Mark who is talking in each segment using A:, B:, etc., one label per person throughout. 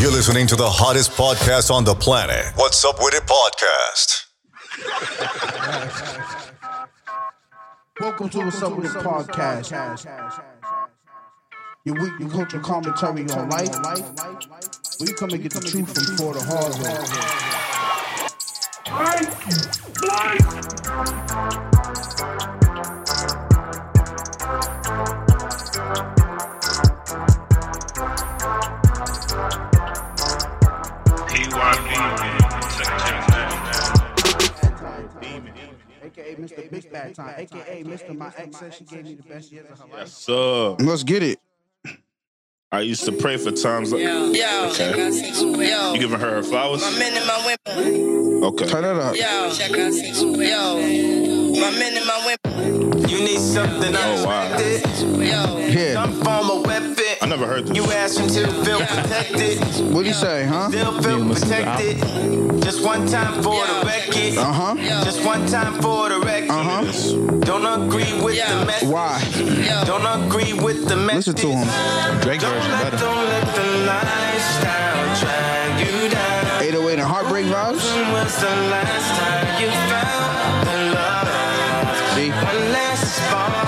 A: You're listening to the hottest podcast on the planet. What's Up With It Podcast.
B: Welcome to What's Up With It podcast. Your weekly culture commentary on life. We come and get the truth from for the hard way. AKA Mr. Big Bad Time. AKA Mr. My Ex said she gave me the best years of her life.
C: So
B: Let's get it.
C: I used to pray for times like
D: Yo, yo, check
C: Okay.
D: our
C: you
D: situation.
C: giving her her flowers.
D: My men and my women.
C: Okay.
B: it up.
D: Yo, check our situation. Yo, my men and my
E: You need something
C: Oh, wow.
E: unexpected.
D: women. Yo,
B: Yeah.
E: Some form of weapon.
C: I never heard this.
E: You ask him to feel protected.
B: What'd he say, huh?
E: They'll feel protected. Just one time for the record.
B: Uh huh.
C: Uh-huh.
D: yo,
E: Just one time for the record.
B: Uh huh.
C: Yes.
E: Don't agree with the message.
B: Why?
D: yo.
E: Don't agree with the message.
B: Listen to him.
F: Drake
E: Don't
F: version
E: let,
F: better.
E: don't let the lifestyle drag you down.
B: 808 and heartbreak vibes.
E: When was the last time you found the love?
B: See?
E: One last spark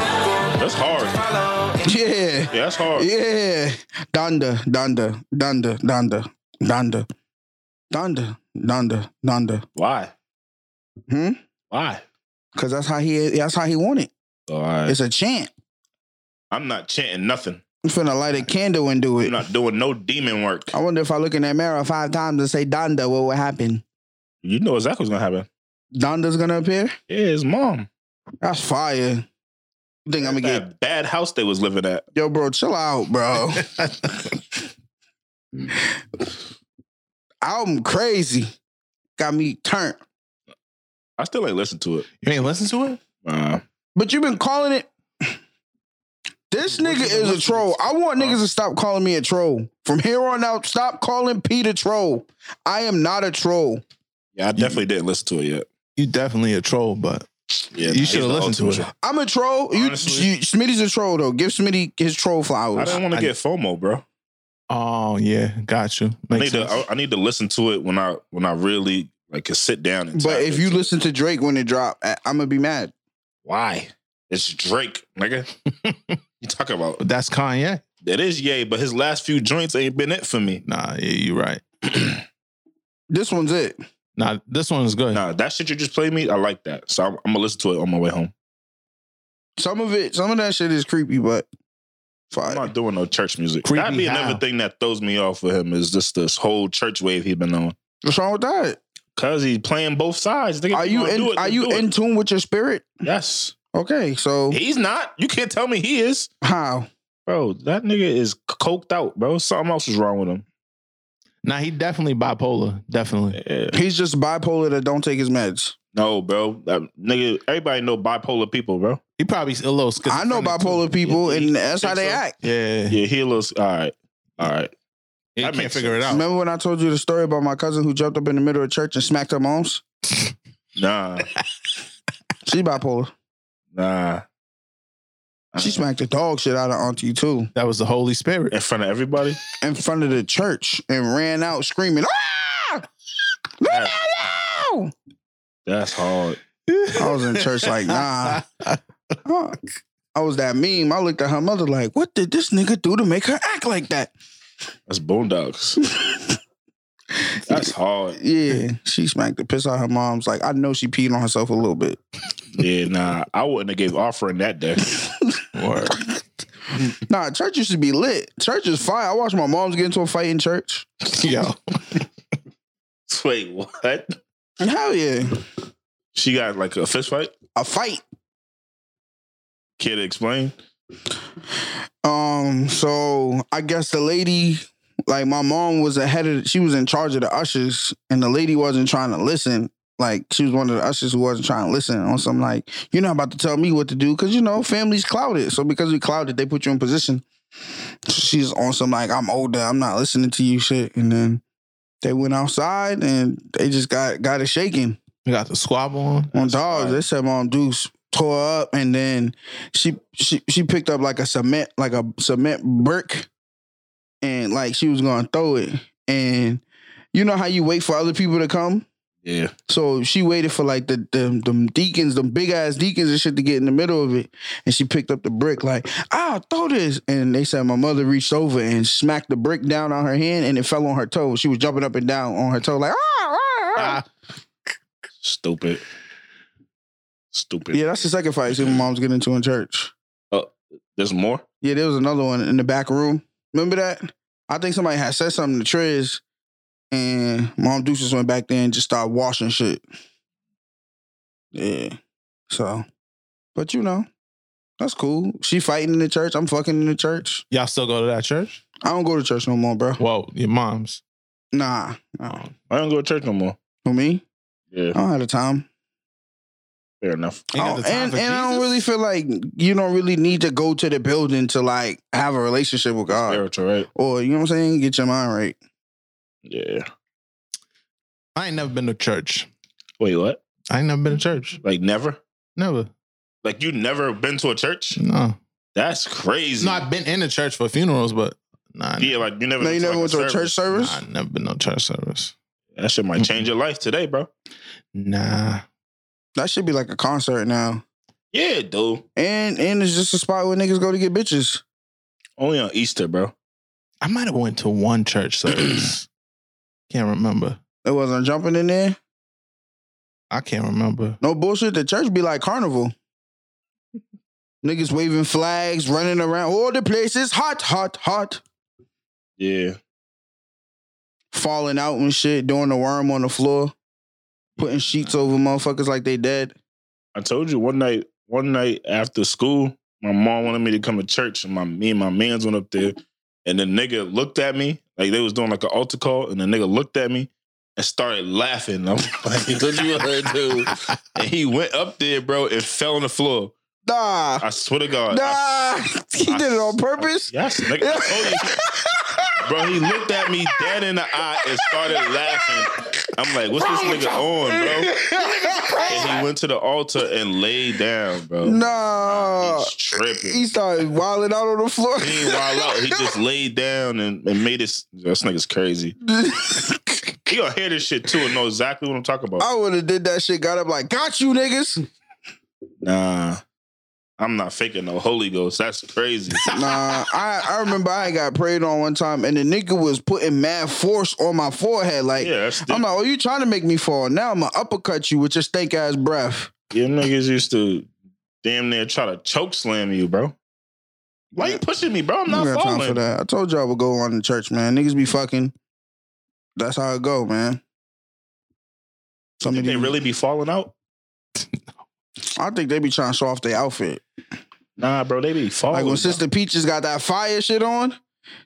C: That's hard.
E: will follow.
B: Yeah.
C: Yeah, that's hard.
B: Yeah. Donda, Donda, Donda, Donda, Donda, Donda, Donda, Donda.
C: Why?
B: Hmm?
C: Why?
B: Cause that's how he that's how he want it.
C: All right.
B: It's a chant.
C: I'm not chanting nothing.
B: I'm finna light a candle and do
C: I'm
B: it.
C: not doing no demon work.
F: Oh.
B: I wonder if I look in that mirror five times and say Donda, what would happen?
C: You know exactly what's gonna happen.
B: Donda's gonna appear?
C: Yeah, his mom.
B: That's fire. You think I'm gonna
C: that
B: get
C: bad house they was living at.
B: yo, bro, chill out, bro. Album crazy. Got me turned.
C: I still ain't listen to it.
F: You ain't listen to it?
C: Uh,
B: But you've been calling it. This nigga is a troll. I want niggas to stop calling me a troll. From here on out, stop calling Pete a troll. I am not a troll.
C: yeah, I definitely didn't listen to it yet.
F: You definitely a troll, but
C: Yeah,
F: you
C: he's
F: should have
C: the
F: listened to it.
C: ultimate-
B: I'm a troll. You, you
C: Honestly.
B: Smitty's a troll though. Give Smitty his troll
C: I
B: flowers.
C: didn't want to
F: I-
C: get FOMO, bro.
F: Oh yeah, got you.
C: I
F: Makes
C: need to.
F: sense.
C: I, I need to listen to it when I when I really like can sit down and.
B: But
C: tap
B: if you
C: into it.
B: listen to Drake when it drop, I- I'm gonna be mad.
C: Why? It's Drake, nigga. you talk about
F: But that's Kanye.
C: it is yay, but his last few joints ain't been it for me.
F: Nah, yeah, you right.
B: This one's it.
F: Nah, this one is good.
C: Nah, that shit you just played me, I like that. So I'm, I'm gonna listen to it on my way home.
B: Some of it, some of that shit is creepy, but
C: I'm
B: fine.
C: not doing no church music.
F: Creepy
C: That'd be
F: how?
C: another thing that throws me off with him is just this whole church wave he been on.
B: What's wrong with that?
C: Cause he's playing both sides. Nigga,
B: Are
C: if
B: you
C: gonna do
B: in,
C: it,
B: are
C: then
B: you
C: do it.
B: in tune with your spirit?
C: Yes.
B: Okay, so
C: He's not. You can't tell me he is.
B: how?
C: Bro, that nigga is coked out, bro. Something else is wrong with him.
F: Nah, he definitely bipolar. Definitely.
C: Yeah.
B: He's just bipolar that don't take his meds.
C: No, bro. That nigga, everybody know bipolar people, bro.
F: He probably a little.
B: I know
F: schizophrenic, too.
B: bipolar people,
C: Yeah,
B: and that's
C: think
B: how they
C: so?
B: act.
F: Yeah, yeah.
C: Yeah, he looks all right. All right.
F: I
C: that
F: can't
C: makes
F: figure it out.
B: Remember when I told you the story about my cousin who jumped up in the middle of church and smacked her mom's?
C: Nah,
B: She bipolar.
C: nah. Uh-huh.
B: She smacked the dog shit out of auntie too
F: That was the Holy Spirit.
C: in front of everybody.
B: in front of the church and ran out screaming. Ah! Leave me alone!"
C: That's hard.
B: I was in church like, nah. Fuck. I was that meme. I looked at her mother like, what did this nigga do to make her act like that?
C: That's boondocks. That's hard.
B: Yeah, she smacked the piss out of her mom's. Like, I know she peed on herself a little bit.
C: Yeah, nah. I wouldn't have gave offering that day.
F: Word.
B: Nah, church used to be lit. Church is fire. I watched my mom's get into a fight in church.
F: Yo,
C: Wait, what?
B: Hell yeah.
C: She got like a fist fight?
B: A fight.
C: Kid explain.
B: Um, so I guess the lady, like my mom was ahead of she was in charge of the ushers, and the lady wasn't trying to listen. Like she was one of the ushers who wasn't trying to listen on some like, you're not about to tell me what to do, cause you know, family's clouded. So because we clouded, they put you in position. She's on some like, I'm older, I'm not listening to you shit. And then they went outside and they just got got it shaking.
F: we got the squabble on.
B: on dogs. They said Mom Deuce tore her up, and then she she she picked up like a cement like a cement brick, and like she was gonna throw it, and you know how you wait for other people to come.
C: Yeah.
B: So she waited for like the them, them deacons, them big ass deacons and shit to get in the middle of it, and she picked up the brick like, "I'll throw this." And they said my mother reached over and smacked the brick down on her hand, and it fell on her toe. She was jumping up and down on her toe like, "Ah!" ah, ah."
F: Ah,
C: Stupid. Stupid.
B: Yeah, that's the second fight. See, my mom's getting into in church.
C: There's more.
B: Yeah, there was another one in the back room. Remember that? I think somebody had said something to Triz, and Mom Deuces went back there and just started washing shit. Yeah. So, but you know, that's cool. She fighting in the church. I'm fucking in the church.
F: y'all still go to that church?
B: I don't go to church no more, bro.
F: Whoa, your mom's. Oh.
B: Nah. nah.
C: I don't go to church no more.
B: For me,
C: Yeah.
B: I don't have the time.
C: Fair enough.
F: Ain't got
B: Oh,
F: the time
B: and
F: for
B: and I don't
F: Jesus?
B: really feel like you don't really need to go to the building to like have a relationship with God.
C: Spiritual, right?
B: Or, you know what I'm saying? Get your mind right.
C: Yeah.
F: I ain't never been to church.
C: Wait, what?
F: I ain't never been to church.
C: Like never?
F: Never.
C: Like you never been to a church?
F: No.
C: That's crazy.
F: No, I've been in the church for funerals, but nah.
C: yeah, like you never.
B: No, you never
C: like,
B: went to a church service?
F: Nah, never been no church service.
C: That shit might change your life today, bro.
F: Nah.
B: That should be like a concert now.
C: Yeah, dude.
B: And and it's just a spot where niggas go to get bitches.
C: Only on Easter, bro.
F: I might have went to one church service. can't remember.
B: It wasn't jumping in there.
F: I can't remember.
B: No bullshit. The church be like carnival. Niggas waving flags, running around. All the place is hot, hot, hot.
C: Yeah.
B: Falling out and shit, doing the worm on the floor, putting sheets over motherfuckers like they dead.
C: I told you one night, one night after school, my mom wanted me to come to church, and my me and my man's went up there, and the nigga looked at me like they was doing like an altar call, and the nigga looked at me and started laughing. I'm like, "What you want to do?" And he went up there, bro, and fell on the floor.
B: Nah.
C: I swear to God, I-
B: Nah. He did it on purpose.
C: Yes, nigga. I told you. Bro, he looked at me dead in the eye and started laughing. I'm like, what's this nigga on, bro? And he went to the altar and laid down, bro.
B: Nah.
C: He's tripping.
B: He started wilding out on the floor.
C: He ain't wild out. He just laid down and, and made us. This nigga's crazy. He gonna hear this shit too and know exactly what I'm talking about.
B: I would have did that shit. Got up like, got you niggas.
C: Nah, I'm not faking no Holy Ghost. That's crazy.
B: Nah, I, I remember I got prayed on one time, and the nigga was putting mad force on my forehead. Like,
C: Yeah, that's
B: I'm
C: I'm
B: like, oh, you trying to make me fall? Now I'm gonna uppercut you with your stink ass breath.
C: your niggas used to damn near try to choke slam you, bro. Why you pushing me, bro? I'm
B: I
C: not
B: don't got time
C: falling.
B: for that. I told you I would go on to church, man. Niggas be fucking. That's how it go, man. Some
C: Did
B: of
C: they
B: these,
C: really be falling out?
B: I think they be trying to show off their outfit.
C: Nah, bro, they be falling.
B: like when Sister Peaches got that fire shit on,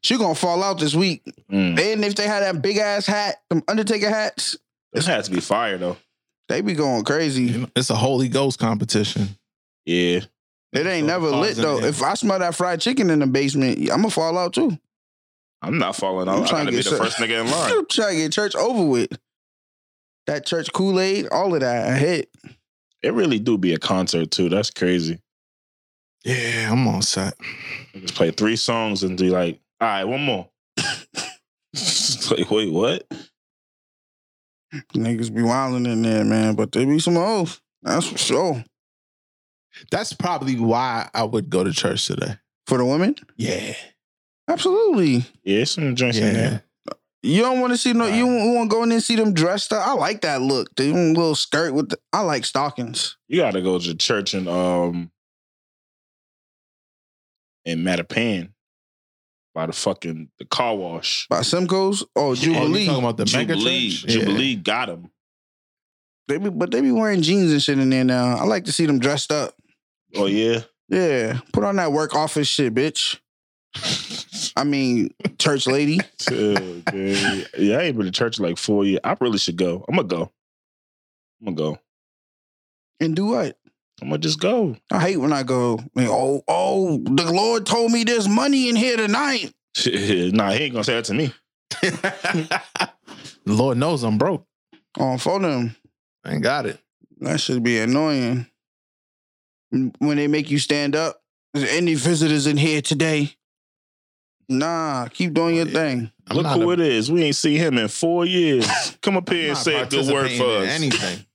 B: she gonna fall out this week.
C: Mm.
B: And if they had that big ass hat, them Undertaker hats,
C: This had to be fire though.
B: they be going crazy.
F: You know, It's a Holy Ghost competition.
C: Yeah,
B: It ain't
F: Throw the
B: never lit
F: cars in
B: though.
F: there.
B: If I smell that fried chicken in the basement, I'm gonna fall out too.
C: I'm not falling
B: I'm
C: out. I
B: trying to
C: gotta be
B: get
C: the
B: some-
C: first nigga in line.
B: I'm trying to get church over with. That church Kool Aid, all of that, I hit.
C: It really do be a concert too. That's crazy.
F: Yeah, I'm on set.
C: Just play three songs and be like, all right, one more. It's like, wait, what?
B: Niggas be wilding in there, man. But they be some oath. That's for sure.
F: That's probably why I would go to church today.
B: For the women,
F: Yeah.
B: absolutely.
C: Yeah, it's some drinks in
F: Yeah.
C: there.
B: You don't want to see no. You
F: Right.
B: want to go in and see them dressed up. I like that look. The little skirt with. The, I like stockings.
C: You gotta go to church and um in Mattapan by the fucking the car wash.
B: By Simcoe's or
F: Oh, you
B: Jubilee.
F: talking about the mega
C: Jubilee,
F: church?
C: Jubilee got him.
B: they be, but they be wearing jeans and shit in there now. I like to see them dressed up.
C: Oh yeah.
B: Yeah, put on that work office shit, bitch. I mean, church lady.
C: Dude, dude. Yeah, I ain't been to church in like four years. I really should go. I'm gonna go. I'm gonna go.
B: And do what?
C: I'm gonna just go.
B: I hate when I go, like, oh, oh, the Lord told me there's money in here tonight.
C: nah, he ain't gonna say that to me.
F: Yeah. Lord knows I'm broke.
B: On for Oh, them.
F: I ain't got it.
B: That should be annoying. When they make you stand
F: Oh,
B: up, is there any visitors in here today? Nah, keep doing your thing.
C: I'm
G: Look
C: not
G: who
C: a-
G: it is. We ain't see him in four years. Come up here and
C: not
G: say a good word
C: participating
G: for
C: in
G: us.
C: Anything.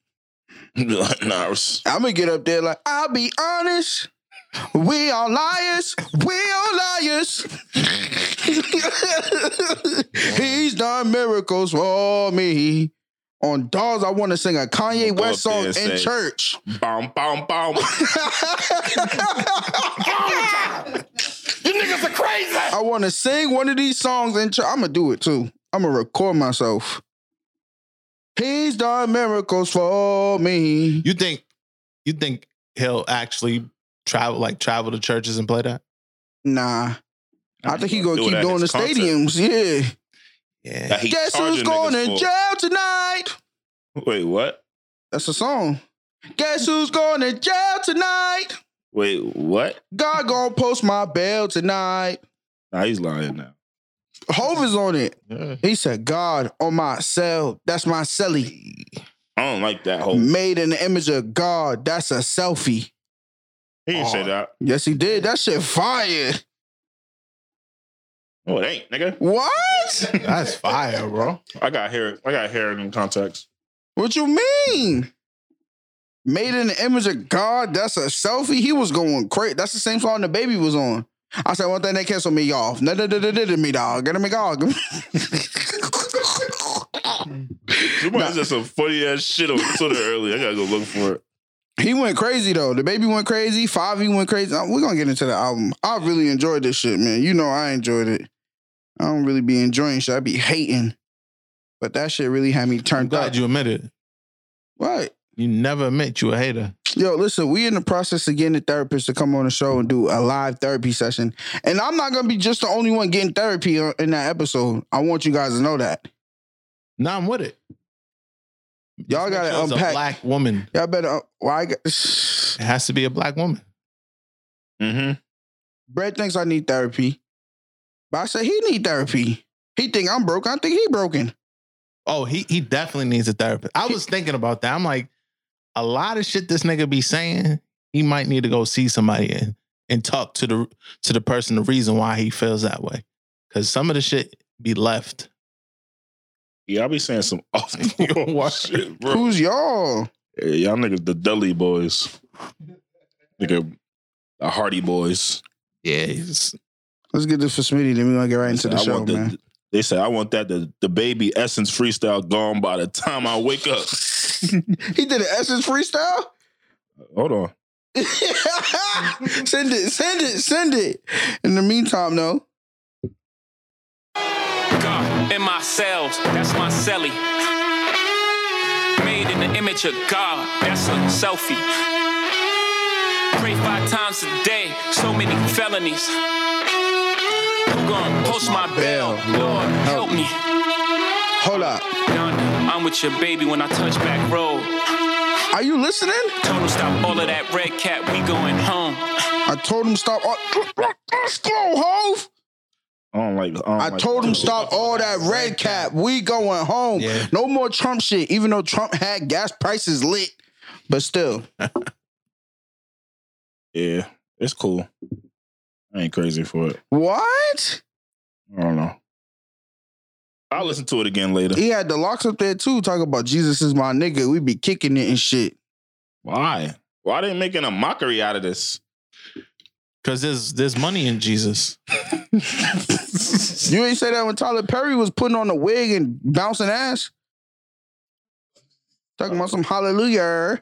G: Be like, nah, it's-
B: I'm gonna get up there like I'll be honest. We are liars. We are liars. He's done miracles for me. On dolls, I want to sing a Kanye
G: Go up
B: West
G: there
B: song in
G: and say-
B: church.
G: Bom, bom, bom.
B: I want to sing one of these songs in church. I'm gonna do it too. I'm gonna record myself. He's done miracles for me.
C: You think you think he'll actually travel like travel to churches and play that?
B: Nah, I think he gonna
G: Do it
B: keep
G: at
B: doing the
G: his concert.
B: stadiums. Yeah.
C: Yeah.
G: That he
B: Guess who's
G: charging
B: going
G: niggas
B: to
G: for.
B: jail tonight?
G: Wait, what?
B: That's a song. Guess who's going to jail tonight?
G: Wait, what?
B: God gonna post my bail tonight.
G: Nah, he's lying now.
B: Hove is on it.
C: Yeah.
B: He said, God on my cell. That's my celly.
G: I don't like that whole.
B: Made in the image of God. That's a selfie.
G: He didn't say
C: Oh.
G: that.
B: Yes, he did. That shit fire.
G: No, it ain't, nigga.
B: What?
C: That's fire, bro.
G: I got hair. I got hair in contacts.
B: What you mean? Made in the image of God. That's a selfie. He was going crazy. That's the same song the baby was on. I said one thing they canceled me off. No, no, no, no, no, no, me dog. Get him, dog.
G: Somebody said some funny ass shit on Twitter earlier. I gotta go look for it.
B: He went crazy though. The baby went crazy. Five he went crazy. Uh, We're gonna get into the album. I really enjoyed this shit, man. You know I enjoyed it. I don't really be enjoying shit. I be hating. But that shit really had me
C: I'm
B: turned
C: glad
B: up.
C: you admitted. it.
B: what?
C: You never admit you a hater.
B: Yo, listen, we in the process of getting a therapist to come on the show and do a live therapy session. And I'm not gonna be just the only one getting therapy on- in that episode. I want you guys to know that.
C: Now I'm with it.
B: Y'all gotta
C: It's a
B: unpack-
C: black woman.
B: Y'all better uh, well, I got,
C: It has to be a black woman.
G: Mm-hmm.
B: Brett thinks I need therapy. But I said he need therapy. He think I'm broke. I think he broken.
C: Oh, he he definitely needs a therapist. I was thinking about that. I'm like, a lot of shit this nigga be saying, he might need to go see somebody and, and talk to the to the person the reason why he feels that way. Cause some of the shit be left.
G: Yeah, I be saying some off shit, bro.
B: Who's y'all?
G: Yeah, y'all niggas, the Dudley boys. Nigga, the Hardy boys.
C: Yeah. it's-
B: Let's get this for Smitty, then we're gonna get right into the
G: I
B: show,
G: want the-
B: man.
G: They said, I want that, the, the baby essence freestyle gone by the time I wake up.
B: He did an Essence freestyle?
G: Hold on.
B: send it, send it, send it. In the meantime, though,
H: God in my cells, that's my celly. Made in the image of God, that's a selfie. Pray five times a day, so many felonies. Who gon' post my bail? Lord, help me.
B: hold up.
H: Donda, I'm with your baby when I touch back road.
B: Are you listening?
H: Told him stop all of that red cat, we going home.
B: I told him stop. All- Let's go, Hov.
G: I don't like. I, don't
B: I
G: like
B: told him
G: that.
B: stop all that red cap. We going home.
C: Yeah.
B: No more Trump shit. Even though Trump had gas prices lit, but still,
G: Yeah, it's cool. I ain't crazy for it.
B: what?
G: I don't know. I'll listen to it again later.
B: He had the locks up there too. Talk about Jesus is my nigga. We be kicking it and shit.
G: Why? Why they making a mockery out of this?
C: Cause there's there's money in Jesus.
B: You ain't say that when Tyler Perry was putting on a wig and bouncing ass. Talking about some hallelujah.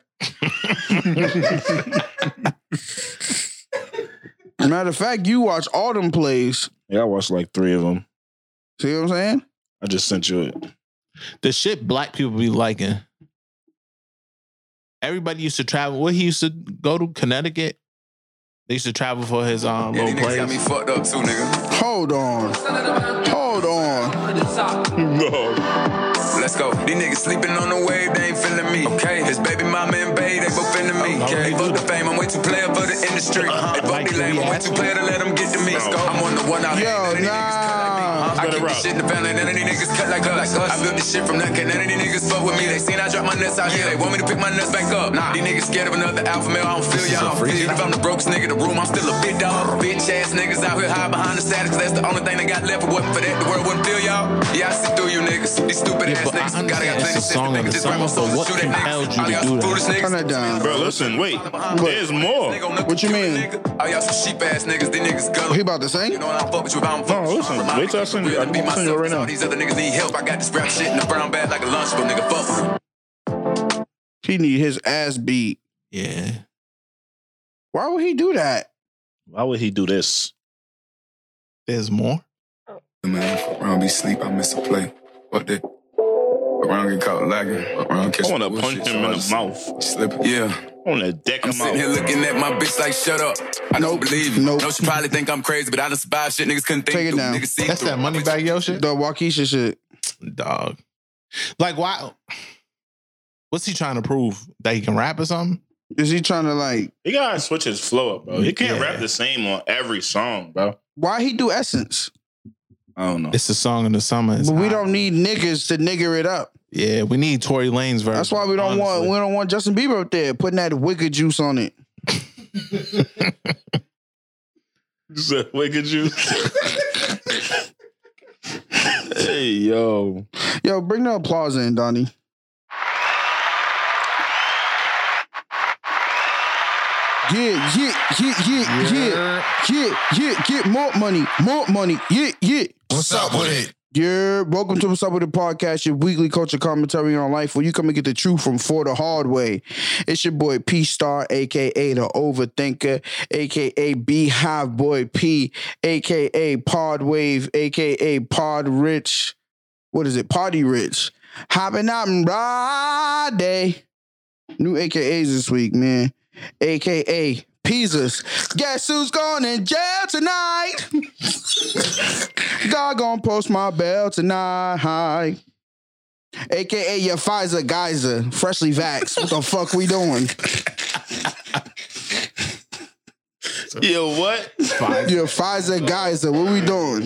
B: Matter of fact, you watch all them plays.
G: Yeah, I watched like three of them.
B: See what I'm saying?
G: I just sent you it.
C: The shit black people be liking. Everybody used to travel. What he used to go to Connecticut. They used to travel for his um
D: Yeah,
C: little
D: these niggas got
C: plays.
D: me fucked up too, nigga.
B: Hold on. Hold on.
G: No.
D: Let's go. These niggas sleeping on the wave, they ain't feeling me. Okay, his baby mama and bae, they both feeling me.
C: Okay.
D: Okay, fuck the fame, I'm way too player for the industry.
C: Uh-huh.
D: They both be lame, I'm way too player to let them get to me. I'm on the one out here.
B: Yo,
D: none of these niggas cut like me.
B: nah.
D: I keep this shit in the family, none of these niggas cut like us. like us. I built this shit from nothing. None of these niggas fuck with me. They seen I drop my nuts out here. They want me to pick my nuts back up. Nah, these niggas scared of another alpha male. I don't feel y'all. I don't feel you. If I'm the brokest nigga in the room, I'm still a big dog. Bitch ass niggas out here hide behind the status. 'cause That's the only thing they got left. If it wasn't for that, the world wouldn't feel y'all. Yeah, I see through you niggas. These stupid
C: Yeah,
D: ass
C: but I
D: niggas. Gotta
C: understand
D: got
C: it's a
D: plenty of shit to
C: song on
D: make it
C: the
D: just grab
C: song,
D: my
C: so
D: soul and
C: what
D: shoot that
C: compelled
D: nigga.
C: you
D: All
C: to
D: y'all
C: do that?
D: foolish niggas.
B: Turn that down.
G: Bro, listen, wait. There's more.
B: What you mean?
D: All Oh, y'all some sheep ass niggas, these niggas gullible.
B: He about to sing?
D: You know, and I don't fuck with you, but I don't fuck
G: No,
D: with you.
G: listen,
D: Remind
G: wait till I
D: me,
G: send
D: I'm
G: you-
D: real,
G: I'm gonna send you
D: myself,
G: right
D: so
G: now.
D: These other niggas need help. I got this rap shit in a brown bag like a lunchable nigga. Fuck with me.
B: He need his ass beat.
C: Yeah.
B: Why would he do that?
G: Why would he do this?
C: There's more.
I: Man, fuck around be sleep, I miss a play. What the? Around get caught lagging. Around catch
G: I want to
I: bullshit,
G: punch
I: so
G: him
I: I
G: in the
I: just
G: mouth.
I: Slip it.
D: Yeah.
G: I want to deck
D: I'm
G: him
D: sitting here
G: out.
D: looking at my bitch like, shut up. I don't
B: Nope.
D: believe you.
B: Nope.
D: No, she probably think I'm crazy, but I done survived shit niggas couldn't think
B: Take it
D: through.
B: down.
D: Niggas see
C: That's
D: through.
C: that money back yo shit.
B: The Waukesha shit.
C: Dog. Like why what's he trying to prove? That he can rap or something?
B: Is he trying to like?
G: He gotta switch his flow up, bro. He can't
C: Yeah.
G: rap the same on every song, bro.
B: Why he do Essence?
G: I don't know.
C: It's a song in the summer. It's
B: but we
C: hot.
B: don't need niggas to nigger it up.
C: Yeah, we need Tory Lane's verse.
B: That's why we don't want we don't want Justin Bieber up there putting that wicked juice on it.
G: So, wait, could you? hey, yo.
B: Yo, bring the applause in, Donnie. Yeah, yeah, yeah, yeah, yeah, yeah, yeah, get more money, more money, yeah, yeah.
A: What's up with it?
B: Yeah, welcome to What's Up With The Podcast, your weekly culture commentary on life where you come and get the truth from for the hard way. It's your boy P Star, aka The Overthinker, aka Beehive Boy P, aka Pod Wave, aka Pod Rich. What is it? Party Rich. Hopping out and Friday. New AKAs this week, man. AKA Pizzas. Guess who's going in jail tonight? God gonna post my bell tonight. AKA your Pfizer geyser, freshly vaxxed. What the fuck we doing?
G: Yo, what?
B: Your Pfizer geyser, what we doing?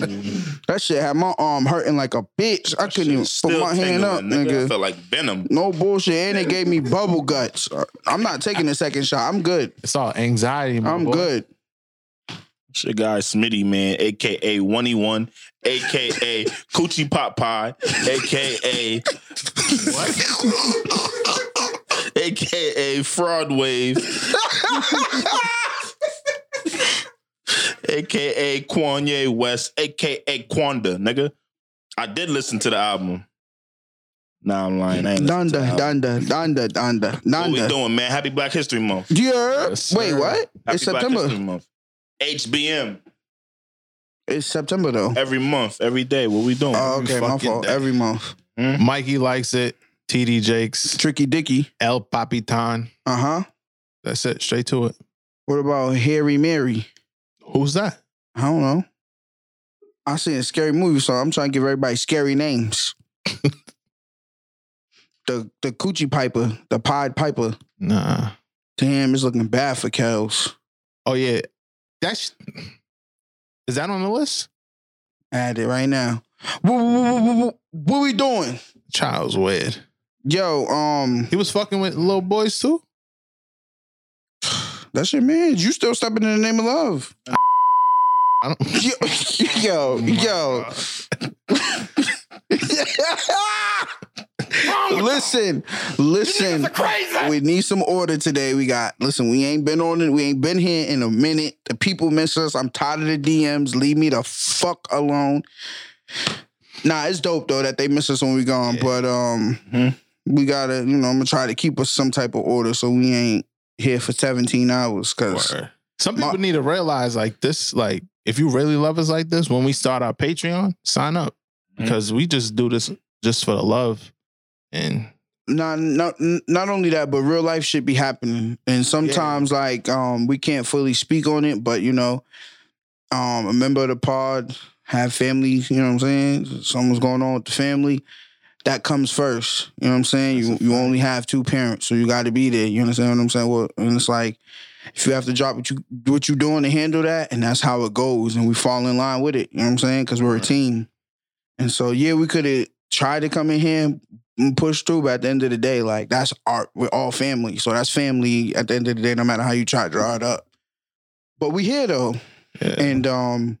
B: That shit had my arm hurting like a bitch. I couldn't even put
G: Still
B: my hand
G: tingling,
B: up,
G: I
B: nigga.
G: feel like Venom.
B: No bullshit. And it gave me bubble guts. I'm not taking the second shot. I'm good.
C: It's all anxiety. my
B: I'm
C: boy.
B: good.
G: It's your guy Smitty, man, aka One E One, aka Coochie Pop Pie, aka what? aka Fraud Wave, aka Kanye West, aka Quanda, nigga. I did listen to the album. Nah, I'm lying. I ain't listened to the
B: Donda,
G: album.
B: donda, donda, donda,
G: What we
B: donda.
G: doing, man? Happy Black History Month.
B: Yeah.
C: Yes,
B: Wait,
C: sir.
B: what?
G: Happy
B: It's
G: Black
B: September.
G: History Month. HBM
B: It's September though.
G: every month, every day. What we doing?
B: Oh,
C: every
B: okay, my
C: fucking
B: fault.
C: day.
B: Every month.
C: Mikey likes it. TD Jakes.
B: Tricky Dicky.
C: El Papitan.
B: Uh huh.
C: That's it. Straight to it.
B: What about Harry Mary?
C: Who's that?
B: I don't know. I seen a scary movie, so I'm trying to give everybody scary names. the the Coochie Piper, the Pied Piper.
C: Nah.
B: Damn, it's looking bad for Kels.
C: Oh yeah. That's is that on the list?
B: Add it right now. What, what, what, what, what we doing?
C: Child's weird.
B: Yo, um,
C: He was fucking with little boys too.
B: that's your man. You still stepping in the name of love.
C: I don't.
B: Yo, yo,
C: Oh my
B: yo.
C: God.
B: listen, listen. We need some order today. We got listen. We ain't been on it. We ain't been here in a minute. The people miss us. I'm tired of the DMs. Leave me the fuck alone. Nah, it's dope though that they miss us when we gone.
C: Yeah. Hmm?
B: But um,
G: Mhm.
B: we gotta you know I'm gonna try to keep us some type of order so we ain't here for 17 hours because.
C: Word. Some
B: My-
C: people need to realize like this, like if you really love us like this, when we start our Patreon, sign up
G: Mhm.
C: because we just do this just for the love. And
B: not not not only that, but real life should be happening, and sometimes like um we can't fully speak on it, but you know, um a member of the pod have family, you know what I'm saying? Something's going on with the family. That comes first. You know what I'm saying? You you only have two parents, so you gotta be there. You understand what I'm saying? Well, and it's like if you have to drop what you what you doing to handle that, and that's how it goes, and we fall in line with it. You know what I'm saying? Because we're a team, and so yeah, we could have tried to come in here and push through, but at the end of the day, like that's art. We're all family. So that's family at the end of the day, no matter how you try to draw it up. But we here though.
C: Yeah.
B: And um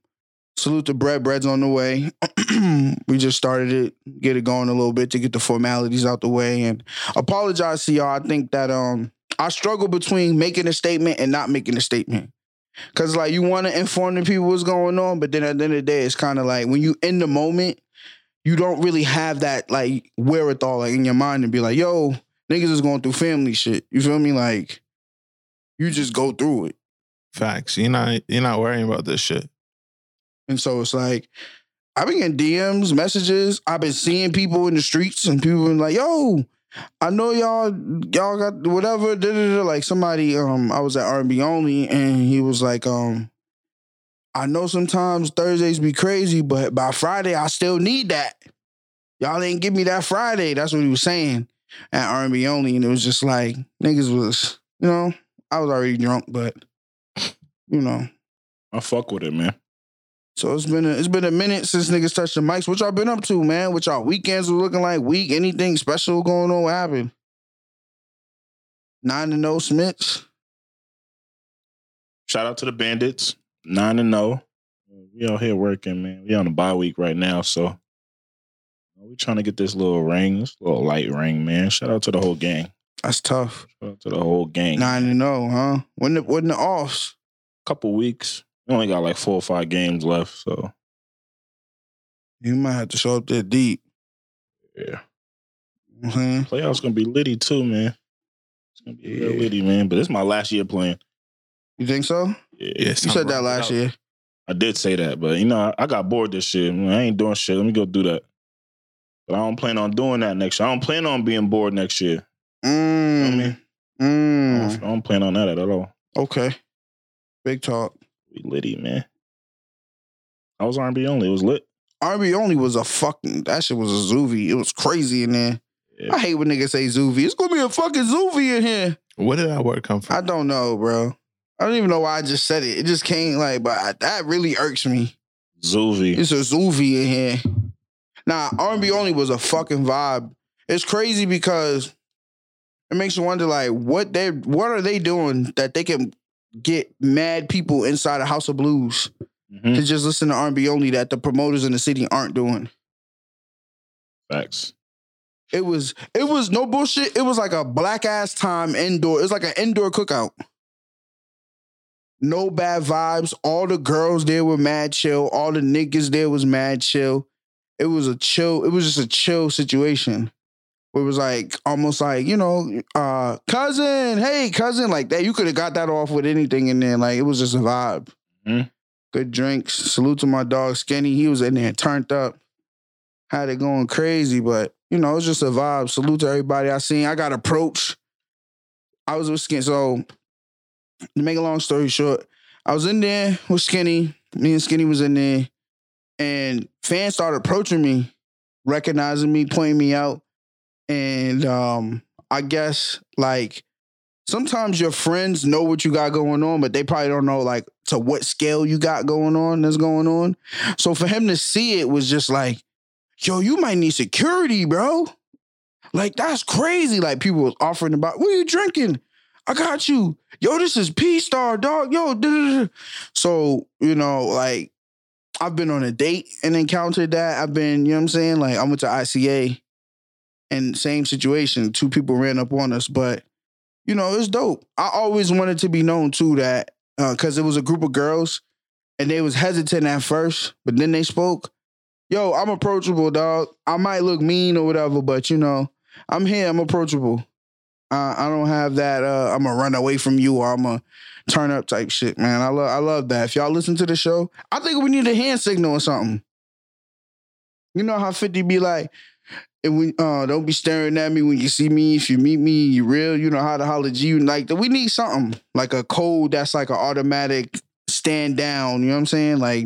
B: salute to bread. Bread's on the way. we just started it, get it going a little bit to get the formalities out the way. And apologize to y'all. I think that um I struggle between making a statement and not making a statement. Cause like you want to inform the people what's going on, but then at the end of the day, it's kind of like when you in the moment, you don't really have that like wherewithal like in your mind and be like, yo, niggas is going through family shit. You feel me? Like you just go through it.
C: Facts. You're not you're not worrying about this shit.
B: And so it's like, I've been getting DMs, messages. I've been seeing people in the streets and people been like, yo, I know y'all, y'all got whatever. Da, da, da. Like somebody, um, I was at R&B only and he was like, um, I know sometimes Thursdays be crazy, but by Friday I still need that. Y'all ain't give me that Friday. That's what he was saying at R&B only. And it was just like, niggas was, you know, I was already drunk, but you know,
G: I fuck with it, man.
B: so it's been a, it's been a minute since niggas touched the mics. What y'all been up to, man? What y'all weekends were looking like? Week? Anything special going on? What happened? Nine to no Smiths.
G: Shout out to the Bandits, nine and zero. We out here working, man. We on a bye week right now, so we trying to get this little ring, this little light ring, man. Shout out to the whole gang.
B: That's tough.
G: Shout out to the whole gang.
B: Nine to no, huh? When the when the offs?
G: Couple weeks. We only got like four or five games left, so
B: You might have to show up there deep. Mm-hmm.
G: yeah.
B: You know what I'm saying?
G: Playoffs gonna be litty too, man. It's gonna be real litty, man. But it's my last year playing.
B: You think so?
G: Yeah.
C: Yes.
B: You said that last year.
G: I did say that, but you know, I, I got bored this year. I ain't doing shit. Let me go do that. But I don't plan on doing that next year. I don't plan on being bored next year. I
B: Mm.
G: mean? I,
B: Mm.
G: don't, I don't plan on that at all.
B: Okay. Big talk.
G: We litty, man. I was R&B only. It was lit.
B: RB only was a fucking that shit was a zoovie. It was crazy in there.
G: Yeah.
B: I hate when niggas say zoovie. It's gonna be a fucking zoovie in here.
C: Where did that word come from?
B: I don't know, bro. I don't even know why I just said it. It just came like, but I, that really irks me.
G: Zuvi.
B: It's a zoovie in here. Nah, R&B only was a fucking vibe. It's crazy because it makes you wonder, like, what they, what are they doing that they can get mad people inside a house of blues
G: Mhm.
B: to just listen to R&B only that the promoters in the city aren't doing.
G: Facts.
B: It was, it was no bullshit. It was like a black ass time indoor. It was like an indoor cookout. No bad vibes. All the girls there were mad chill. All the niggas there was mad chill. It was a chill. It was just a chill situation. It was like almost like you know, uh, cousin. Hey, cousin, like that. You could have got that off with anything in there. Like it was just a vibe.
G: Mhm.
B: Good drinks. Salute to my dog Skinny. He was in there turned up. Had it going crazy, but you know, it was just a vibe. Salute to everybody I seen. I got approached. I was with Skin. So to make a long story short, I was in there with Skinny. Me and Skinny was in there, and fans started approaching me, recognizing me, pointing me out, and um, I guess like sometimes your friends know what you got going on, but they probably don't know like to what scale you got going on that's going on. So for him to see it was just like, yo, you might need security, bro. Like that's crazy. Like people was offering about, what are you drinking? I got you. Yo, this is P Star, dog. Yo, da-da-da-da." so you know, like I've been on a date and encountered that. I've been, you know what I'm saying? Like I went to ICA and same situation. Two people ran up on us, but you know, it's dope. I always wanted to be known too that because it was a group of girls and they was hesitant at first, but then they spoke. Yo, I'm approachable, dog. I might look mean or whatever, but you know, I'm here. I'm approachable. Uh, I don't have that. Uh, I'm gonna run away from you or I'm gonna turn up type shit, man. I love. I love that. If y'all listen to the show, I think we need a hand signal or something. You know how Fifty be like, and we uh, don't be staring at me when you see me. If you meet me, you real. You know how to holler G. You like that. We need something like a code that's like an automatic stand down. You know what I'm saying? Like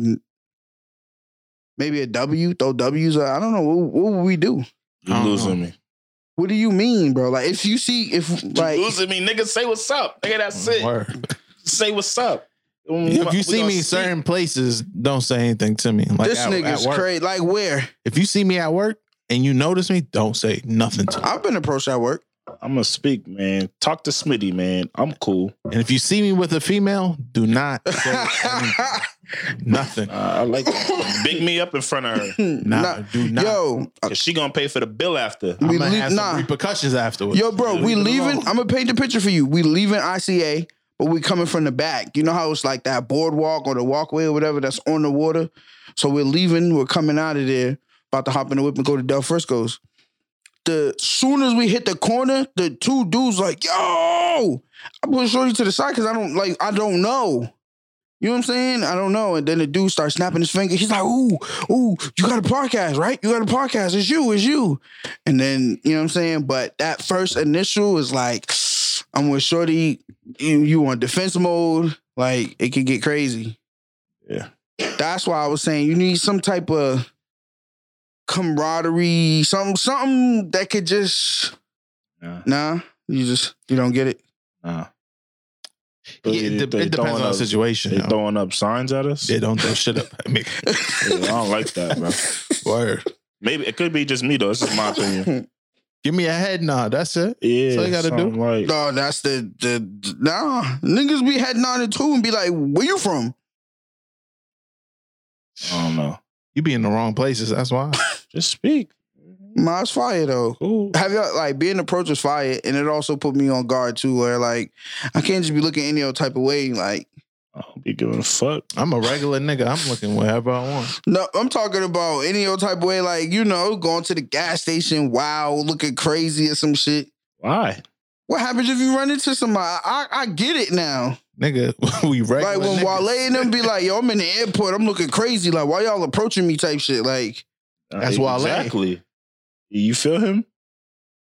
B: maybe a W. Throw W's. I don't know. What, what would we do?
G: You
C: I don't
G: losing me.
B: What do you mean, bro? Like if you see if like
G: you losing me, nigga. Say what's up. Nigga, that's it.
C: Word.
G: Say what's up.
C: If
G: We
C: you see
G: gonna
C: me
G: speak.
C: certain places, don't say anything to me. Like
B: this
C: at-
B: nigga's
C: at work.
B: crazy. Like where?
C: If you see me at work and you notice me, don't say nothing to me.
B: I've been approached at work.
G: I'm gonna speak, man. Talk to Smitty, man. I'm cool.
C: And if you see me with a female, do not say anything. nothing.
G: Uh, I like that. big me up in front of her.
C: Nah,
B: Nah,
C: do not.
B: Yo,
G: 'Cause she gonna pay for the bill after.
C: I'm
B: we
C: gonna
B: leave-
C: have some
B: nah.
C: repercussions afterwards.
B: Yo, bro, we
C: leave it
B: leaving.
C: alone.
B: I'm gonna paint the picture for you. We leaving ICA, but we coming from the back. You know how it's like that boardwalk or the walkway or whatever that's on the water. So we're leaving. We're coming out of there. About to hop in the whip and go to Del Frisco's. The soon as we hit the corner, the two dudes like, yo, I put Shorty to the side because I don't like, I don't know. You know what I'm saying? I don't know. And then the dude starts snapping his finger. He's like, ooh, ooh, you got a podcast, right? You got a podcast. It's you, it's you. And then, you know what I'm saying? But that first initial is like, I'm with Shorty, you, you on defense mode, like it can get crazy.
G: Yeah.
B: That's why I was saying you need some type of camaraderie, some something that could just
G: Nah,
B: nah, you just you don't get it.
G: nah.
C: Yeah, it, de-
G: They
C: it depends
G: throwing
C: on the
G: up-
C: situation.
G: They
C: yo.
G: throwing up signs at us.
C: They don't throw shit up at me.
G: Yeah, I don't like that, bro.
C: Word.
G: Maybe it could be just me though. This is my opinion.
C: Give me a head nod. That's it.
G: Yeah,
C: That's all you gotta do.
G: something Like,
B: No, that's the the nah. Niggas be heading on it too and be like, where you from?
G: I don't know.
C: You be in the wrong places. That's why.
G: Just speak.
B: Miles fire though.
G: Cool.
B: have y'all like being approached was fire, and it also put me on guard too. Where like I can't just be looking any old type of way. Like
G: I don't be giving a fuck.
C: I'm a regular nigga. I'm looking wherever I want.
B: no, I'm talking about any old type of way. Like you know, going to the gas station, wow, looking crazy or some shit.
G: Why?
B: What happens if you run into somebody? I, I get it now.
C: Nigga, we regular.
B: like when
C: niggas.
B: Wale and them be like, "Yo, I'm in the airport. I'm looking crazy. Like why y'all approaching me?" Type shit. Like
C: That's
G: Uh,
C: why I like.
G: Exactly. You feel him?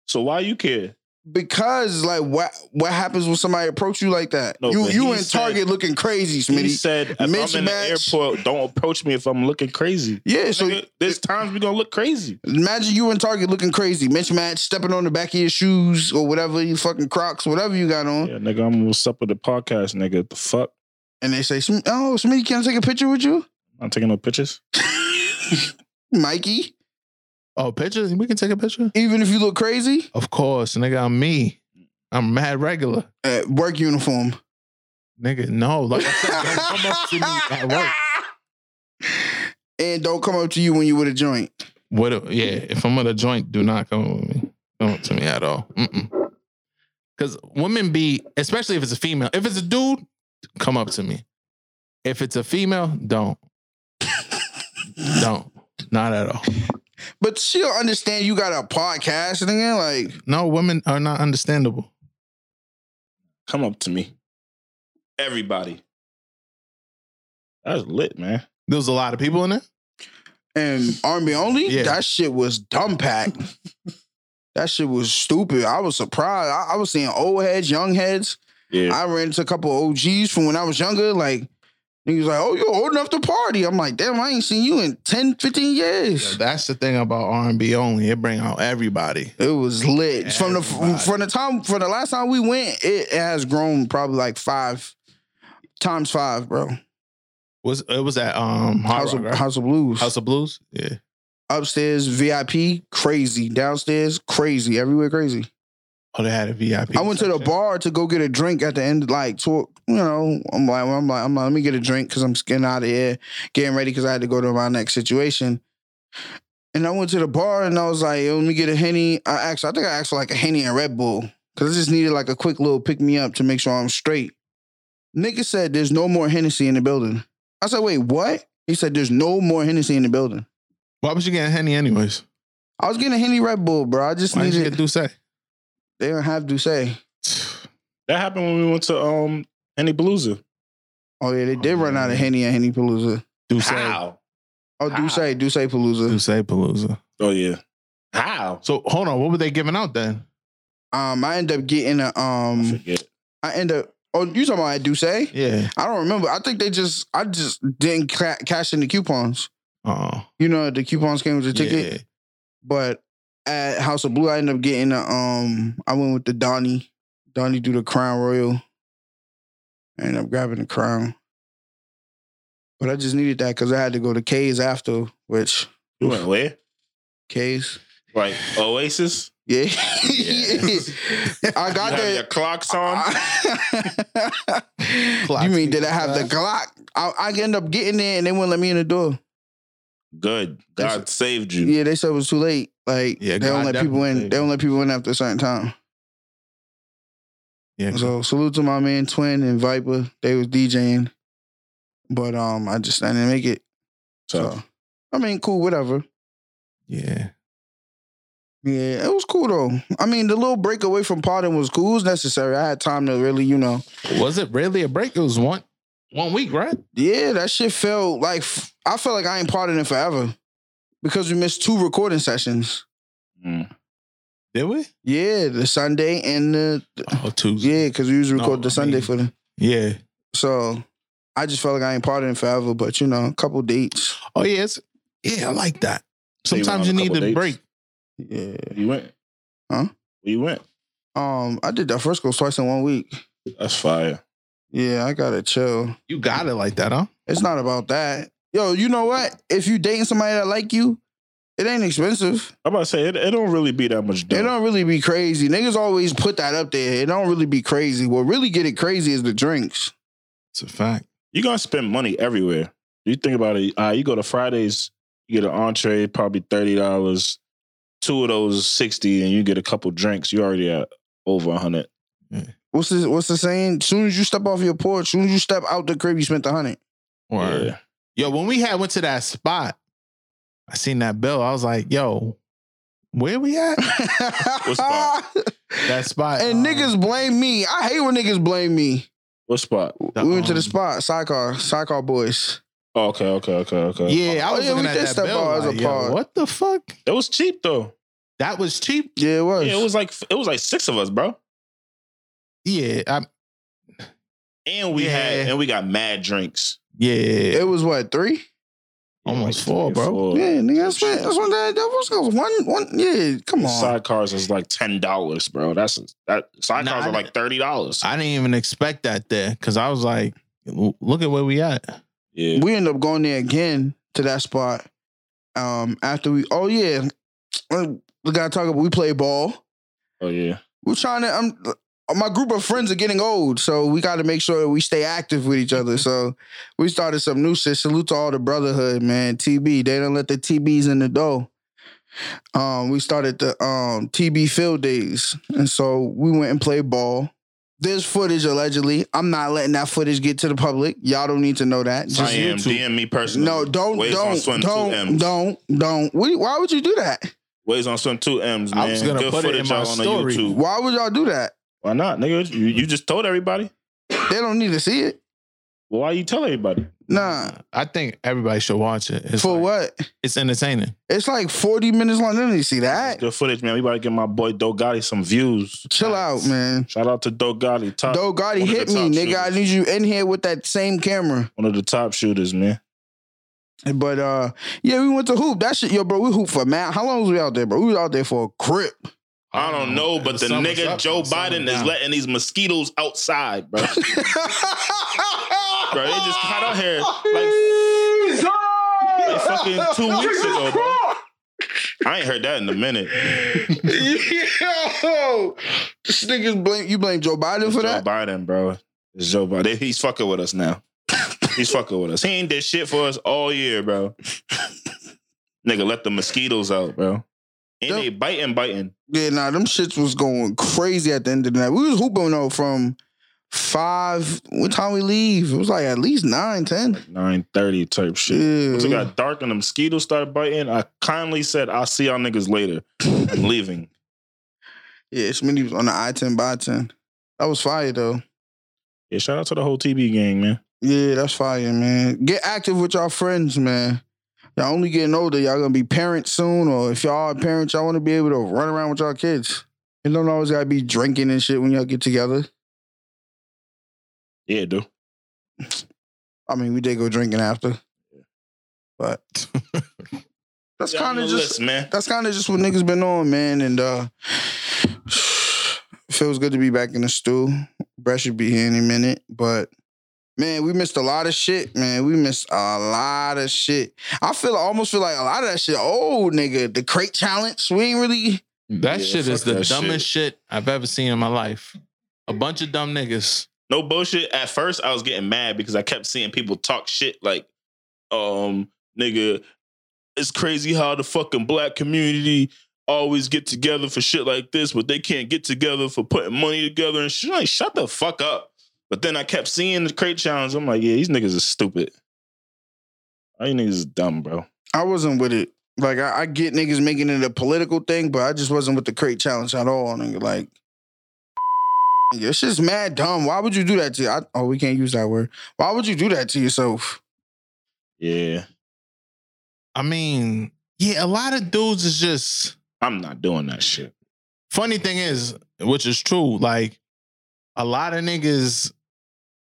G: So why you care?
B: because like what what happens when somebody approach you like that?
G: No,
B: you
G: but
B: you
G: he
B: in
G: said-
B: Target looking crazy,
G: He
B: Smitty.
G: said, if I'm in the
B: mismatch.
G: airport, don't approach me if I'm looking crazy.
B: Yeah, so
G: Nigga, there's times we gonna look crazy.
B: Imagine you in Target looking crazy, mismatch, stepping on the back of your shoes or whatever you fucking Crocs, whatever you got on,
G: Yeah, nigga, I'm what's up with the podcast, nigga. What the fuck?
B: and they say, "Sm- "Oh, Smitty, can I take a picture with you,
G: I'm not taking no pictures.
B: Mikey?"
C: Oh, pictures? We can take a picture?
B: Even if you look crazy,
C: Of course, nigga. I'm me. I'm mad regular.
B: uh, work uniform.
C: Nigga, no. Like I said, don't come up to me at work.
B: And don't come up to you when you with a joint.
C: What? a- yeah, if I'm at a joint, do not come up with me. Come up to me at all. Mm-mm. Cause women be, especially if it's a female. If it's a dude, come up to me. If it's a female, don't. don't. Not at all.
B: But she'll understand you got a podcast and again, like
C: No, women are not understandable.
G: Come up to me. Everybody. That's lit, man.
C: There was a lot of people in there.
B: and army only.
C: Yeah.
B: That shit was dumb packed. that shit was stupid. I was surprised. I, I was seeing old heads, young heads.
G: Yeah.
B: I ran into a couple OGs from when I was younger. Like, niggas like, oh, you're old enough to party. I'm like, damn, I ain't seen you in 10, 15 years.
C: That's the thing about R and B only. It bring out everybody.
B: It was lit. From the
C: Everybody.
B: from the time from the last time we went, it, it has grown probably like five times five, bro.
C: Was it was at um Hard
B: House
C: Rock,
B: of,
C: right?
B: House of Blues.
C: House of Blues? Yeah.
B: Upstairs, VIP, crazy. Downstairs, crazy. Everywhere crazy.
C: Oh, they had a VIP.
B: I went to the
C: section.
B: bar to go get a drink at the end, like to you know, I'm like, I'm like, I'm like, let me get a drink because I'm getting out of here, getting ready because I had to go to my next situation. And I went to the bar and I was like, yo, let me get a henny. I actually, I think I asked for like a henny and Red Bull because I just needed like a quick little pick me up to make sure I'm straight. Nigga said, "There's no more Hennessy in the building." I said, "Wait, what?" He said, "There's no more Hennessy in the building."
C: Why was you getting henny anyways?
B: I was getting a henny Red Bull, bro. I just
C: Why did you
B: needed.
C: get Douce?
B: they don't have Douce.
G: That happened when we went to um Henny Palooza.
B: Oh yeah, they did run out of henny and henny Palooza.
C: Douce.
G: How?
B: Oh,
G: How?
B: Douce, Douce Palooza.
C: Douce Palooza.
G: Oh yeah. How?
C: So hold on, what were they giving out then?
B: Um, I end up getting a
G: I
B: um,
G: forget.
B: I end up. Oh, you talking about at Douce? I
C: Yeah.
B: don't remember. I think they just, I just didn't ca- cash in the coupons.
C: Oh.
B: You know, the coupons came with the ticket.
C: Yeah.
B: But at House of Blue, I ended up getting a um, I went with the Donnie. Donnie do the Crown Royal. I ended up grabbing the Crown. But I just needed that because I had to go to K's after, which
G: Oh, You went where?
B: K's
G: Like Oasis,
B: Yeah.
C: Yes.
B: I got
G: you have your
B: that.
G: clocks on.
B: Um,
C: Uh,
B: you mean did I have the Glock? I, I end up getting there and they wouldn't let me in the door.
G: Good. God saved you.
B: Yeah, they said it was too late. Like
C: Yeah,
B: they don't
C: God
B: let people in.
C: definitely.
B: They don't let people in after a certain time.
C: Yeah.
B: So salute to my man Twin and Viper. They was DJing, but um, I just I didn't make it.
G: So
B: So I mean, cool, whatever.
C: Yeah.
B: Yeah, it was cool though. I mean, the little break away from partying was cool. It was necessary. I had time to really, you know.
C: Was it really a break? It was one one week, right?
B: Yeah, that shit felt like I felt like I ain't partying forever because we missed two recording sessions.
G: mm.
C: Did we?
B: Yeah, the Sunday and the
C: Oh, Tuesday.
B: yeah, because we usually
C: No,
B: record the
C: I
B: Sunday
C: mean-
B: for the
C: Yeah.
B: So I just felt like I ain't partying forever, but you know, a couple dates.
C: Oh yeah. It's, yeah, I like that.
G: So you went
C: Sometimes you
G: on a
C: need
G: couple
C: a
G: dates?
C: break.
B: Yeah.
G: you went.
B: Huh?
G: Where you went?
B: Um, I did that first goes twice in one week.
G: That's fire.
B: Yeah, I gotta chill.
C: You got it like that, huh?
B: It's not about that. Yo, you know what? If you dating somebody that like you, it ain't expensive.
G: I'm about to say it, it don't really be that much.
B: It
G: dough.
B: don't really be crazy. Niggas always put that up there. It don't really be crazy. What really get it crazy is the drinks.
C: It's a fact.
G: You're gonna spend money everywhere. You think about it. Uh, you go to Fridays, you get an entree, probably thirty dollars. Two of those sixty, and you get a couple drinks. You already at over hundred.
B: What's the what's the saying? Soon as you step off your porch, soon as you step out the crib, you spent the hundred.
C: Word.
G: Yeah.
C: Yo, when we had went to that spot, I seen that bill. I was like, yo, where we at?
G: spot?
C: That spot.
B: And
C: um,
B: niggas blame me. I hate when niggas blame me.
G: What spot?
C: The,
B: we went to the
C: um,
B: spot, sidecar, sidecar boys.
G: Oh, okay, okay, okay, okay.
C: Yeah, I
B: Oh,
C: was
B: yeah,
C: looking
B: we
C: at
B: did
C: that
B: step
C: bill.
B: out as a
C: like, yo,
B: pod.
C: what the fuck?
G: It was cheap though.
C: That was cheap.
B: Yeah, it was.
G: Yeah, it was like it was like six of us, bro.
C: Yeah, I,
G: And we had
C: Yeah.
G: and we got mad drinks.
C: yeah,
B: It was what three?
G: like
C: almost four,
G: three or
C: Oh bro.
G: four.
B: yeah, nigga, that's what that's what that, that was that was one one. Yeah, come on.
G: Sidecars is like ten dollars, bro. That's that sidecars
C: Nah, I
G: are like thirty dollars.
C: I didn't even expect that there because I was like, "L- look at where we at.
G: Yeah,
B: We end up going there again to that spot. Um, after we, oh yeah, Uh, we gotta talk about we play ball.
G: oh yeah.
B: We're trying to. I'm. My group of friends are getting old, so we got to make sure we stay active with each other. So we started some new shit. Salute to all the brotherhood, man. TB, they don't let the TBs in the door. Um, we started the um TB field days, and so we went and played ball. There's footage allegedly. I'm not letting that footage get to the public. Y'all don't need to know that.
G: I
B: Just
G: am
C: YouTube.
G: DM me personally.
B: no, don't,
G: Waves on
B: don't,
G: swim two
B: don't,
G: M's.
B: don't, don't. What- Why would you do that?
G: Waves on swim two M's. Man.
C: I was gonna
G: Good
C: put it in
G: footage
C: my
G: out on the
C: story.
G: YouTube.
B: Why would y'all do that?
G: Why not, nigga? You, you just told everybody.
B: They don't need to see it.
G: Well, why you tell everybody?
B: Nah.
C: I think everybody should watch it. It's
B: For
C: like-
B: what?
C: It's entertaining.
B: It's like 40 minutes long. Let me see that.
G: Good footage, man. We about to give my boy Dogati some views.
B: Chill out, man.
G: Shout out to Dogati, top
B: Doe Gotti
G: one of
B: hit
G: the
B: me,
G: top
B: nigga. I
G: shooters.
B: need you in here with that same camera.
G: one of the top shooters, man.
B: But uh, yeah, we went to hoop. That shit, yo, bro, we hoop for man. How long was we out there, bro? We was out there for a grip.
G: I don't know, but the
C: Summer's
G: nigga
C: up,
G: Joe
C: summer's
G: Biden is
C: down.
G: letting these mosquitoes outside, bro. bro, they just caught out here like,
B: ah!
G: like fucking two weeks ago, bro. I ain't heard that in a minute.
B: Yo, this nigga's blame you blame Joe Biden
G: It's
B: for
G: Joe
B: that.
G: Biden, bro. It's Joe Biden. He's fucking with us now. He's fucking with us. He ain't did shit for us all year, bro. Nigga, let the mosquitoes out, bro. And they biting, biting.
B: Yeah, nah, them shits was going crazy at the end of the night. We was hooping though from five. What time we leave? It was like at least nine, ten.
G: Nine thirty type shit.
B: Yeah.
G: Once it got dark and the mosquitoes started biting, I kindly said, "I'll see y'all niggas later." I'm leaving.
B: Yeah, Smitty was on the I ten by ten. That was fire though.
G: Yeah, shout out to the whole TB gang, man.
B: Yeah, that's fire, man. Get active with y'all friends, man. Y'all only getting older. Y'all gonna be parents soon, or if y'all are parents, y'all want to be able to run around with y'all kids. You don't always gotta be drinking and shit when y'all get together.
G: Yeah, dude.
B: I mean, we did go drinking after, but that's kind of just
G: man.
B: that's kind of just what niggas been on, man. And uh feels good to be back in the stool. Brett should be here any minute, but Man, we missed a lot of shit, man. We missed a lot of shit. I feel almost feel like a lot of that shit old, nigga. The crate challenge, we ain't really.
C: That
G: Yeah,
C: shit
G: fuck
C: is the
G: that
C: dumbest shit. I've ever seen in my life. A bunch of dumb niggas.
G: No bullshit. At first, I was getting mad because I kept seeing people talk shit like, um, nigga, it's crazy how the fucking black community always get together for shit like this, but they can't get together for putting money together and shit. Like, shut the fuck up. But then I kept seeing the crate challenge. I'm like, yeah, these niggas are stupid. All you niggas is dumb, bro.
B: I wasn't with it. Like I, I get niggas making it a political thing, but I just wasn't with the crate challenge at all, nigga. Like, it's just mad dumb. Why would you do that to? I, oh, we can't use that word. Why would you do that to yourself?
G: Yeah,
C: I mean, yeah, a lot of dudes is just
G: I'm not doing that shit.
C: funny thing is, which is true, like a lot of niggas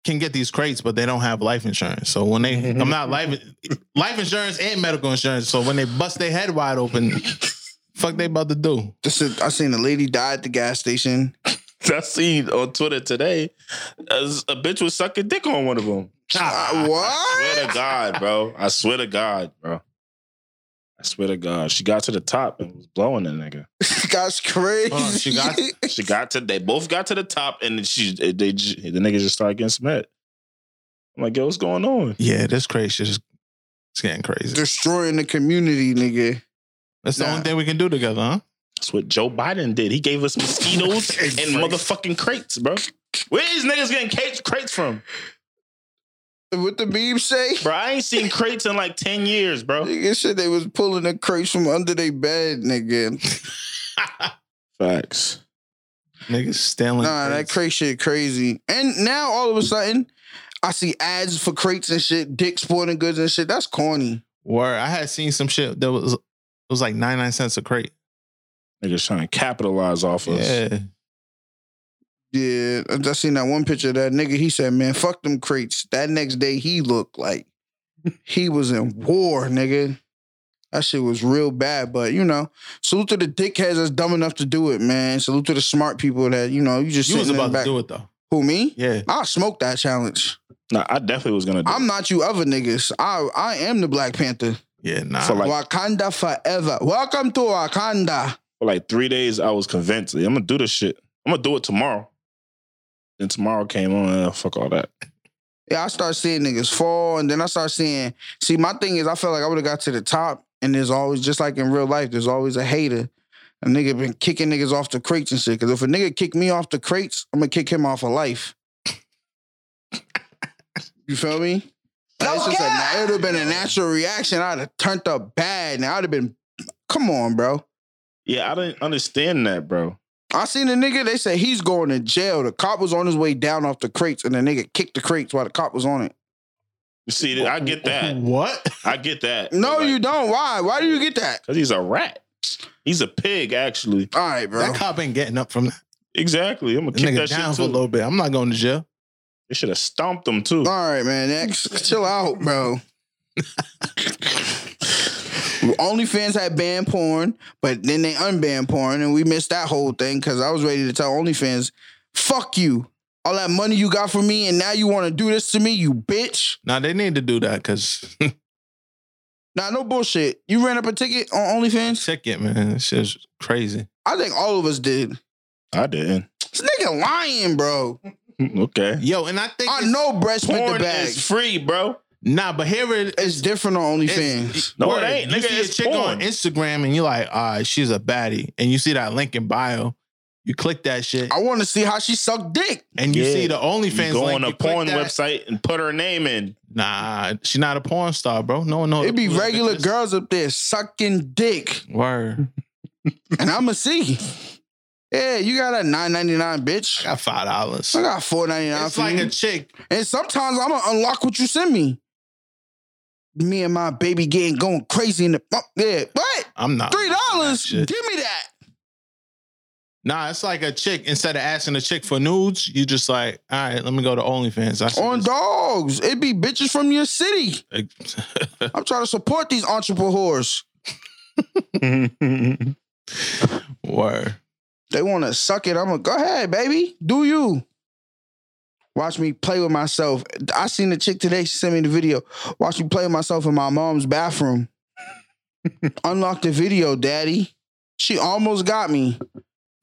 C: can get these crates, but they don't have life insurance. So when they I'm not life life insurance and medical insurance. So when they bust their head wide open, fuck they about to do.
B: This is, I seen a lady die at the gas station.
G: I seen on Twitter today, as a bitch was sucking dick on one of them.
B: Uh,
G: I
B: what?
G: swear to God, bro. I swear to God, bro. I swear to God. She got to the top and was blowing the nigga.
B: That's crazy.
C: Hold on, she got-
G: She got to they both got to the top and then she they, they j- the niggas just started getting smacked. I'm like, yo, what's going on?
C: Yeah, this crazy shit is it's getting crazy.
B: destroying the community, nigga.
C: That's the
B: Nah.
C: only thing we can do together, huh?
G: That's what Joe Biden did. He gave us mosquitoes and motherfucking crates, bro. Where is niggas getting crates, crates from?
B: What the beam say?
G: Bro, I ain't seen crates in like 10 years, bro.
B: Nigga said they was pulling the crates from under their bed, nigga.
G: Facts.
C: Niggas stealing.
B: Nah, that
C: crates.
B: crate shit crazy. And now all of a sudden, I see ads for crates and shit, Dick Sporting Goods and shit. That's corny.
C: Word. I had seen some shit that was it was like 99 cents a crate.
G: Niggas trying to capitalize off us.
C: Yeah.
B: Yeah, I just seen that one picture of that nigga. He said, "Man, fuck them crates." That next day, he looked like he was in war, nigga. That shit was real bad, but you know, salute to the dickheads that's dumb enough to do it, man. Salute to the smart people that you know you just
C: You was
B: sitting in the
C: about
B: back.
C: to do it though.
B: Who me?
C: Yeah.
B: I'll smoke that challenge.
G: Nah, I definitely was gonna do
B: I'm not you other niggas. I I am the Black Panther.
C: Yeah, nah.
G: So, like-
B: Wakanda forever. Welcome to Wakanda.
G: for like three days, I was convinced like, I'm gonna do this shit. I'm gonna do it tomorrow. Then tomorrow came on, and fuck all that.
B: Yeah, I start seeing niggas fall, and then I start seeing. See, my thing is, I felt like I would have got to the top, and there's always just like in real life, there's always a hater. A nigga been kicking niggas off the crates and shit. Because if a nigga kick me off the crates, I'm gonna kick him off of life. you feel me? Like, it's just a, it would have been a natural reaction. I'd have turned up bad. Now I'd have been, come on, bro.
G: Yeah, I didn't understand that, bro.
B: I seen a nigga, they said he's going to jail. The cop was on his way down off the crates and the nigga kicked the crates while the cop was on it.
G: You see, I get that.
C: What?
G: I get that.
B: No, you don't. Why? Why do you get that?
G: Because he's a rat. He's a pig, actually.
B: All right, bro.
C: That cop ain't getting up from that.
G: Exactly. I'm gonna
C: That
G: kick that
C: nigga down
G: shit
C: for a
G: too.
C: little bit. I'm not going to jail.
G: They should have stomped him too.
B: All right, man. Next, chill out, bro. OnlyFans had banned porn, but then they unbanned porn, and we missed that whole thing because I was ready to tell OnlyFans, "Fuck you! All that money you got from me, and now you want to do this to me, you bitch!"
C: Now they need to do that because
B: Nah, no bullshit. You ran up a ticket on OnlyFans.
C: ticket, man, this shit's crazy.
B: I think all of us did.
G: I didn't.
B: This nigga lying, bro.
G: Okay.
C: Yo, and I think
B: I
C: it's-
B: know Brett spent the
G: Porn
B: bag.
G: is free, bro.
C: Nah, but here it
B: it's different on OnlyFans.
C: is.
G: No, it ain't.
C: You
G: Nigga,
C: see a
G: it's
C: chick
G: porn.
C: on Instagram and you're like, all right, she's a baddie. And you see that link in bio. You click that shit
B: I want to see how she sucked dick.
C: and you
G: Yeah.
C: see the
G: You
C: OnlyFans
G: go
C: link.
G: on a
C: you click
G: porn
C: that.
G: website and put her name in.
C: Nah, she not a porn star, bro. No one knows.
B: It be regular girls up there sucking dick,
C: Word.
B: and I'ma see. Yeah, you got a nine ninety nine,
C: I
B: bitch.
C: got five dollars.
B: I got four ninety nine
C: It's
B: for
C: like
B: you.
C: a chick.
B: and sometimes I'ma unlock what you send me. Me and my baby getting going crazy in the bump. Yeah, what?
C: I'm not
B: Three dollars? Give
C: Shit.
B: me that.
C: Nah, it's like a chick. Instead of asking a chick for nudes, you just like, all right, let me go to OnlyFans. I see
B: On
C: this-
B: dogs, it be bitches from your city. I'm trying to support these entrepreneurs.
C: Word.
B: They want to suck it. I'ma go ahead, baby. Do you? Watch me play with myself. I seen the chick today. She sent me the video. Watch me play with myself in my mom's bathroom. Unlock the video, daddy. She almost got me.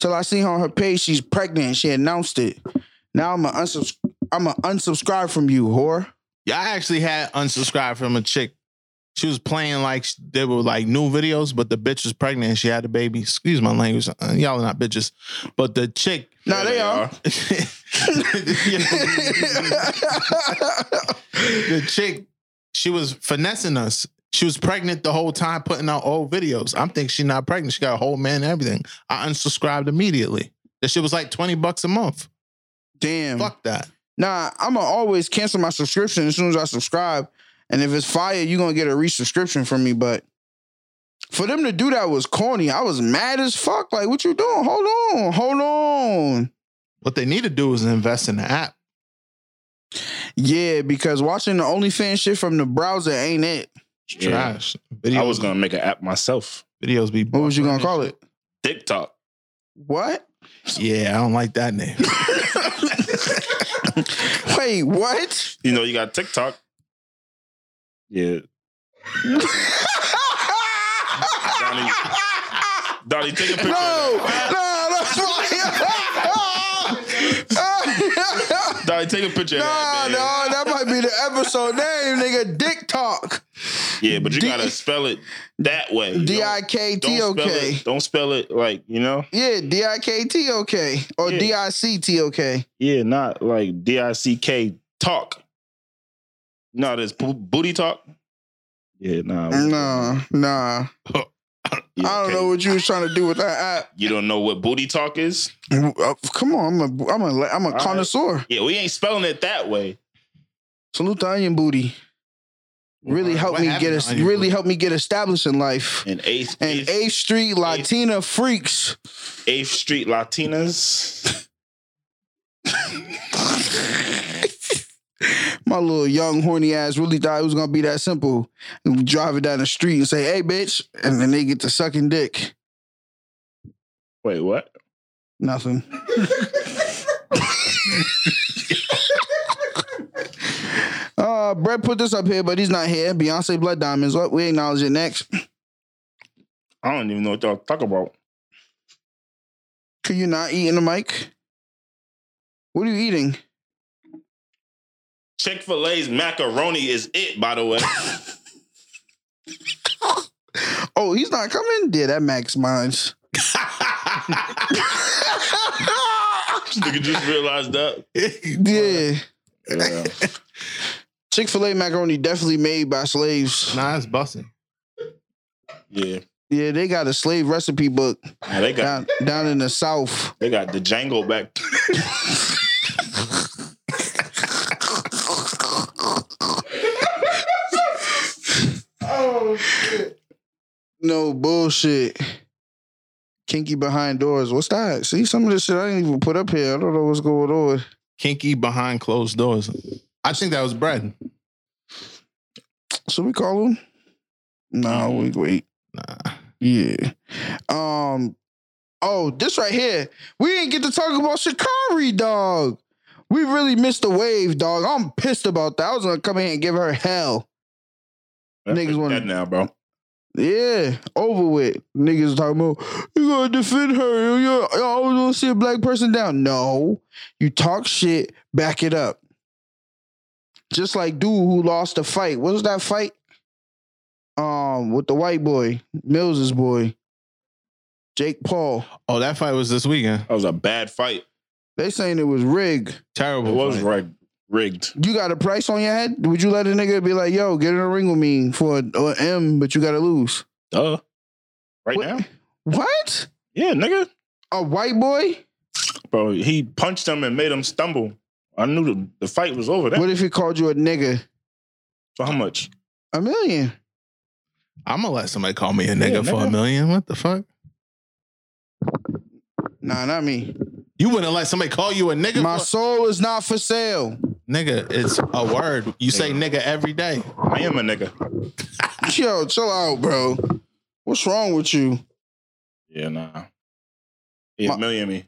B: Till I seen her on her page. She's pregnant. She announced it. Now I'm a unsubs- I'm a unsubscribe from you, whore.
C: Yeah, I actually had unsubscribed from a chick. She was playing like sh- they were like new videos, but the bitch was pregnant and she had a baby. Excuse my language. Uh, y'all are not bitches. But the chick.
B: Now they are.
C: the chick, she was finessing us. She was pregnant the whole time, putting out old videos. I'm thinking she not pregnant. She got a whole man and everything. I unsubscribed immediately. That shit was like 20 bucks a month.
B: Damn.
C: Fuck that.
B: Nah, I'ma always cancel my subscription as soon as I subscribe. And if it's fire, you're gonna get a resubscription from me. But for them to do that was corny. I was mad as fuck. Like, what you doing? Hold on, hold on.
C: What they need to do is invest in the app.
B: Yeah, because watching the OnlyFans shit from the browser ain't it.
C: It's
G: Yeah.
C: trash. Videos,
G: I was gonna make an app myself.
C: videos be
B: What was you gonna call it?
G: TikTok.
B: What?
C: Yeah, I don't like that name.
B: Wait, what?
G: You know, you got TikTok. Yeah. Donnie, Donnie, take a picture. of
B: No,
G: that.
B: no, that's why.
G: Donnie, take a picture. of
B: Nah,
G: that, man.
B: nah, that might be the episode name, nigga. Dick Talk.
G: Yeah, but you
B: D-
G: gotta spell it that way. you
B: D
G: know?
B: I K
G: Don't
B: T O
G: spell
B: K.
G: it- Don't spell it like you know.
B: Yeah, D I K T O K. Or
G: Yeah.
B: D I C T O K.
G: Yeah, not like D I C K talk. No, this bo- booty talk. Yeah, nah.
B: Nah, nah.
G: Yeah,
B: Mm, I don't
G: okay.
B: know what you was trying to do with that
G: You don't know what booty talk is?
B: app. Uh, Come on, I'm a I'm a I'm a
G: right.
B: connoisseur.
G: Yeah, we ain't spelling it that way.
B: Salute the onion booty. Really
C: What
B: helped me
C: happened
B: get
C: to
B: us
C: Onion
B: really
C: Booty?
B: helped me get established in life.
G: And eighth,
B: And
G: eighth, eighth,
B: Eighth Street Latina freaks.
G: Street Latinas.
B: My little young horny ass really thought it was gonna be that simple. And driving down the street and say, "Hey, bitch," and then they get to sucking dick.
G: Wait, what?
B: Nothing. uh, Brett put this up here, but he's not here. Beyonce Blood Diamonds. What? We acknowledge it next.
G: I don't even know what y'all talk about.
B: Could you not eat in the mic? What are you eating?
G: Chick Fil A's macaroni is it, by the way.
B: Oh, he's not coming? Yeah, that Max minds.
G: you just realized that.
B: Yeah.
G: Yeah.
B: Chick fil A macaroni definitely made by slaves.
C: nah, it's busting.
G: yeah.
B: Yeah, they got a slave recipe book
G: Nah, they got
B: down, down in the South.
G: they got the Django back.
B: No bullshit. Kinky behind doors. What's that? See, some of this shit I didn't even put up here. I don't know what's going on.
C: Kinky behind closed doors. I think that was bread.
B: Should we call him? No, we
G: Mm.
B: wait.
C: Nah.
B: Yeah. Um. Oh, this right here. We didn't get to talk about Shikari, dog. We really missed the wave, dog. I'm pissed about that. I was gonna come in here and give her hell. Niggas wanna-
G: that now, bro.
B: Yeah, over with. Niggas talking about you gonna defend her. You you always gonna see a black person down. No, you talk shit, back it up. Just like dude who lost the fight. What was that fight? Um, with the white boy, Mills's boy, Jake Paul.
C: Oh, that fight was this weekend.
G: That was a bad fight.
B: They saying it was rigged.
G: It
C: Terrible.
G: was
C: fight.
G: rig- rigged.
B: You got a price on your head? Would you let a nigga be like, yo, get in a ring with me for an uh, M, but you gotta lose?
G: Duh. Right
B: What?
G: now?
B: What?
G: Yeah, nigga.
B: A white boy?
G: Bro, he punched him and made him stumble. I knew the, the fight was over. That
B: What if he called you a nigga?
G: for how much?
B: A million.
C: I'm gonna let somebody call me a nigga for a
G: nigga.
C: million. What the fuck?
B: Nah, not me.
C: You wouldn't let somebody call you a nigga.
B: My
C: for-
B: soul is not for sale.
C: nigga, it's a word. You say nigga every day.
G: I am a nigga.
B: Yo, chill out, bro. What's wrong with you?
G: Yeah, nah. He a
B: My-
G: million me.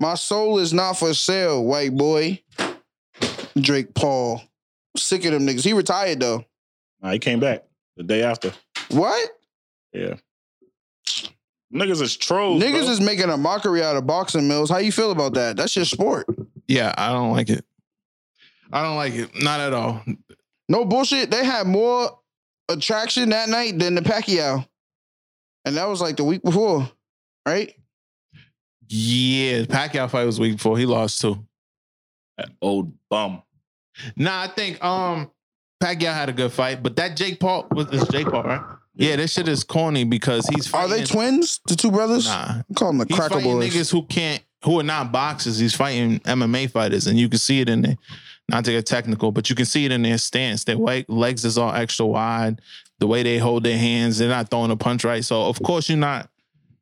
B: My soul is not for sale, white boy. Drake Paul. Sick of them niggas. He retired though.
G: Nah, he came back the day after.
B: What?
G: Yeah. Niggas is trolls.
B: niggas
G: bro.
B: is making a mockery out of boxing mills. How you feel about that? That's your sport.
C: Yeah, I don't like it. I don't like it. Not at all.
B: No bullshit. They had more attraction that night than the Pacquiao. And that was like the week before, right?
C: Yeah, Pacquiao fight was week before. He lost too.
G: That old bum.
C: Nah, I think um Pacquiao had a good fight, but that Jake Paul was this Jake Paul, right? Yeah, this shit is corny because he's
B: Are
C: fighting.
B: they twins? The two brothers?
C: Nah,
B: I call them the
C: he's
B: Cracker
C: fighting
B: Boys.
C: niggas who can't, who are not boxers. He's fighting MMA fighters, and you can see it in there. Not to get technical, but you can see it in their stance. Their white legs is all extra wide. The way they hold their hands, they're not throwing a punch right. So of course you're not.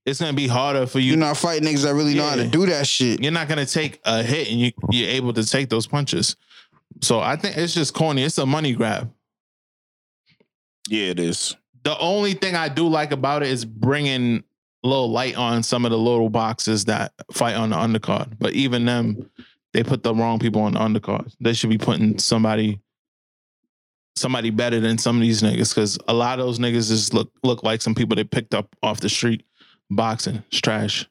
C: It's gonna be harder for you.
B: You're not fighting niggas that really know how to
C: Yeah.
B: do that shit.
C: you're not gonna take a hit and you, you're able to take those punches. So I think it's just corny. It's a money grab.
G: Yeah, it is.
C: The only thing I do like about it is bringing a little light on some of the little boxes that fight on the undercard. But even them, they put the wrong people on the undercard. They should be putting somebody, somebody better than some of these niggas because a lot of those niggas just look look like some people they picked up off the street boxing. It's trash.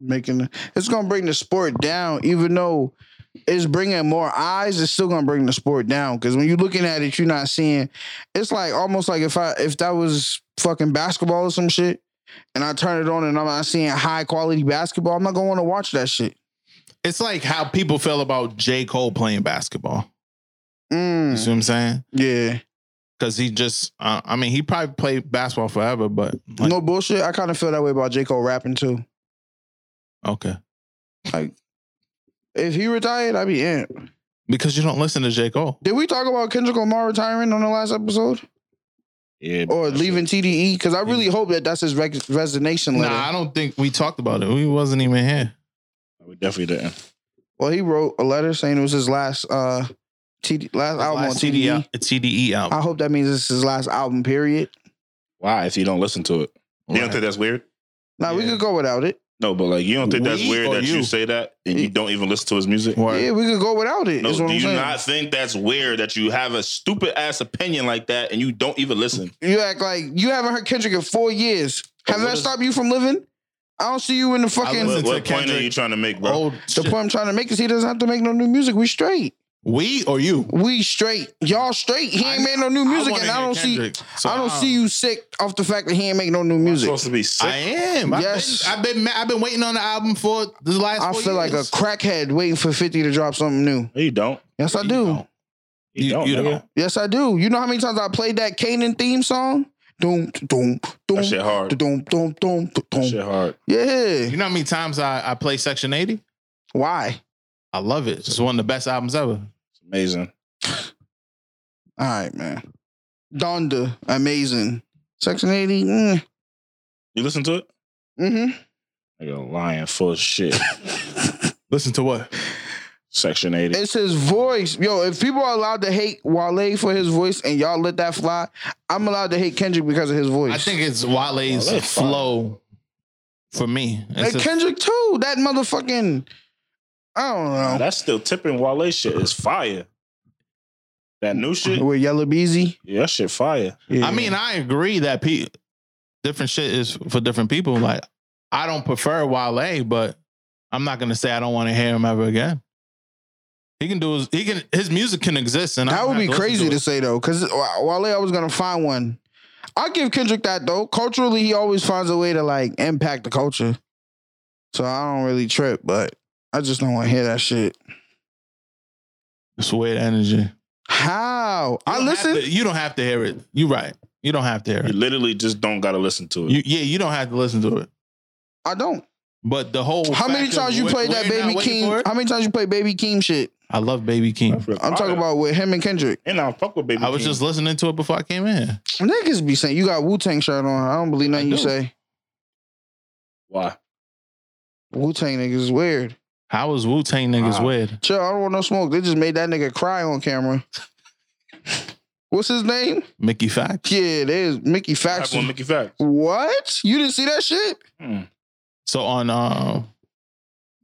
B: Making it's gonna bring the sport down, even though it's bringing more eyes. It's still gonna bring the sport down because when you're looking at it, you're not seeing. It's like almost like if I if that was fucking basketball or some shit, and I turn it on and I'm not seeing high quality basketball, I'm not gonna want to watch that shit.
C: It's like how people feel about J Cole playing basketball. You
B: Mm,
C: see what I'm saying?
B: yeah,
C: Because he just, uh, I mean, he probably played basketball forever, but like,
B: no bullshit. I kind of feel that way about J Cole rapping too.
C: okay.
B: If he retired, I'd be in.
C: Because you don't listen to J. Cole.
B: Did we talk about Kendrick Lamar retiring on the last episode
G: Yeah.
B: or
G: that
B: leaving TDE? Because I really hope that that's his rec- resignation letter.
C: Nah, I don't think we talked about it. We wasn't even here.
G: shit- We definitely didn't.
B: Well, he wrote a letter saying it was his last uh TD, last album
C: Last E.
B: on TDE.
G: E.
C: TDE, TDE album.
B: I hope that means it's his last album. Period.
G: Why? If you don't listen to it, you don't
C: Right.
G: think that's weird?
B: Now we
C: Yeah.
B: could go without it.
G: No, but like you don't think that's
C: We
G: weird
C: or
G: that you?
C: you?
G: say that and you don't even listen to his music.
C: Word.
B: Yeah, we could go without it.
G: No,
B: is
G: do
B: what I'm
G: you
B: saying.
G: not think that's weird that you have a stupid ass opinion like that and you don't even listen?
B: You act like you haven't heard Kendrick in four years.
G: But
B: Have
G: what
B: that
G: is-
B: stopped you from living? I don't see you in the fucking.
C: listen
G: What,
C: to
G: what point are
C: Kendrick.
G: you trying to make, bro?
C: Old
B: The
C: shit.
B: point I'm trying to make is he doesn't have to make no new music. We straight.
C: We or you?
B: We straight. Y'all straight. He ain't
C: I-
B: made no new music,
C: wanna
B: and I
C: hear
B: don't
C: Kendrick,
B: see.
C: so
B: I don't
C: I-
B: see you sick off the fact that he ain't make no new music.
G: supposed to be sick.
C: I am. I've
B: Yes.
C: yes. Been, I've been. I've been waiting on the album for the last.
B: I
C: four
B: feel like a
C: years.
B: crackhead waiting for Fifty to drop something new.
G: No, you don't.
B: Yes, I do.
G: You,
C: You-
G: don't.
C: you
G: nigga.
C: don't.
B: Yes, I do. You know how many times I played that Kanan theme song? Doom, doom, doom.
G: That shit hard.
B: Doom, doom, doom,
G: That
B: doom.
G: shit hard.
B: Yeah.
C: You know how many times I, I play Section Eighty?
B: Why?
C: I love it. It's one of the best albums ever.
G: It's amazing.
B: All right, man. Donda, amazing. Section 80. Mm.
G: You listen to it?
B: hmm
G: Nigga, lying full of shit.
C: Listen to what?
G: Section eighty.
B: It's his voice. Yo, if people are allowed to hate Wale for his voice and y'all let that fly, I'm allowed to hate Kendrick because of his voice.
C: I think it's Wale's
G: Oh, that's fire.
C: flow for me. It's
B: and
C: a-
B: Kendrick too. That motherfucking I don't
G: Nah,
B: know.
G: that's still tipping Wale shit is fire. That new shit,
B: With Yellow Beezy.
G: yeah, that shit fire.
B: Yeah.
C: I mean, I agree that pe- different shit is for different people. Like, I don't prefer Wale, but I'm not gonna say I don't want to hear him ever again. He can do his he can his music can exist, and I
B: That
C: don't
B: would
C: have
B: be
C: to listen
B: crazy
C: to
B: to
C: it.
B: say though, because Wale, I was gonna find one. I give Kendrick that though. Culturally, he always finds a way to like impact the culture. So I don't really trip, but I just don't want to hear that shit.
C: It's weird energy. You
B: How I
C: don't have
B: listen.
C: to- you don't have to hear it. You're right. You don't have to hear
G: You
C: it.
G: literally just don't gotta listen to it.
C: You, yeah, you don't have to listen to it.
B: I don't.
C: But the whole
B: How many
C: fact of
B: times you
C: where-
B: played
C: where
B: that
C: you're not
B: Baby
C: waiting
B: Keem?
C: for it-
B: How many times you played Baby Keem shit?
C: I love Baby Keem.
B: I'm talking about with him and Kendrick.
G: And I fuck with baby.
C: I was
G: Keem.
C: just listening to it before I came in.
B: Niggas be saying you got Wu Tang shirt on. I don't believe nothing
C: I
B: you
C: do.
B: say.
G: why
B: Wu Tang niggas is weird.
C: How was Wu Tang niggas
G: Wow.
C: weird?
B: Chill. I don't want no smoke. They just made that nigga cry on camera. What's his name?
C: Mickey Fax.
B: Yeah, there's Mickey
G: I
B: Fax.
G: want Mickey Facts.
B: What? You didn't see that shit?
G: Hmm.
C: So on uh,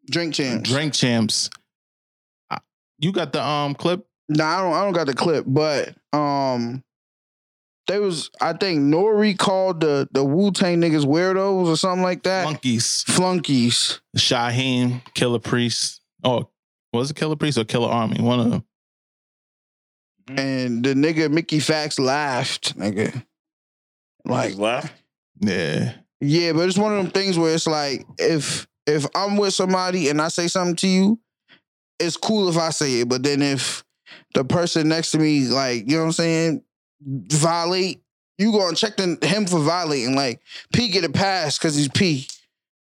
B: Drink champs.
C: Drink Champs, I, You got the um clip.
B: No, I don't. I don't got the clip, but um, they was. I think Nori called the the Wu Tang niggas weirdos or something like that.
C: Monkeys.
B: Flunkies.
C: Shaheem, Killer Priest. Oh, was it Killer Priest or Killer Army? One of them.
B: And the nigga Mickey Fax laughed, nigga. Like,
G: Just laugh.
C: Yeah.
B: yeah, but it's one of them things where it's like, if if I'm with somebody and I say something to you, it's cool if I say it. But then if the person next to me, like, you know what I'm saying, violate, you gonna check the, him for violating. Like, P get a pass because he's P.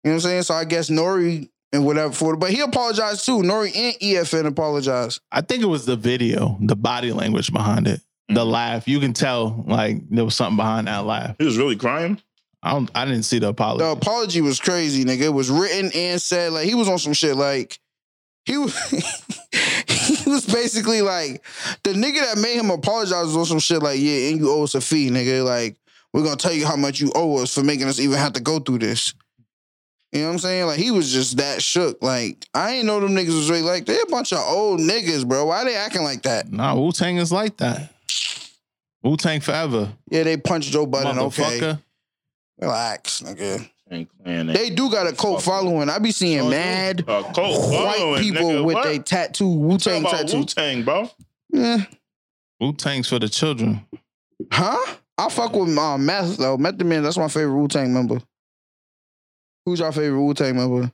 B: You know what I'm saying? So I guess Nori and whatever for but he apologized too. Nori and EFN apologized.
C: I think it was the video, the body language behind it, the
B: Mm-hmm.
C: laugh. You can tell like there was something behind that laugh.
G: He was really crying.
C: I don't. I didn't see the apology.
B: The apology was crazy, nigga. It was written and said like he was on some shit like he was he was basically like the nigga that made him apologize was on some shit like yeah, and you owe us a fee, nigga. Like we're gonna tell you how much you owe us for making us even have to go through this. You know what I'm saying? Like he was just that shook. Like I ain't know them niggas was really like they a bunch of old niggas, bro. Why they acting like that?
C: nah, Wu Tang is like that. Wu Tang forever,
B: Yeah, they punched Joe Budden. Okay,
C: motherfucker.
B: relax, nigga.
G: Ain't clan. ain't-
B: They do got a cult following. I be seeing mad
G: A cult
B: white
G: following,
B: people
G: nigga.
B: with
G: What?
B: they tattoo Wu Tang
G: Wu
B: tattoo.
G: Tang, bro.
B: Yeah.
C: Wu Tang's for the children.
B: Huh? I fuck with uh, Meth though. Meth the Man, that's my favorite Wu Tang member. Who's your favorite Wu Tang member?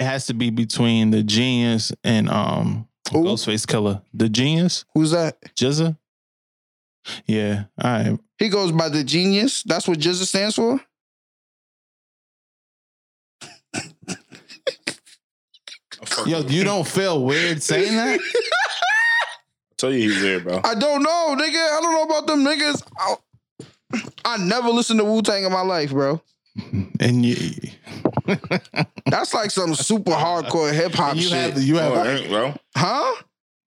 C: It has to be between the genius and um
B: Who?
C: Ghostface Killer. The genius,
B: Who's that?
C: Jizza. Yeah. All right.
B: He goes by the genius. That's what Jizza stands for.
G: I fuck
C: Yo,
G: with him.
C: you don't feel weird saying that?
G: I tell you he's weird, bro.
B: I don't know, nigga. I don't know about them niggas. I, I never listened to Wu Tang in my life, bro.
C: And you,
B: That's like some super hardcore hip hop
C: and you
B: Oh, shit.
C: have you
G: All
C: have
G: right, bro.
B: huh?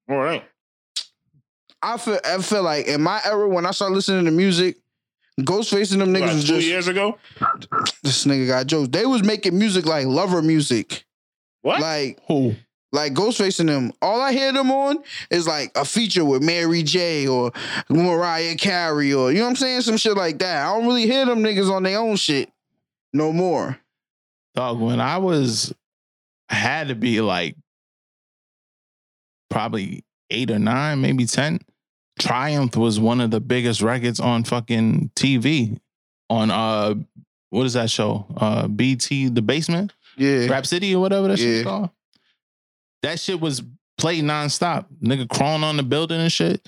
G: All right.
B: I feel I feel like in my era when I started listening to music, Ghostface and them niggas
G: Like
B: was
G: two
B: just
G: years ago.
B: this nigga got jokes. They was making music like lover music,
G: What?
B: like
C: who?
B: like Ghostface and them. All I hear them on is like a feature with Mary J or Mariah Carey or you know what I'm saying, some shit like that. I don't really hear them niggas on their own shit no more.
C: Dog, when I was had to be like probably eight or nine, maybe ten. Triumph was one of the biggest records on fucking TV. On uh what is that show? Uh BT The Basement?
B: Yeah,
C: Rap City or whatever that
B: Yeah.
C: shit's called. That shit was played nonstop. Nigga crawling on the building and shit.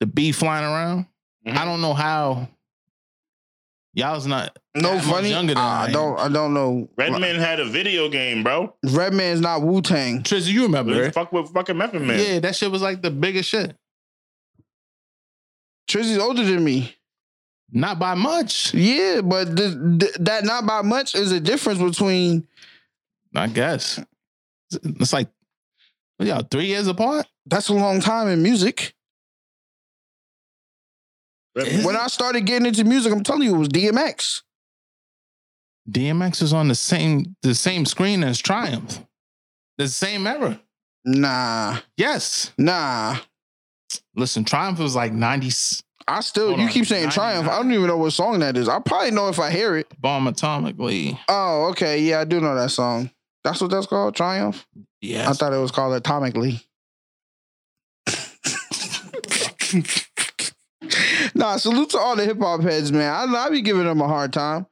C: The bee flying around.
G: Mhm.
C: I don't know how y'all's not
B: no
C: I'm
B: funny.
C: younger than
B: Ah,
C: I
B: I
C: am.
B: don't. I don't know.
G: Redman had a video game, bro.
B: Redman's not Wu Tang.
C: Trizzy, you remember
G: Let's
C: it.
G: Fuck with fucking Method Man.
C: Yeah, that shit was like the biggest shit.
B: Trizzy's older than me.
C: Not by much,
B: Yeah, but th- th- that not by much is a difference between
C: I guess. It's like, what y'all, three years apart?
B: that's a long time in music.
G: Redman.
B: When I started getting into music, I'm telling you, it was DMX.
C: DMX is on the same the same screen as Triumph. The same era.
B: Nah,
C: Yes.
B: nah.
C: Listen, Triumph was like 90
B: I still,
C: Hold
B: you
C: on.
B: keep saying Triumph. I don't even know what song that is. I probably know if I hear it.
C: bomb atomically.
B: Oh, okay. Yeah, I do know that song. That's what that's called, Triumph? I
C: Yes.
B: thought it was called Atomically. nah, salute to all the hip hop heads, man. I, I be giving them a hard time.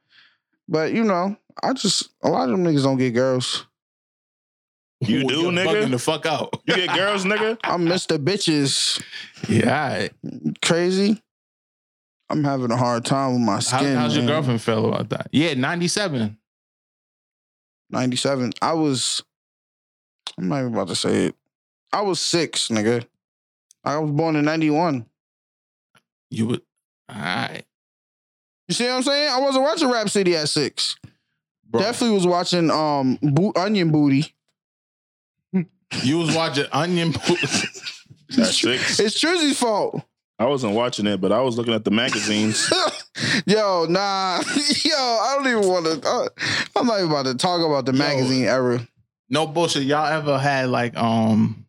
B: But, you know, I just, a lot of them niggas don't get girls.
G: You do,
C: you're
G: nigga?
C: bugging the fuck out.
G: You get girls, nigga.
B: I'm Mr. Bitches.
C: yeah. all right.
B: Crazy. I'm having a hard time with my
C: How,
B: skin.
C: how's your
B: man.
C: girlfriend feel about that? Yeah, 97.
B: 97. I was, I'm not even about to say it. I was six, nigga. I was born in 91.
C: You would. All right.
B: You see what I'm saying? I wasn't watching Rap City at six.
C: Bro.
B: Definitely was watching um Bo- Onion Booty.
C: You was watching Onion.
G: That's six.
B: It's Trizzy's fault.
G: I wasn't watching it, but I was looking at the magazines.
B: Yo, nah. Yo, I don't even want to. Uh, I'm not even about to talk about the magazine era.
C: no bullshit. Y'all ever had like um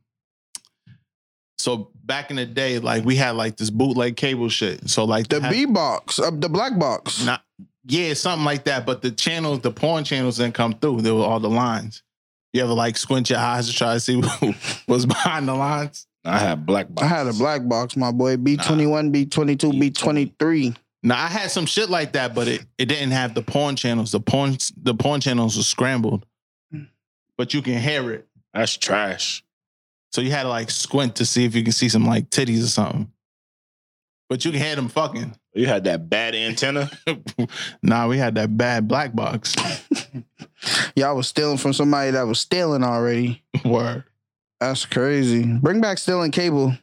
C: So back in the day, like we had like this bootleg cable shit. So like
B: The
C: to have-
B: B box, uh, the black box.
C: not yeah, something like that. But the channels, the porn channels didn't come through. There were all the lines. You ever like squint your eyes to try to see who was behind the lines?
G: I had black box.
B: I had a black box, my boy. B twenty one, B twenty two, B twenty three.
C: No, I had some shit like that, but it, it didn't have the porn channels. The porn the porn channels were scrambled, but you can hear it.
G: That's trash.
C: So you had to like squint to see if you can see some like titties or something. But you can hear them fucking.
G: You had that bad antenna.
C: nah, we had that bad black box.
B: Y'all was stealing from somebody that was stealing already.
C: Word.
B: That's crazy. Bring back stealing cable.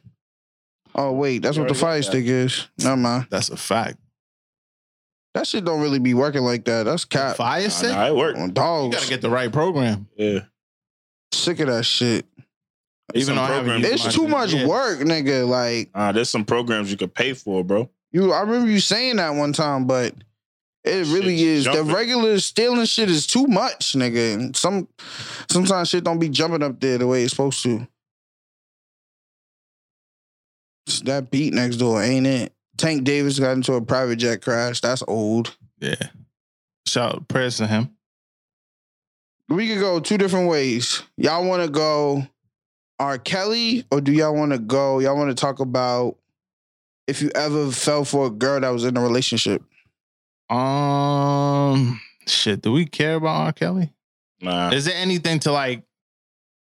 B: Oh wait, that's what the
G: Already
B: fire
G: got that.
B: stick is. Never mind.
C: That's a fact.
B: That shit don't really be working like that. That's cap.
C: Fire
G: Nah,
C: stick?
G: nah, it worked.
B: On
C: You
B: dogs,
C: gotta get the right program.
G: Yeah.
B: sick of that shit.
G: Even
C: though I haven't used
B: It's
C: Mine
B: too
C: is-
B: much
C: yeah.
B: work, nigga. Like
G: Uh, there's some programs you could pay for, bro.
B: you, I remember you saying that one time, but it really
G: Shit's
B: is
G: jumping.
B: the regular stealing shit is too much, nigga. And Some sometimes shit don't be jumping up there the way it's supposed to. It's that beat next door, ain't it? Tank Davis got into a private jet crash. That's old.
C: Yeah. Shout prayers to him.
B: We could go two different ways. Y'all want to go R. Kelly, or do y'all want to go? Y'all want to talk about if you ever fell for a girl that was in a relationship?
C: Um shit, do we care about R. Kelly?
G: Nah.
C: Is there anything to like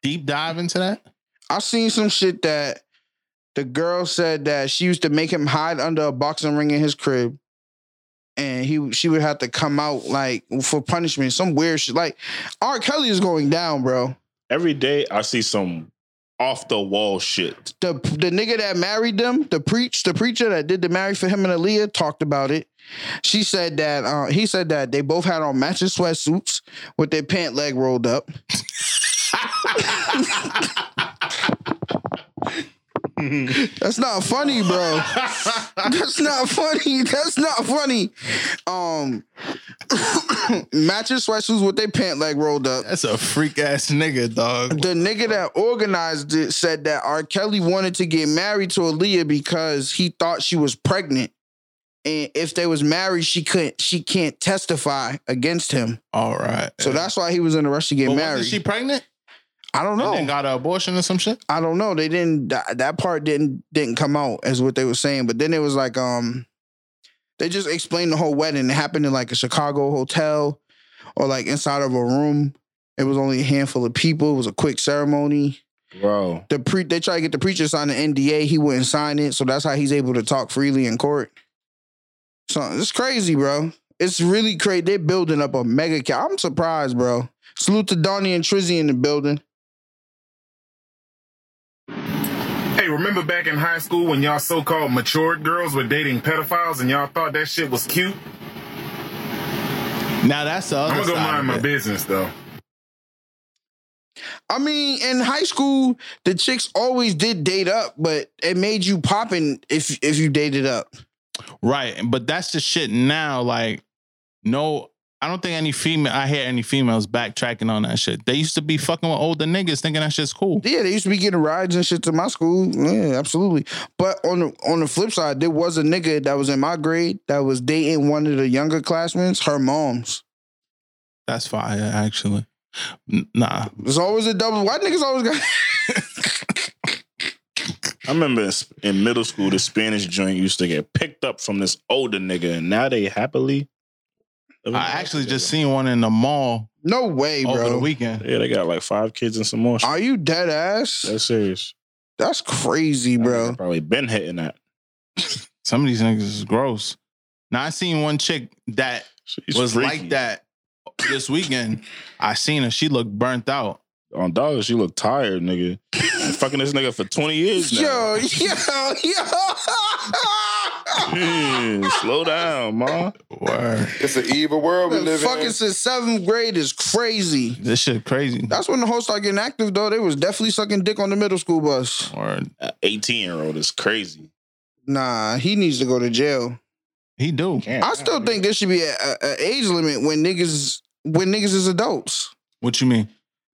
C: deep dive into that?
B: I seen some shit that the girl said that she used to make him hide under a boxing ring in his crib, and he she would have to come out like for punishment, some weird shit. Like R. Kelly is going down, bro.
G: Every day I see some off the wall shit.
B: the the nigga that married them, the preach, the preacher that did the marriage for him and Aaliyah talked about it. She said that uh, he said that they both had on matching sweatsuits with their pant leg rolled up. That's not funny, bro. That's not funny. That's not funny. Um, matching sweatsuits with their pant leg rolled up.
C: That's a freak ass nigga, dog.
B: The nigga that organized it said that R. Kelly wanted to get married to Aaliyah because he thought she was pregnant. And if they was married, she couldn't she can't testify against him.
C: All right.
B: So that's why he was in a rush to get
C: But
B: married.
C: Wasn't she pregnant?
B: I don't
C: No.
B: know.
C: And then got an abortion or some shit?
B: I don't know. They didn't that, that part didn't didn't come out as what they were saying. But then it was like um they just explained the whole wedding. It happened in like a Chicago hotel or like inside of a room. It was only a handful of people. It was a quick ceremony.
G: Bro.
B: the pre they try to get the preacher to sign an NDA. He wouldn't sign it, so that's how he's able to talk freely in court. So it's crazy, bro. It's really crazy. They're building up a mega. Ca- I'm surprised, bro. Salute to Donnie and Trizzy in the building.
F: Hey, remember back in high school when y'all so called matured girls were dating pedophiles and y'all thought that shit was cute?
C: Now that's the other
F: I'm gonna go
C: side
F: mind
C: of
F: my
C: it.
F: business though.
B: I mean, in high school, the chicks always did date up, but it made you popping if if you dated up.
C: Right. But that's the shit now. Like, no, I don't think any female, I hear any females backtracking on that shit. They used to be fucking with older niggas thinking that shit's cool.
B: Yeah, they used to be getting rides and shit to my school. Yeah, absolutely. But on the on the flip side, there was a nigga that was in my grade that was dating one of the younger classmates, her mom's.
C: That's fire, actually. N- Nah.
B: There's always a double. Why niggas always got?
G: I remember in sp- in middle school, the Spanish joint used to get picked up from this older nigga, and now they happily.
C: I actually just seen one in the mall
B: No way,
C: over the
B: bro.
C: weekend.
G: Yeah, they got like five kids and some more. Shit.
B: Are you dead ass?
G: That's serious,
B: That's crazy,
G: I
B: bro.
G: probably been hitting that.
C: Some of these niggas is gross. Now I seen one chick that
G: She's
C: was
G: freaky.
C: like that this weekend. I seen her. She looked burnt out.
G: on dogs. She look tired, nigga. Been fucking this nigga for twenty years
B: Yo,
G: now.
B: yo, yo.
G: Mm, slow down, ma.
C: Word.
J: It's an evil world we live
B: Fucking
J: in.
B: since seventh grade is crazy.
C: This shit crazy.
B: That's when the whole started getting active, though. They was definitely sucking dick on the middle school bus.
C: Word.
G: Eighteen year old is crazy.
B: Nah, he needs to go to jail.
C: He do.
B: I still think there should be a, a, a age limit when niggas when niggas is adults.
C: What you mean?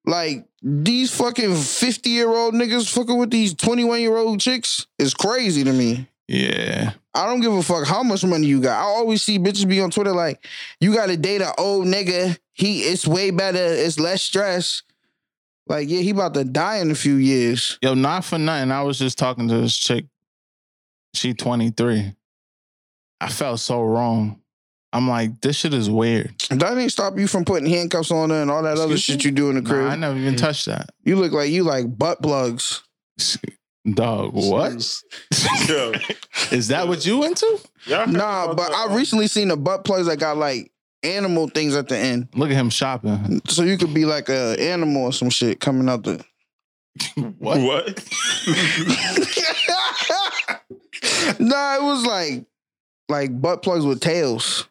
B: Like these fucking fifty year old niggas fucking with these twenty one year old chicks is crazy to me.
C: Yeah.
B: I don't give a fuck how much money you got. I always see bitches be on Twitter like, you got to date an old nigga. He it's way better. It's less stress. Like yeah, he about to die in a few years.
C: Yo, not for nothing. I was just talking to this chick. She 23. I felt so wrong. I'm like, this shit is weird.
B: That ain't stop you from putting handcuffs on her and all that other
C: Excuse
B: shit you do in the crib.
C: Nah, I never even touched that.
B: You look like you like butt plugs.
C: Dog, what?
G: Yo,
C: Is that what you into?
G: y'all heard
B: Nah,
G: about
B: but
G: the,
B: I recently seen the butt plugs that got like animal things at the end,
C: Look at him shopping.
B: so you could be like a animal or some shit coming out the.
C: What?
G: what?
B: nah, it was like like butt plugs with tails.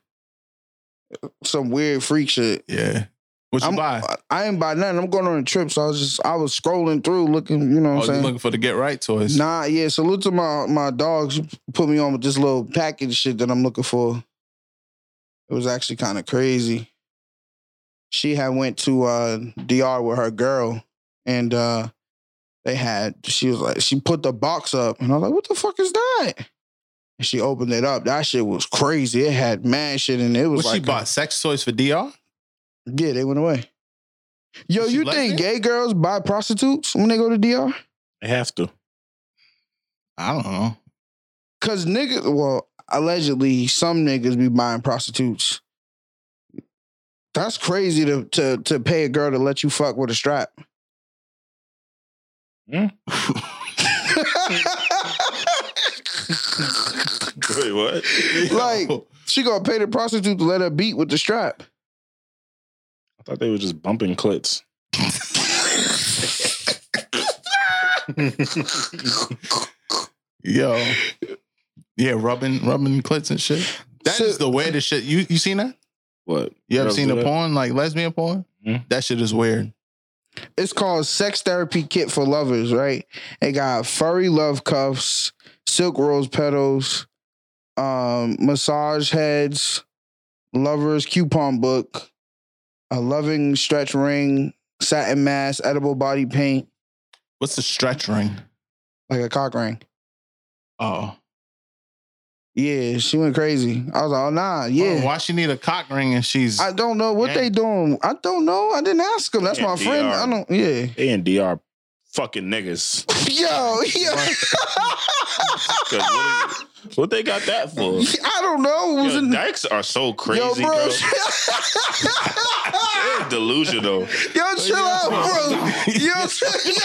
B: Some weird freak shit.
C: Yeah. What you
B: I'm,
C: buy?
B: I, I ain't buy nothing. I'm going on a trip, so I was just I was scrolling through, looking. You know what
C: Oh,
B: I'm
C: you
B: saying?
C: looking for the get right toys?
B: Nah, yeah. Salute to my my dogs. who Put me on with this little package shit that I'm looking for. It was actually kind of crazy. She had went to uh DR with her girl, and uh they had she was like she put the box up, and I was like, "What the fuck is that?" And she opened it up. That shit was crazy. It had mad shit, and it, It was
C: What she
B: like a-
C: bought? Sex toys for DR?
B: yeah, they went away. Yo,
C: She
B: you
C: left
B: think
C: it?
B: gay girls buy prostitutes when they go to DR?
G: I have to.
C: I don't know.
B: Cause niggas, well, allegedly some niggas be buying prostitutes. That's crazy to to to pay a girl to let you fuck with a strap.
G: Hmm? Wait, what?
B: like she gonna pay the prostitute to let her beat with the strap.
G: I thought they were just bumping clits.
C: Yo. Yeah, rubbing rubbing clits and shit. That is
B: So-
C: the weirdest shit. You you seen that?
G: What?
C: You ever
G: Girls
C: seen
G: do
C: a
G: that?
C: porn like lesbian porn?
G: Mhm.
C: That shit is weird.
B: It's called sex therapy kit for lovers, right? It got furry love cuffs, silk rose petals, um, massage heads, lovers coupon book, a loving stretch ring, satin mask, edible body paint,
C: What's the stretch ring?
B: like a cock ring.
C: Oh,
B: Yeah, she went crazy. I was like, oh nah, yeah.
C: Why she need a cock ring and she's
B: I don't know what
C: Yeah.
B: they doing. I don't know. I didn't ask them. That's
G: Yeah,
B: my
G: they
B: friend. I
G: are.
B: don't. Yeah.
G: They and DR fucking niggas.
B: Yo, yo.
G: 'Cause What, is, what they got that for?
B: I don't know. It was
G: Yo,
B: in
G: dykes are so crazy,
B: Yo,
G: bro.
B: bro.
G: They're delusional.
B: Yo, chill out, bro. Yo, chill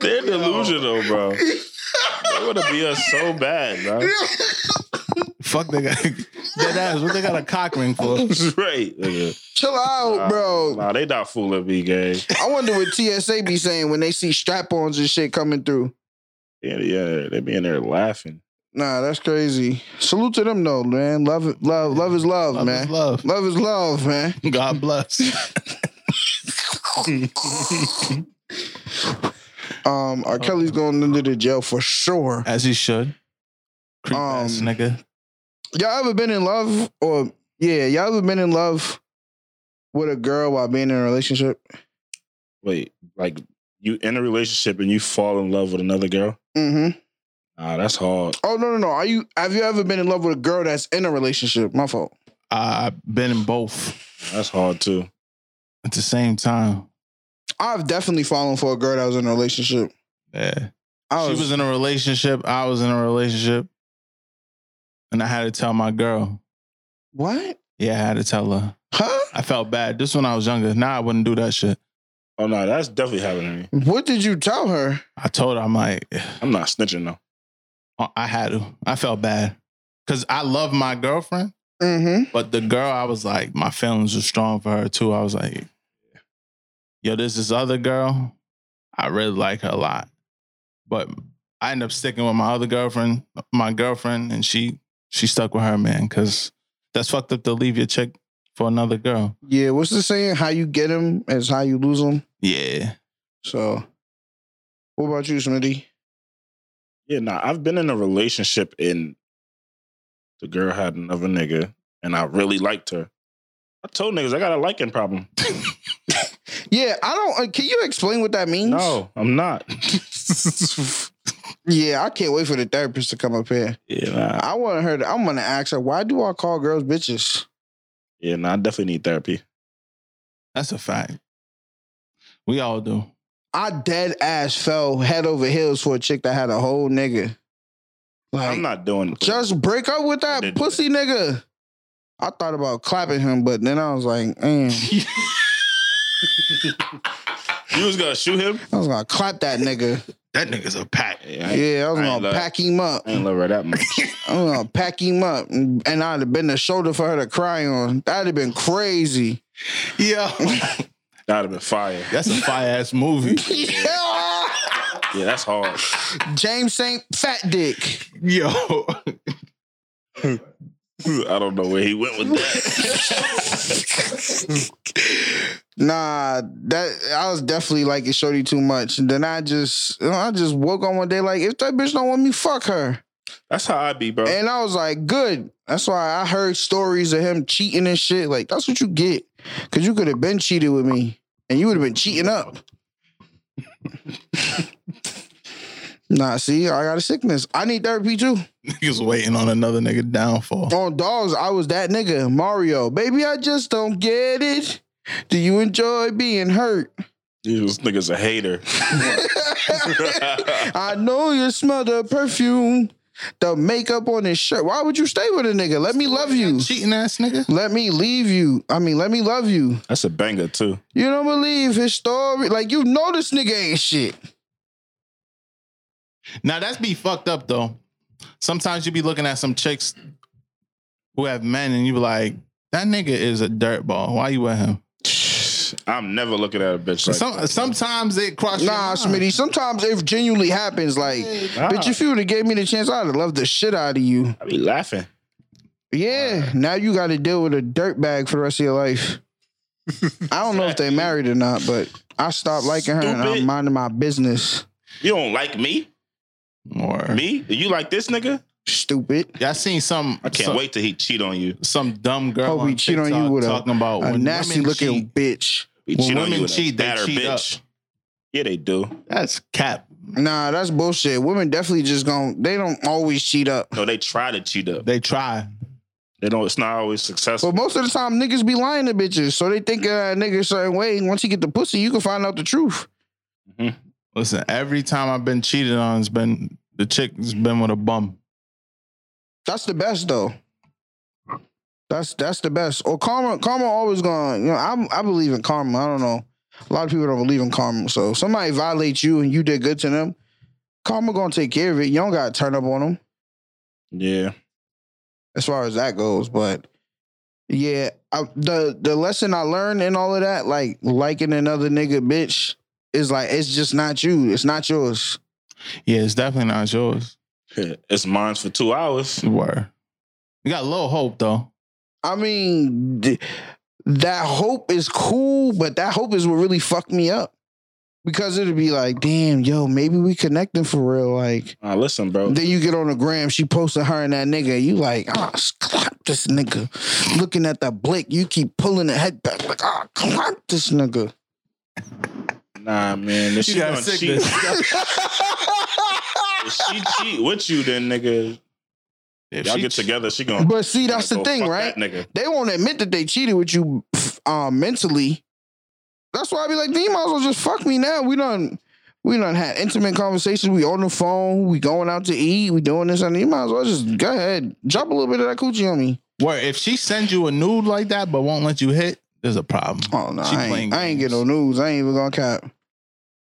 G: They're delusional, bro. They want to be us so bad, bro.
C: fuck they got dead ass. What they got a cock ring for?
G: That's right. nigga.
B: chill out, bro.
G: Nah, they not fooling me, gang.
B: I wonder what TSA be saying when they see strap-ons and shit coming through.
G: Yeah, yeah, they be in there laughing.
B: Nah, that's crazy. Salute to them though, man. Love, love, love is love,
C: Love
B: man.
C: is love.
B: Love is love, man.
C: God bless.
B: Um, R. Kelly's going into the jail for sure.
C: As he should. Creep ass
B: Um,
C: nigga.
B: Y'all ever been in love, or yeah, y'all ever been in love with a girl while being in a relationship?
G: Wait, like you in a relationship and you fall in love with another girl?
B: Mm-hmm.
G: Nah, that's hard.
B: Oh no no no! Are you have you ever been in love with a girl that's in a relationship? My fault.
C: I've been in both
G: That's hard too.
C: at the same time.
B: I've definitely fallen for a girl that was in a relationship.
C: Yeah.
B: I was,
C: she was in a relationship. I was in a relationship. And I had to tell my girl.
B: what?
C: Yeah, I had to tell her.
B: Huh?
C: I felt bad. This when I was younger. Now I wouldn't do that shit.
G: Oh no, that's definitely happening to me.
B: What did you tell her?
C: I told her I'm like,
G: I'm not snitching though.
C: I had to. I felt bad. Cause I love my girlfriend,
B: Mm-hmm.
C: but the girl, I was like, my feelings were strong for her too. I was like, yo, there's this other girl. I really like her a lot. But I ended up sticking with my other girlfriend, my girlfriend, and she she stuck with her, man, because that's fucked up to leave your chick for another girl.
B: Yeah. What's the saying? How you get them is how you lose them.
C: Yeah.
B: So, what about you, Smitty?
G: Yeah, nah, I've been in a relationship and the girl had another nigga and I really liked her. I told niggas I got a liking problem.
B: Yeah, I don't. Uh, can you explain what that means?
G: No, I'm not.
B: Yeah, I can't wait for the therapist to come up here.
G: Yeah, nah,
B: I want her. To, I'm gonna ask her why do I call girls bitches?
G: yeah, nah, I definitely need therapy.
C: That's a fact. We all do.
B: I dead ass fell head over heels for a chick that had a whole nigga. Like,
G: I'm not doing it.
B: just break up with
G: I
B: that
G: did do
B: pussy nigga. I thought about clapping him, but then I was like, mm.
G: You was gonna shoot him?
B: I was gonna clap that nigga.
C: That nigga's a pack.
G: Yeah, I, ain't-
B: Yeah, I was
G: I ain't Mm.
B: gonna
G: love-
B: pack him up.
G: I ain't love her that much.
B: I'm gonna pack him up, and and I'd have been the shoulder for her to cry on. That'd have been crazy.
C: Yeah.
G: That'd have been fire.
C: That's a fire ass movie.
B: Yeah.
G: Yeah, that's hard.
B: James Saint Fat Dick.
C: Yo.
G: I don't know where he went with that.
B: Nah, that I was definitely like it showed you too much. And then I just I just woke on one day like if that bitch don't want me, fuck her.
G: That's how I be, bro.
B: And I was like, good. That's why I heard stories of him cheating and shit. Like that's what you get. Cause you could have been cheated with me and you would have been cheating up. nah, see, I got a sickness. I need therapy too.
C: Niggas waiting on another nigga downfall.
B: On dogs, I was that nigga, Mario. Baby, I just don't get it. Do you enjoy being hurt?
G: This nigga's a hater.
B: I know you smell the perfume, the makeup on his shirt. Why would you stay with a nigga? Let me love you.
C: Cheating ass nigga.
B: Let me leave you. I mean, let me love you.
G: That's a banger too.
B: You don't believe his story. Like, you know this nigga ain't shit.
C: Now that's be fucked up though. Sometimes you be looking at some chicks who have men and you be like, that nigga is a dirtball. Why you with him?
G: I'm never looking at a bitch like
C: Some, sometimes it crosses.
B: Nah, Smitty, sometimes it genuinely happens. Like, bitch, if you would have gave me the chance, I'd have loved the shit out of you.
G: I be laughing.
B: Yeah, now you got to deal with a dirtbag for the rest of your life. I don't know if they married or not, but I stopped liking her and
G: Stupid.
B: I'm minding my business.
G: You don't like me?
C: Or
G: Me? You like this nigga?
B: Stupid.
C: I seen some.
G: I can't
C: some,
G: wait till he cheat on you.
C: Some dumb girl.
B: Hope he
C: on
B: cheat on
C: TikTok
B: you with a,
C: talking about
B: a
C: when
B: nasty
C: women
B: looking
C: cheat-
B: bitch.
G: He
C: When
G: cheat on you
C: women
G: with
C: cheat,
G: a
C: they
G: badder
C: cheat
G: bitch. Yeah, they do.
C: That's cap.
B: Nah, that's bullshit. Women definitely just gon' they don't always cheat up.
G: No, they try to cheat up.
C: They try.
G: They don't. It's not always
B: But
G: successful.
B: most of the time, niggas be lying to bitches. So they think uh, a nigga a certain way. And once you get the pussy, you can find out the truth.
C: Listen, every time I've been cheated on, it's been the chick's been with a bum.
B: That's the best though. That's that's the best. Or karma, karma always gone. You know, I I believe in karma. I don't know. A lot of people don't believe in karma. So if somebody violates you and you did good to them, karma gonna take care of it. You don't gotta turn up on them
G: Yeah,
B: as far as that goes. But yeah, I, the the lesson I learned in all of that, like liking another nigga bitch, is like it's just not you. It's not yours.
C: Yeah, it's definitely not yours.
G: it's mine for two hours.
C: Word. You got low hope though.
B: I mean, th- that hope is cool, but that hope is what really fucked me up. Because it'd be like, damn, yo, maybe we connecting for real. Like,
G: Nah, listen, bro.
B: then you get on the gram, she posted her and that nigga. You like, ah, s- clap this nigga. Looking at that blick, you keep pulling the head back, like, ah, clap this nigga.
G: Nah, man. If she
C: got a
G: gonna cheat,
C: sickness.
G: if she cheat with you, then nigga,
C: If
G: y'all
C: she
G: get
C: che-
G: together. She gonna.
B: But see, that's the
G: gonna go
B: thing,
G: fuck
B: right?
G: That nigga.
B: They won't admit that they cheated with you pff, uh, mentally. That's why I be like, then you might as well just fuck me now. We done we done had intimate conversations. We on the phone. We going out to eat. We doing this and that. you might as well just go ahead, drop a little bit of that coochie on me.
C: Where if she sends you a nude like that but won't let you hit, there's a problem.
B: Oh no,
C: She
B: I
C: playing
B: ain't, I ain't get no
C: games.
B: news. I ain't even gonna cap.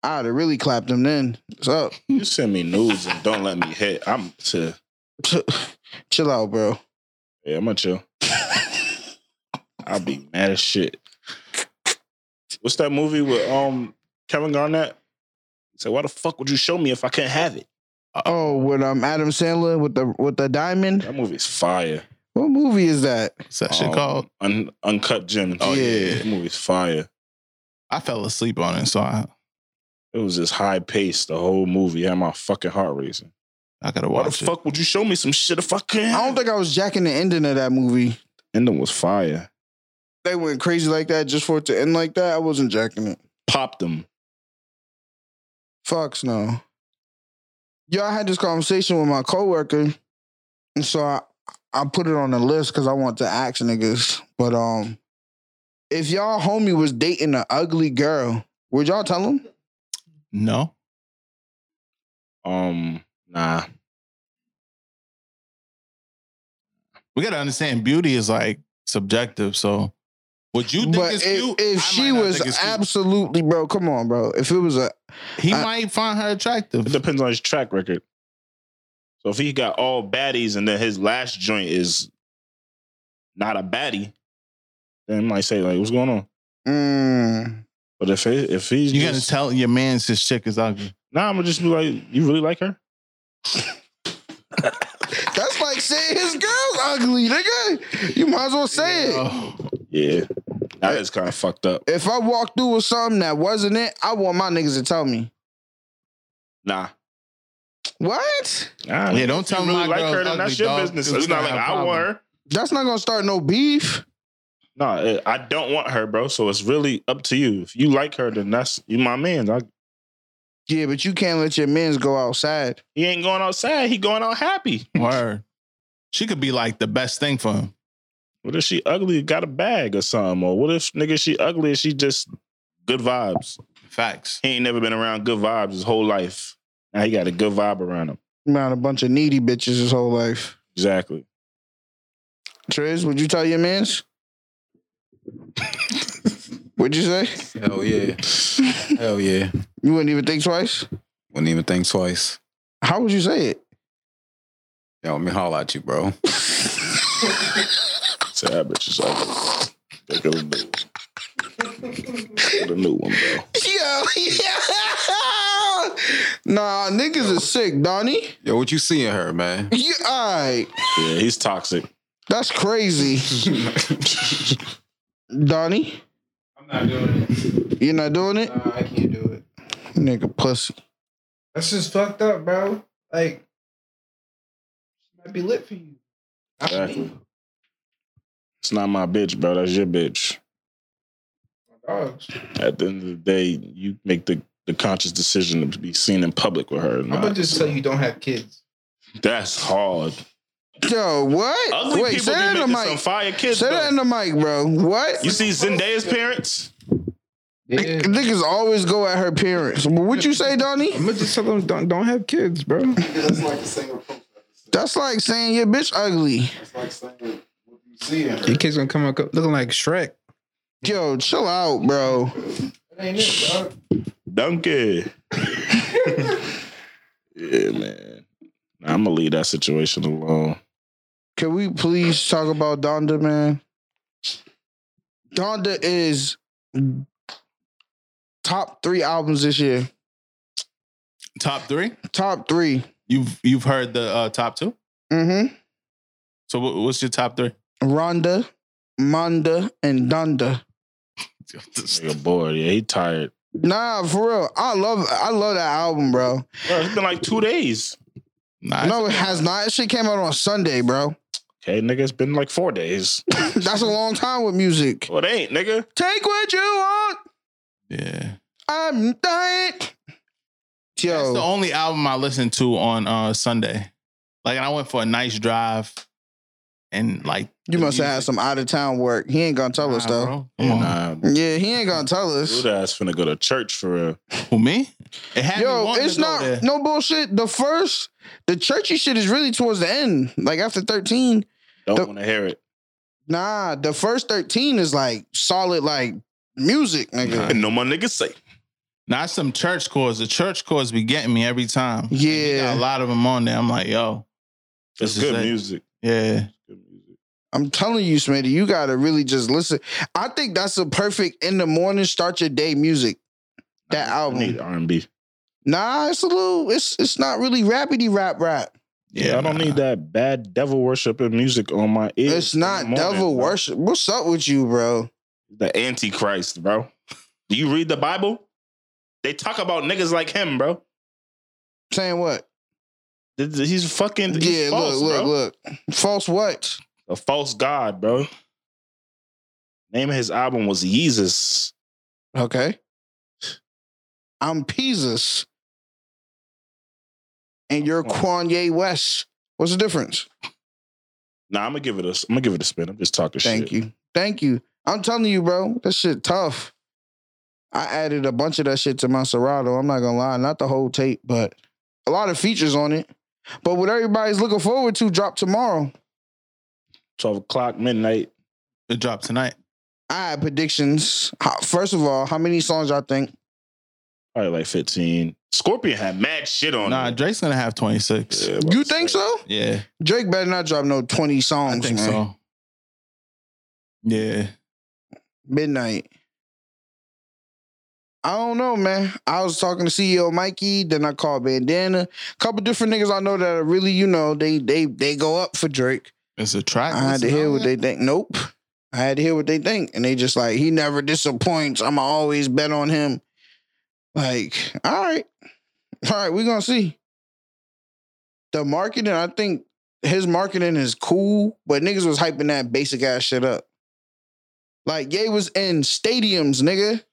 B: I'd have really clapped them then. What's up?
G: You send me nudes and don't let me hit. I'm to.
B: Chill out, bro.
G: Yeah, I'm gonna chill. I'll be mad as shit. What's that movie with um Kevin Garnett? He said, why the fuck would you show me if I can't have it?
B: Oh, with um Adam Sandler with the with the diamond.
G: That movie's fire.
B: What movie is that?
C: What's that shit
G: Oh.
C: called?
G: Un- Uncut Gems.
C: Oh, yeah.
G: That movie's fire.
C: I fell asleep on it, so I,
G: It was just high paced the whole movie. Had my fucking heart racing.
C: I gotta
G: Why
C: watch
G: the
C: it.
G: fuck would you show me some shit if I can't?
B: I
G: have
B: don't
G: it?
B: think I was jacking the ending of that movie.
G: ending was fire.
B: they went crazy like that just for it to end like that, I wasn't jacking it.
G: Popped them.
B: Fucks no. Yo, I had this conversation with my coworker, and so I, I put it on the list because I want to ask niggas. But um, if y'all homie was dating an ugly girl, would y'all tell him?
C: No.
G: Um, nah.
C: We gotta understand beauty is like subjective. So what you think
B: but
C: is
B: if,
C: cute?
B: if
C: I
B: she
C: might not
B: was
C: think it's cute.
B: absolutely, bro, come on, bro. If it was a,
C: he
B: I-
C: might find her
G: It
C: attractive.
G: depends on his track record. So if he got all baddies and then his last joint is not a baddie, then I might say like, "What's going on?"
B: mm,
G: But if he, if he's
C: You gotta
G: just,
C: tell your man's his chick is ugly.
G: nah, I'm gonna just be like, "You really like her?"
B: that's like saying his girl's ugly, nigga. You might as well say it.
C: Oh,
G: Yeah, that is kind of fucked up.
B: If I walked through with something that wasn't it, I want my niggas to tell me.
G: Nah,
B: What?
G: Nah,
C: Yeah, don't
G: if
C: tell
G: you really
C: my
G: like
C: girl's
G: her. Then
C: ugly,
G: that's your
C: dog,
G: business.
C: 'cause
G: It's
C: we
G: not
C: gonna
G: like
C: have
G: I
C: problems.
G: want her.
B: That's not gonna start no beef.
G: No, it- I don't want her, bro. So it's really up to you. If you like her, then that's you, my man. I,
B: Yeah, but you can't let your men's go outside.
G: he ain't going outside. He going out happy.
C: word. She could be like the best thing for him.
G: What if she ugly, got a bag or something? Or what if nigga she ugly and she just good vibes?
C: Facts.
G: He ain't never been around good vibes his whole life. Now he got a good vibe around him.
B: Around a bunch of needy bitches his whole life.
G: Exactly.
B: Triz, would you tell your mans? What'd you say?
J: Hell yeah. Hell yeah.
B: You wouldn't even think twice?
J: Wouldn't even think twice.
B: How would you say it?
J: Yo, let me holler at you, bro.
G: Sad bitch is ugly. They got a new one. Get a new one, bro.
B: Yo, yeah. Nah, niggas is sick, Donnie.
J: Yo, what you see in her, man?
B: You alright.
G: Yeah, he's toxic.
B: That's crazy. Donnie,
F: I'm not doing it.
B: you're not doing it?
F: I can't do it.
B: Nigga pussy.
F: That's just fucked up, bro. Like, she might be lit for you.
G: Exactly. It's not my bitch, bro. That's your bitch.
F: Dogs.
G: At the end of the day, you make the, the conscious decision to be seen in public with her. or
F: I'm
G: not.
F: gonna just tell you don't have kids.
G: That's hard.
B: Yo, what?
G: Ugly
B: Wait,
G: people
B: say
G: be
B: that in the
G: making some
B: mic.
G: fire kids.
B: Say
G: though.
B: that in the mic, bro. What?
G: You see Zendaya's parents?
F: Yeah.
B: Niggas always go at her parents. But what you say, Donnie?
F: I'm gonna just tell them don't, don't have kids, bro.
B: That's like saying your bitch ugly.
F: Your kids gonna come up looking like Shrek.
B: Yo, chill out, bro.
G: Donkey. yeah, man. Nah, I'm gonna leave that situation alone.
B: Can we please talk about Donda, man? Donda is top three albums this year.
C: Top three.
B: Top three.
C: You've you've heard the uh, top two.
B: Mm-hmm.
C: So what, what's your top three?
B: Rhonda, Manda, and Donda.
G: Nigga bored. Yeah, he tired.
B: Nah, for real. I love I love that album, bro.
G: Bro, it's been like two days.
C: Nah,
B: No, it has not. That shit came out on Sunday, bro.
G: Okay, nigga, it's been like four days.
B: That's a long time with music.
G: Well, it ain't, nigga.
B: Take what you want.
C: yeah.
B: I'm dying.
C: That's the
B: Yo,
C: only album I listened to on uh, Sunday. Like, and I went for a nice drive, and like
B: you must have had some out of town work. He ain't gonna tell us
C: Nah,
B: though.
C: bro. Come on.
G: Nah,
B: Yeah, he ain't gonna tell us.
G: dude ass finna go to church for real.
C: Who me? It had me
B: Yo,
C: wanting
B: it's
C: to go there.
B: not no bullshit. The first, the churchy shit is really towards the end. Like after thirteen,
G: Don't
B: The-
G: wanna hear it.
B: nah. The first thirteen is like solid, like music, nigga.
G: And no more niggas say.
C: Not some church chords. The church chords be getting me every time. They got a
B: Yeah,
C: lot of them on there. I'm like, yo,
G: It's
C: This is
G: good
C: it.
G: music.
C: yeah.
G: Good music.
B: I'm telling you, Smitty, you gotta really just listen. I think that's the perfect in the morning start your day music. That
G: I need
B: album,
G: R and B.
B: nah, it's a little, it's it's not really rapidy rap rap.
G: Yeah, I don't
C: nah.
G: need that bad devil worship and music on my ears.
B: It's
G: in the
B: not
G: morning,
B: devil
G: bro.
B: worship. What's up with you, bro?
G: The Antichrist, bro. Do you read the Bible? They talk about niggas like him, bro.
B: Saying what?
G: Th- th- He's fucking he's
B: yeah,
G: false,
B: look,
G: bro.
B: look, look. False what?
G: A false god, bro. Name of his album was Yeezus.
B: Okay. I'm Peasus. And you're Kanye West. What's the difference?
G: Nah, I'm gonna give it a. I'm gonna give it a spin. I'm just talking
B: Thank
G: shit.
B: you. Thank you. I'm telling you, bro, that shit tough. I added a bunch of that shit to my Serato. I'm not gonna lie, not the whole tape, but a lot of features on it. But what everybody's looking forward to drop tomorrow.
G: Twelve o'clock midnight.
C: It dropped tonight.
B: I had predictions. How- First of all, how many songs y'all think?
G: Probably like 15. Scorpion had mad shit on
C: Nah,
G: it.
C: Drake's gonna have 26. Yeah.
B: You think so?
C: Yeah.
B: Drake better not drop no 20 songs.
C: I think
B: man.
C: so. Yeah.
B: midnight. I don't know, man. I was talking to CEO Mikey, then I called Bandana. couple different niggas I know that are really, you know, they they they go up for Drake.
C: It's a track.
B: I had to
C: It's
B: hear
C: not-
B: what they think. Nope. I had to hear what they think. And they just like, he never disappoints. I'ma always bet on him. Like, all right. All right, we're gonna see. The marketing, I think his marketing is cool, but niggas was hyping that basic ass shit up. Like Ye was in stadiums, nigga.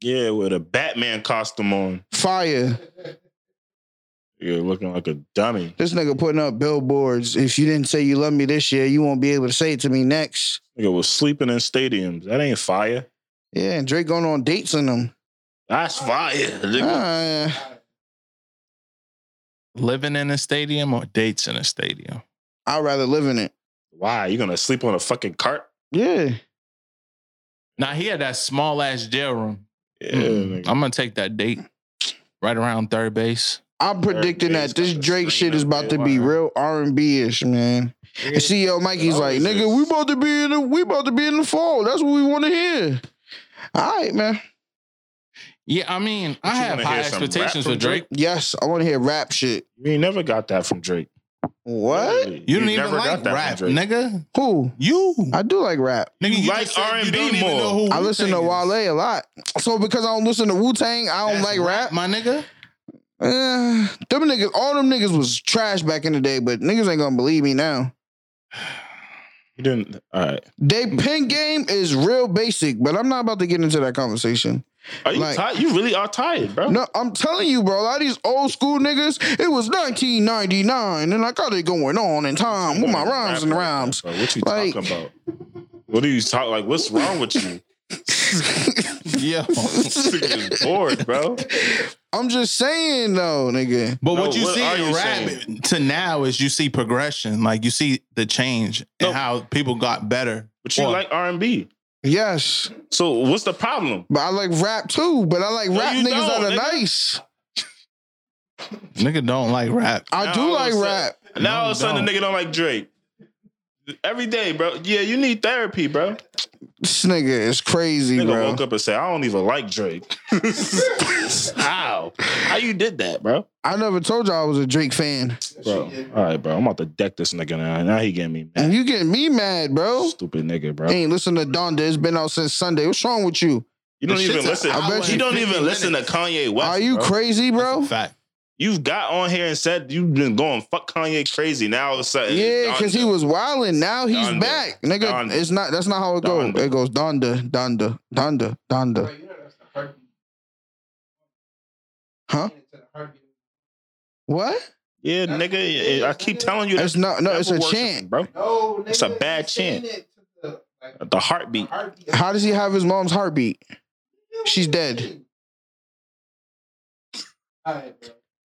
G: Yeah, with a Batman costume on.
B: Fire.
G: You're looking like a dummy.
B: This nigga putting up billboards. If you didn't say you love me this year, you won't be able to say it to me next.
G: Nigga was sleeping in stadiums. That ain't fire.
B: Yeah, and Drake going on dates in them.
G: That's fire. nigga.
B: Uh,
C: Living in a stadium or dates in a stadium?
B: I'd rather live in it.
G: Why? You gonna sleep on a fucking cart?
B: Yeah.
C: Now he had that small ass jail room.
G: Yeah,
B: Hmm.
C: Mm.
G: nigga.
C: I'm gonna take that date right around third base.
B: I'm predicting
G: Everybody's
B: that this
G: got the
B: Drake shit
G: screaming
B: is about to be
C: word.
B: real R and B ish, man. And CEO Mikey's like,
G: always
B: nigga,
G: is.
B: we about to be in the we about to be in the fall. That's what we want to hear. All right, man.
C: Yeah, I mean, I
G: you
C: have
G: wanna
C: high
G: hear some rap
C: expectations
G: from
C: for Drake.
B: Yes, I want to hear rap shit.
G: You ain't never got that from Drake.
B: What?
G: You,
C: You, don't even
G: never
C: like
G: got that
C: rap,
G: from Drake.
C: nigga.
B: Who?
C: You,
B: I do like rap.
C: nigga,
G: you like
C: just said
G: R&B
C: don't even
G: more.
C: know who
B: I listen to
C: Wu-Tang is.
B: Wale a lot. So because I don't listen to Wu Tang, I don't
C: That's
B: like rap.
C: my nigga.
B: Eh, them niggas, all them niggas was trash back in the day, but niggas ain't gonna believe me now.
G: You didn't. All right.
B: They pin game is real basic, but I'm not about to get into that conversation.
G: Are you
B: Like-
G: tired? You really are tired, bro.
B: No, I'm telling you, bro. A lot of these old school niggas, it was 1999, and I got it going on in time with my rhymes and rhymes.
G: Bro, what you
B: Like-
G: talking about? What are you talking? Like, what's wrong with you?
C: Yeah,
G: Nigga is bored, bro.
B: I'm just saying though, nigga.
C: but
G: No,
C: what you
G: what
C: see
G: are
C: in
G: you
C: rap
G: saying?
C: to now is you see progression. Like you see the change
G: No.
C: and how people got better.
G: But you
C: Or-
G: like R and B.
B: Yes,
G: So what's the problem?
B: but I like rap too. But I like
G: No,
B: rap
G: you
B: niggas
G: don't,
B: that are
G: nigga.
B: nice.
C: nigga don't like rap.
B: I
G: Now
B: do
G: all of
B: like
G: a sudden-
B: rap.
G: Now all of a
C: No,
G: sudden the
C: don't.
G: nigga don't like Drake. Every day, bro. Yeah, you need therapy, bro.
B: This nigga is crazy,
G: Nigga
B: bro.
G: woke up and said, I don't even like Drake. How? How you did that, bro?
B: I never told y'all I was a Drake fan.
G: Bro. All right, bro. I'm about to deck this nigga now. Now he getting me mad.
B: And you getting me mad, bro.
G: Stupid nigga, bro.
B: Ain't listen to Donda. It's been out since Sunday. What's wrong with you?
G: You don't
C: The
G: even
C: shit's an
G: listen.
B: hour I bet
G: you
B: and
G: don't
C: 50
G: even listen to Kanye West.
B: Are you
G: bro.
B: crazy, bro?
C: Fact.
G: You've got on here and said you've been going fuck Kanye crazy. Now all of a sudden,
B: Yeah,
G: Don-
B: because he was wilding. Now he's
G: Donda.
B: back, nigga.
G: Donda.
B: It's not. That's not how it goes.
G: Donda.
B: It goes Donda, Donda, Donda, Donda. Huh? What?
G: Yeah, nigga. I keep telling you,
B: It's not. No,
G: devil
B: it's a
G: worship,
B: chant.
G: bro. It's a bad chant. The heartbeat.
B: How does he have his mom's heartbeat? She's dead.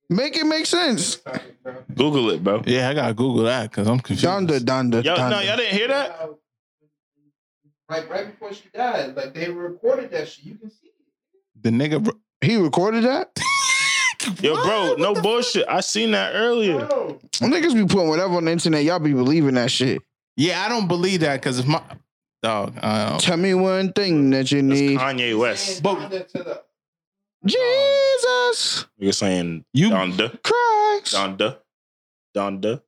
B: Make it make sense.
G: Google it, bro.
C: Yeah, I gotta Google that because I'm confused.
B: Donda, Donda,
G: Yo, no, y'all
B: Donda.
G: didn't hear that?
K: Like right before she died, like they recorded that shit. You can see.
C: The nigga, bro-
B: He recorded that.
G: Yo, bro, no bullshit. I seen that earlier.
B: Niggas be putting whatever on the internet. Y'all be believing that shit.
C: yeah, I don't believe that because if my dog, uh,
B: Tell me one thing that you
G: Oh. That's
B: need.
G: Kanye West.
C: but
B: Jesus
G: You're saying
C: You-
G: Donda,
B: Christ.
G: Donda, Donda.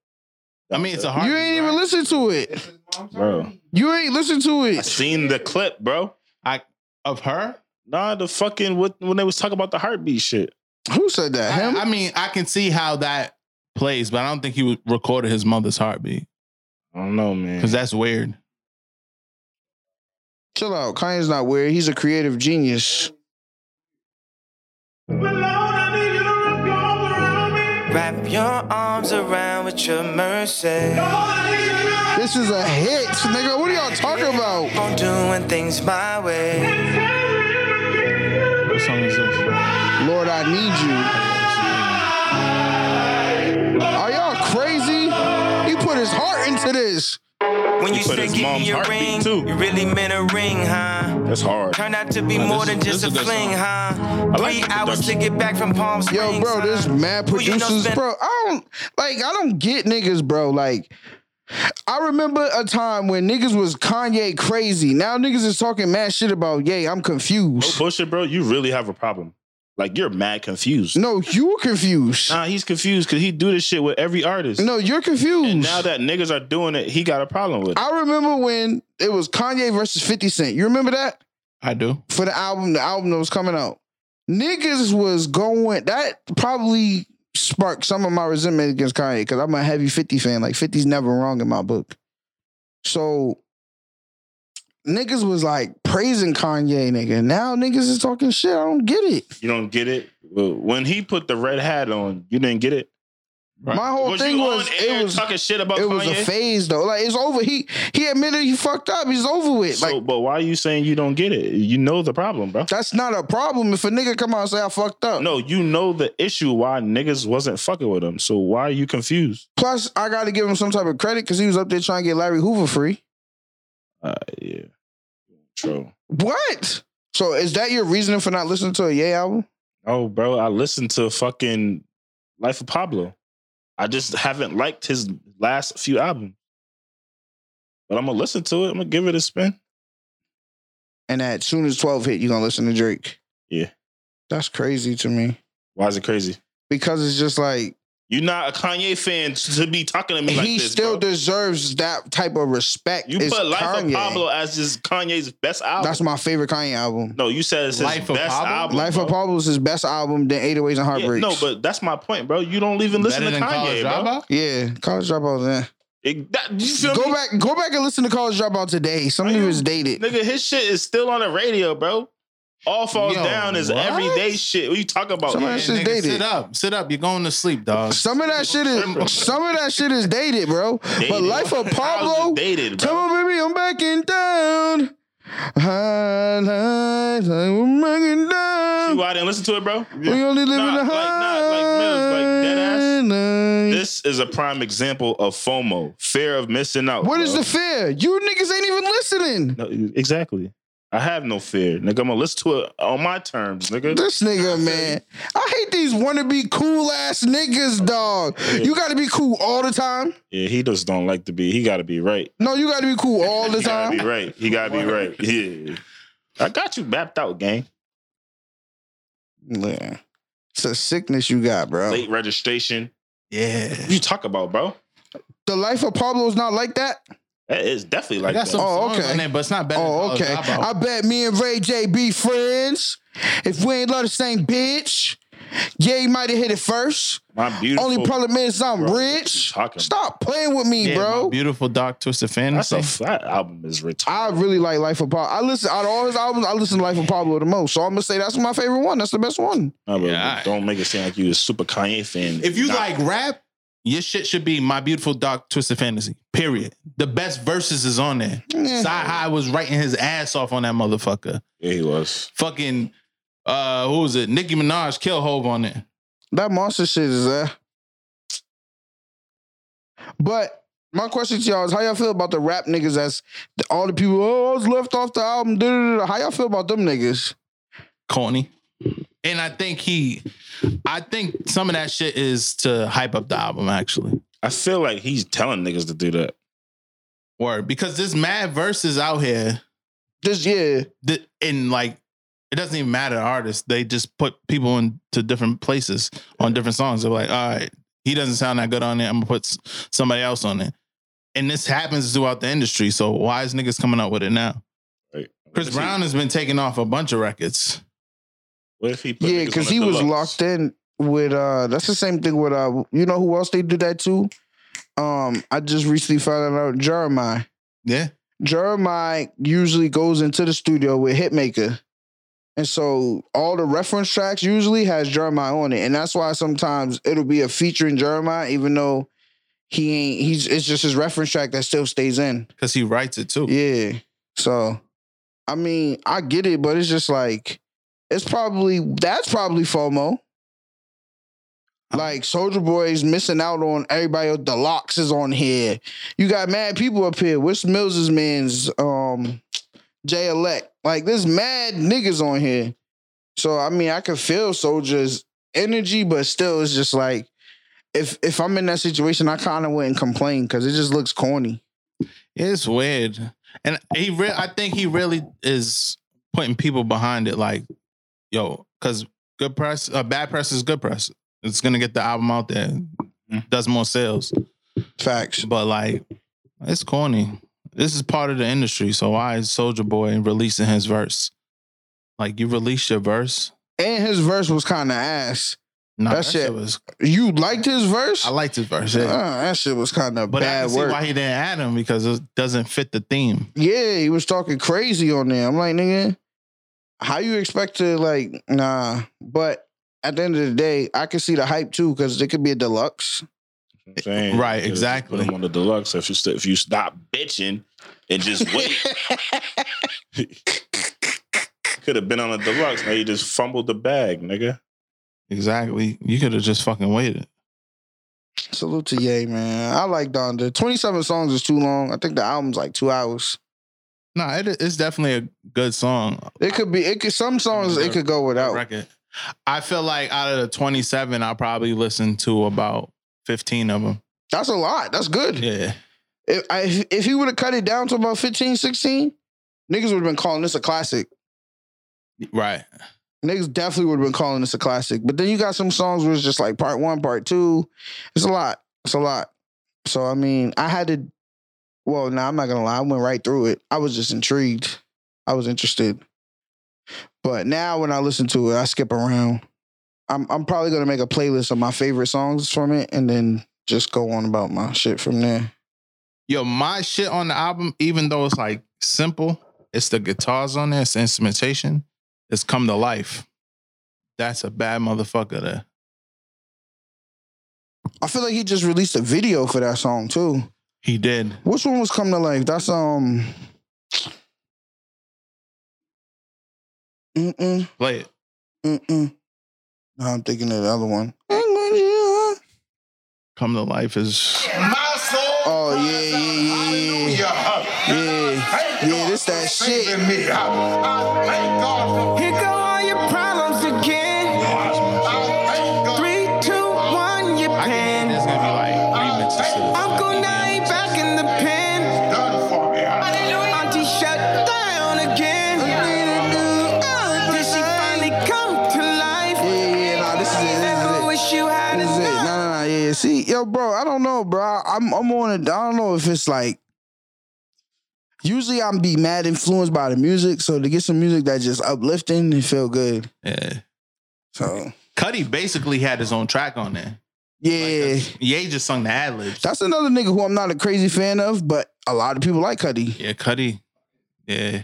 C: I mean, it's a
G: Donda.
C: hard.
B: you ain't even listen to it.
G: bro.
B: You ain't listen to
G: I
B: it.
G: seen the clip, bro.
C: of her.
G: Nah, the fucking what when they was talking about the heartbeat shit.
B: Who said that?
C: I,
B: Him?
C: I mean, I can see how that plays, but I don't think he would recorded his mother's heartbeat
G: I don't know, man.
C: because that's weird.
B: Chill out. Kanye's not weird. He's a creative genius.
E: Wrap your arms around with your mercy.
B: This is a hit, nigga. What are y'all talking about?
E: I'm doing things my way.
C: What song is this?
B: Lord, I need you. Are y'all crazy? He put his heart into this.
E: When you said give me a ring, you really meant a ring, huh?
G: That's hard.
E: Turned out to be
G: Nah,
E: more
G: this-
E: than just
G: this is
E: a
G: a good
E: fling,
G: song.
E: huh?
G: I like
E: Three
G: the
E: hours to get back from Palm Springs.
B: Yo, bro, there's mad
E: Who you know
B: producers,
E: spent-
B: bro. I don't like. I don't get niggas, bro. Like, I remember a time when niggas was Kanye crazy. Now niggas is talking mad shit about. Yay, I'm confused.
G: No bullshit, bro. You really have a problem. Like you're mad confused.
B: No, you were confused.
G: Nah, he's confused because he do this shit with every artist.
B: No, you're confused.
G: And now that niggas are doing it, he got a problem with. it.
B: I remember when it was Kanye versus 50 Cent. You remember that?
C: I do.
B: For the album, the album that was coming out. Niggas was going, that probably sparked some of my resentment against Kanye because I'm a heavy 50 fan. Like 50's never wrong in my book. So niggas was like praising Kanye, nigga. Now niggas is talking shit. I don't get it.
G: You don't get it. Well, When he put the red hat on, you didn't get it.
B: My whole
G: Was
B: thing
G: you
B: was
G: on air
B: it was
G: talking shit about
B: it
G: Kanye.
B: was a phase though. Like it's over. He he admitted he fucked up. He's over with.
G: so, but why are you saying you don't get it? You know the problem, bro.
B: That's not a problem if a nigga come out and say I fucked up.
G: No, you know the issue why niggas wasn't fucking with him. So why are you confused?
B: Plus, I got to give him some type of credit because he was up there trying to get Larry Hoover free.
G: Uh, yeah, true.
B: What? So is that your reasoning for not listening to a Ye album?
G: Oh, bro, I listened to fucking Life of Pablo. I just haven't liked his last few albums. But I'm gonna listen to it. I'm gonna give it a spin.
B: And as soon as twelve hit, you gonna listen to Drake?
G: Yeah.
B: That's crazy to me
G: Why is it crazy?
B: because it's just like
G: You're not a Kanye fan to be talking to me like
B: he
G: this.
B: still
G: bro.
B: deserves that type of respect.
G: You
B: It's
G: put Life
B: Kanye.
G: of Pablo as his Kanye's best album.
B: That's my favorite Kanye album.
G: no, you said it's his
C: Life of
G: best
C: Pablo?
G: album.
B: Life
G: bro.
B: of Pablo is his best album. Then 808s and
G: Yeah,
B: Heartbreaks.
G: no, but that's my point, bro. You don't even listen
C: Better
G: to
C: than College
G: Kanye, bro.
C: Dropout?
B: yeah, College Dropout. eh.
G: It- that- you feel
B: Go
G: me?
B: back, go back and listen to College Dropout today. Some
G: Are
B: of
G: you-
B: it is dated.
G: Nigga, his shit is still on the radio, bro. All falls
C: Yo,
G: down is
C: what?
G: everyday shit. What you talking about?
B: Some of
G: man?
B: that shit's
C: Nigga,
B: dated.
C: Sit up. Sit up. You're going to sleep, dog.
B: Some of that shit is some of that shit is dated, bro. But
G: Dated.
B: life of
G: How's
B: Pablo,
G: it dated, bro.
B: come on, baby, I'm back in town. High life, I'm back in
G: See
B: town.
G: why I didn't listen to it, bro?
B: We only live
G: Nah,
B: in the
G: like, nah, like, Mills, like, deadass.
B: high life.
G: This is a prime example of FOMO, fear of missing out.
B: What is
G: bro.
B: the fear? You niggas ain't even listening.
G: No, exactly. I have no fear, nigga. I'm gonna listen to it on my terms, nigga.
B: This nigga, man. I hate these wannabe cool ass niggas, dog. You gotta be cool all the time.
G: Yeah, he just don't like to be. He gotta be right.
B: No, you gotta be cool all the
G: He gotta
B: time.
G: be right. He gotta be right. Yeah. I got you mapped out, gang.
B: Yeah. It's a sickness you got, bro.
G: Late registration.
C: Yeah.
G: What you talk about, bro?
B: The life of Pablo is not like that.
G: That is definitely
C: I
G: like
C: got
G: that.
C: some
B: Oh,
C: songs
B: okay.
C: on there, but it's not better.
B: oh,
C: than
B: okay.
C: College Dropout.
B: I bet me and Ray J be friends. If we ain't love the same bitch, yeah, you might have hit it first.
G: My beautiful.
B: Only problem is I'm
G: Bro, what you
B: rich.
G: talking
B: Stop playing with me,
C: Yeah, my
B: bro.
C: Beautiful Dark Twisted
G: That's
C: Fantasy.
G: a flat album is
B: I
G: retarded.
B: really like Life of Pablo. I listen out of all his albums. I listen to Life of Pablo the most, so I'm gonna say that's my favorite one. That's the best one.
G: Nah, bro,
C: Yeah, I-
G: don't make it seem like you a super Kanye fan.
C: if you
G: Nah.
C: like rap, your shit should be My Beautiful Dark Twisted Fantasy. Period. The best verses is on there.
B: Yeah.
C: Sci High was writing his ass off on that motherfucker.
G: yeah, he was.
C: Fucking uh who was it? Nicki Minaj kill Hove on it.
B: That monster shit is uh, there. But my question to y'all is how y'all feel about the rap niggas that's all the people, oh, I was left off the album. da, da, da, da." How y'all feel about them niggas?
C: Corny. And I think he I think some of that shit is to hype up the album actually.
G: I feel like he's telling niggas to do that.
C: Word. Because this mad verses out here
B: Just yeah.
C: that and like it doesn't even matter the artist. They just put people into different places on different songs. They're like, all right, he doesn't sound that good on it. I'm gonna put s- somebody else on it. And this happens throughout the industry. So why is niggas coming out with it now?
G: Right?
C: Chris
G: What if he-
C: Brown has been taking off a bunch of records.
G: What if he? Put
B: Yeah,
G: niggas
B: because
G: on
B: he
G: the
B: was
G: deluxe?
B: locked in with uh that's the same thing with uh you know who else they did that to? Um I just recently found out Jeremiah.
C: Yeah,
B: Jeremiah usually goes into the studio with Hitmaker. And so all the reference tracks usually has Jeremiah on it. And that's why sometimes it'll be a featuring Jeremiah, even though he ain't he's it's just his reference track that still stays in.
C: because he writes it too.
B: Yeah. So, I mean, I get it, but it's just like it's probably that's probably FOMO. Like Soldier Boy's missing out on everybody. Else. The Locks is on here. You got mad people up here. What's Mills's man's um J Elect? Like there's mad niggas on here. So I mean, I could feel Soldier's energy, but still, it's just like if if I'm in that situation, I kind of wouldn't complain because it just looks corny.
C: It's weird, and he. Re- I think he really is putting people behind it. Like, yo, because good press, uh, bad press is good press. It's gonna get the album out there,
B: Mm-hmm.
C: does more sales.
B: Facts,
C: but like, it's corny. This is part of the industry, so why is Soldier Boy releasing his verse? Like, you release your verse.
B: And his verse was kind of ass.
C: Nah,
B: that, shit was. You liked his verse?
C: I liked his verse. Yeah.
B: Uh, that shit was kind of
C: But I
B: bad
C: can see
B: work.
C: why he didn't add him because it doesn't fit the theme.
B: yeah, he was talking crazy on there. I'm like, nigga, how you expect to like? Nah. But at the end of the day, I can see the hype too because it could be a deluxe.
G: Saying,
C: Right,
G: you could've
C: exactly.
G: Put him on the deluxe. If you st- if you stop bitching and just wait, could have been on a deluxe. Now you just fumbled the bag, nigga.
C: Exactly. You could have just fucking waited.
B: Salute to Ye, man. I like Donda. 27 songs is too long. I think the album's like two hours.
C: No, it, it's definitely a good song. uh,
B: It could be. It could. Some songs it could go without.
C: Record. I feel like out of the 27, I probably listened to about 15 of them.
B: That's a lot. That's good.
C: Yeah.
B: If I, if- if he would have cut it down to about 15, 16, niggas would have been calling this a classic.
C: Right.
B: Niggas definitely would have been calling this a classic. But then you got some songs where it's just like part one, part two. It's a lot. It's a lot. So I mean, I had to. Well, no, nah, I'm not gonna lie. I went right through it. I was just intrigued. I was interested. But now when I listen to it, I skip around. I'm I'm probably gonna make a playlist of my favorite songs from it, and then just go on about my shit from there.
C: Yo, my shit on the album, even though it's like simple, it's the guitars on there, it's the instrumentation, it's come to life. That's a bad motherfucker there.
B: I feel like he just released a video for that song too.
C: He did.
B: Which one was Come to Life? That's um. Mm-mm,
C: Play it.
B: mm-mm. No, I'm thinking of the other one.
C: Come to life is
B: Oh yeah, yeah, yeah, yeah, yeah. Yeah, this that shit.
E: Here go all your problems again. Three, two, one, you pen.
C: It's gonna be like remixes to this.
E: Uncle now he back in the pen. Auntie shut down again. Did she finally come to life?
B: Yeah, yeah, nah, this is it. This is it.
E: Wish you had
B: This is it. Nah, nah, nah, yeah. See, yo, bro, I don't know, bro. I- I'm, I'm on it. I don't know if it's like. Usually, I'm be mad influenced by the music, so to get some music that just uplifting and feel good.
C: Yeah.
B: So
C: Cuddy basically had his own track on there.
B: yeah,
C: Ye just sung the ad libs.
B: that's another nigga who I'm not a crazy fan of, but a lot of people like Cuddy.
C: Yeah, Cuddy. Yeah.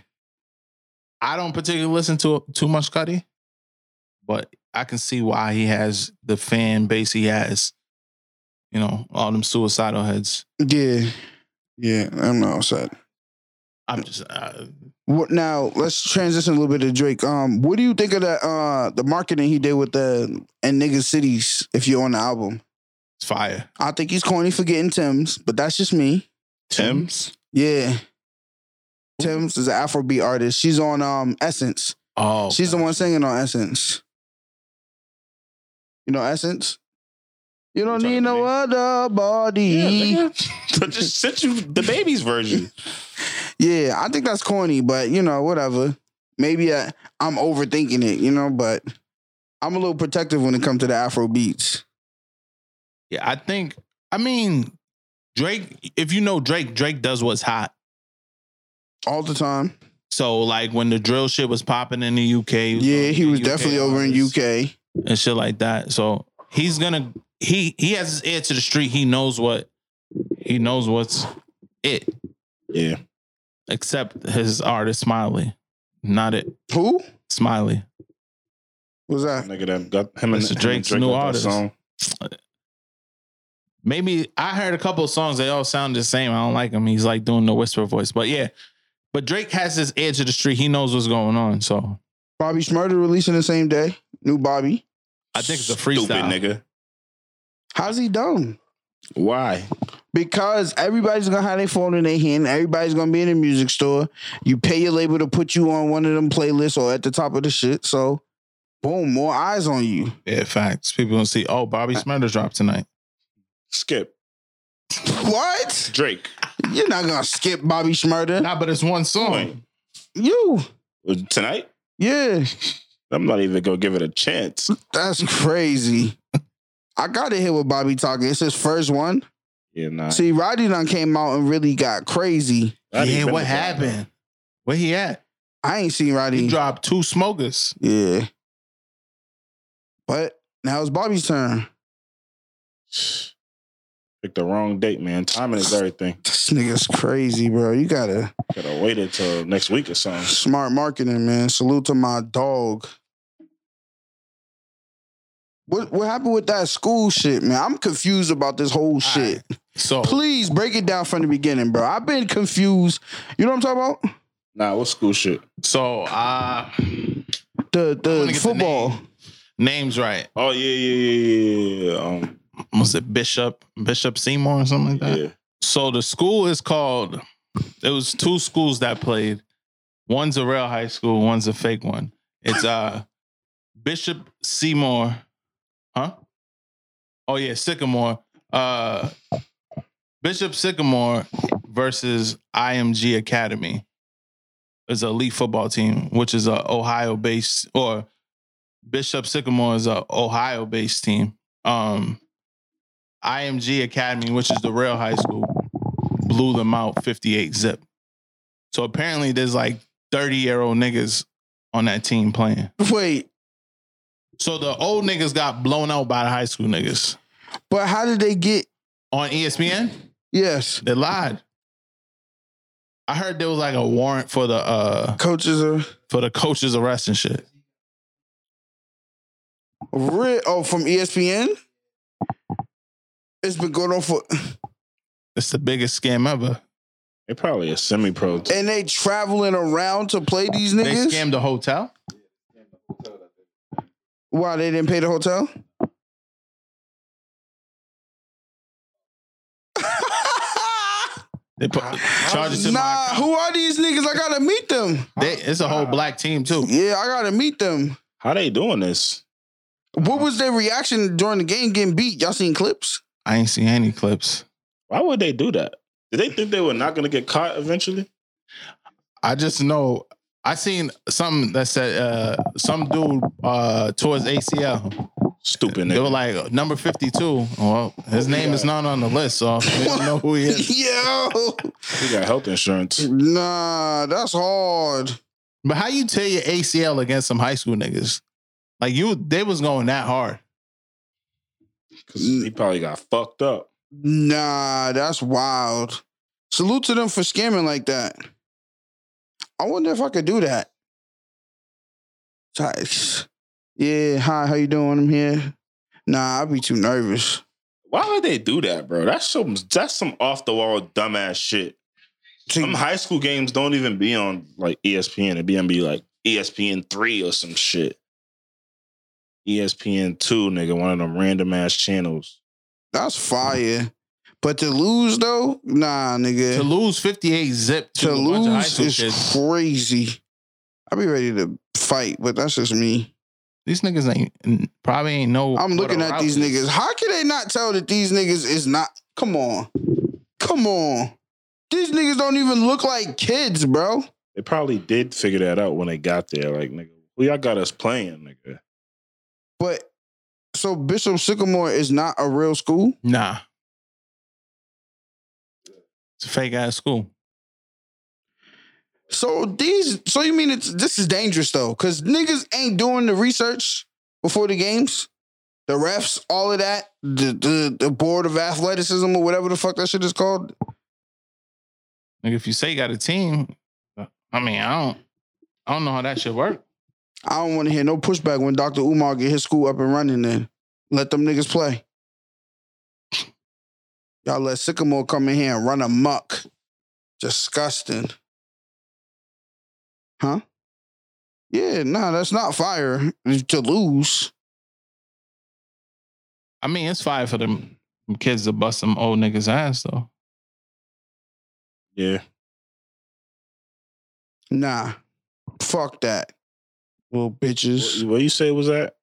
C: I don't particularly listen to too much Cuddy, but I can see why he has the fan base he has. You know, all them suicidal heads.
B: Yeah, yeah, I'm not upset.
C: I'm just uh,
B: What now? Let's transition a little bit to Drake. Um, what do you think of the uh the marketing he did with the and niggas cities? If you're on the album,
C: it's fire.
B: I think he's corny for getting Tim's, but that's just me.
G: Tim's.
B: Yeah. Tim's is an Afrobeat artist. She's on um Essence.
C: Oh,
B: She's the one singing on Essence. You know Essence? You don't need no other body. Yeah,
G: I just sent you the baby's version.
B: I think that's corny, but you know, whatever. Maybe I, I'm overthinking it, you know, but I'm a little protective when it comes to the Afro beats.
C: Yeah, I think. I mean, Drake. If you know Drake, Drake does what's hot.
B: All the time.
C: So like when the drill shit was popping in the uh, UK,
B: Yeah, he was definitely over in
C: artists
B: UK.
C: and shit like that. So he's gonna he he has his ear to the street. He knows what he knows what's it.
G: Yeah.
C: except his artist Smiley. Not it.
B: Who?
C: Smiley.
B: What's that?
G: Nigga that got him and
C: Mr.
G: him and
C: Drake's
G: Drake
C: new
G: got that
C: artist.
G: song.
C: Maybe I heard a couple of songs. They all sound the same. I don't like him. He's like doing the whisper voice. But yeah, but Drake has this edge of the street. He knows what's going on. So
B: Bobby Schmurder releasing the same day. New Bobby.
C: I think it's a freestyle.
G: nigga.
B: How's he done?
G: Why?
B: Because everybody's gonna have their phone in their hand. Everybody's gonna be in a music store. You pay your label to put you on one of them playlists or at the top of the shit. So, boom, more eyes on you.
C: Yeah, facts. People gonna see. Oh, Bobby Smurder dropped tonight.
G: Skip.
B: What?
G: Drake.
B: You're not gonna skip Bobby Schmurder.
C: Nah, but it's one song.
B: You.
G: Tonight?
B: Yeah.
G: I'm not even gonna give it a chance.
B: That's crazy. I gotta hit with Bobby talking. It's his first one.
G: Yeah, nah.
B: See, Roddy done came out and really got crazy.
G: Roddy
C: yeah,
G: been
C: what
G: a-
C: happened? Where he at?
B: I ain't seen Roddy.
C: He dropped two smokers.
B: Yeah. But now it's Bobby's turn.
G: Picked the wrong date, man. Timing is everything.
B: This nigga's crazy, bro. You gotta
G: Gotta wait until next week or something.
B: smart marketing, man. Salute to my dog. What what happened with that school shit, man? I'm confused about this whole shit.
C: So
B: Please break it down from the beginning, bro. I've been confused. You know what I'm talking about?
G: Nah, what school shit?
C: So uh
B: The
C: wanna
B: the
C: get the
B: football.
C: name's right.
G: Oh yeah, yeah, yeah, yeah, yeah. Um,
C: Was it Bishop Bishop Seymour or something like that?
G: yeah.
C: So the school is called. It was two schools that played. One's a real high school. One's a fake one. It's uh Bishop Seymour, huh? Oh yeah, Sycamore. Uh, Bishop Sycamore versus IMG Academy. It's a elite football team, which is a Ohio based or Bishop Sycamore is a Ohio based team. Um, IMG Academy, which is the real high school, blew them out 58 zip. So apparently there's like 30 year old niggas on that team playing.
B: Wait,
C: So the old niggas got blown out by the high school niggas.
B: but how did they get
C: On E ESPN,
B: yes.
C: they lied. I heard there was like a warrant for the uh
B: Coaches are
C: for the coaches arrest and shit.
B: real oh from ESPN? It's been going on for
C: It's the biggest scam ever.
G: They probably a semi-pro. Team.
B: and they traveling around to play these
C: They
B: niggas.
C: scammed the hotel.
B: Why they didn't pay the hotel?
C: They put charges to my
B: Ah, Nah,
C: account.
B: who are these niggas? I gotta meet them.
C: They, it's a whole black team too.
B: Yeah, I gotta meet them.
G: How they doing this?
B: What was their reaction during the game getting beat? Y'all seen clips?
C: I ain't seen any clips.
G: Why would they do that? Did they think they were not gonna get caught eventually?
C: I just know I seen some that said uh some dude uh towards ACL.
G: Stupid
C: They were
G: nigga.
C: like number 52. Well, his name is not on the list, so we don't know who he is.
B: Yo,
G: He got health insurance.
B: nah, that's hard.
C: But how you tear your ACL against some high school niggas? Like you they was going that hard.
G: Cause he probably got fucked up.
B: Nah, that's wild. Salute to them for scamming like that. I wonder if I could do that. Types. Yeah, hi, how you doing? I'm here. Nah, I'd be too nervous.
G: Why would they do that, bro? That's some that's some off the wall dumbass shit.
B: Mm.
G: Some high school games don't even be on like E ESPN. It be on be like E ESPN three or some shit. E ESPN two, nigga, one of them random ass channels.
B: That's fire. But to lose though, nah, nigga.
C: To
B: To,
C: lose 58 zip to, a bunch of high
B: lose
C: school
B: is
C: kids.
B: crazy. I'd be ready to fight, but that's just me.
C: These niggas ain't probably ain't know.
B: I'm
C: what
B: looking
C: a
B: at
C: route
B: these
C: is.
B: niggas. How can they not tell that these niggas is not? Come on, come on. These niggas don't even look like kids, bro.
G: They probably did figure that out when they got there. Like, nigga, who y'all got us playing, nigga?
B: But so Bishop Sycamore is not a real school.
C: Nah. It's a fake ass school.
B: So these, so you mean it's this is dangerous though, because niggas ain't doing the research before the games, the refs, all of that, the the, the board of athleticism or whatever the fuck that shit is called.
C: Like if you say you got a team, uh, I mean, I don't, I don't know how that should work.
B: I don't want to hear no pushback when Dr. Umar get his school up and running then. Let them niggas play. Y'all let Sycamore come in here and run amok. Disgusting. Huh? Yeah, nah, that's not fire to lose.
C: I mean, it's fine for them, them kids to bust some old niggas' ass though.
G: Yeah.
B: Nah. Fuck that. Little bitches.
G: What you say was that?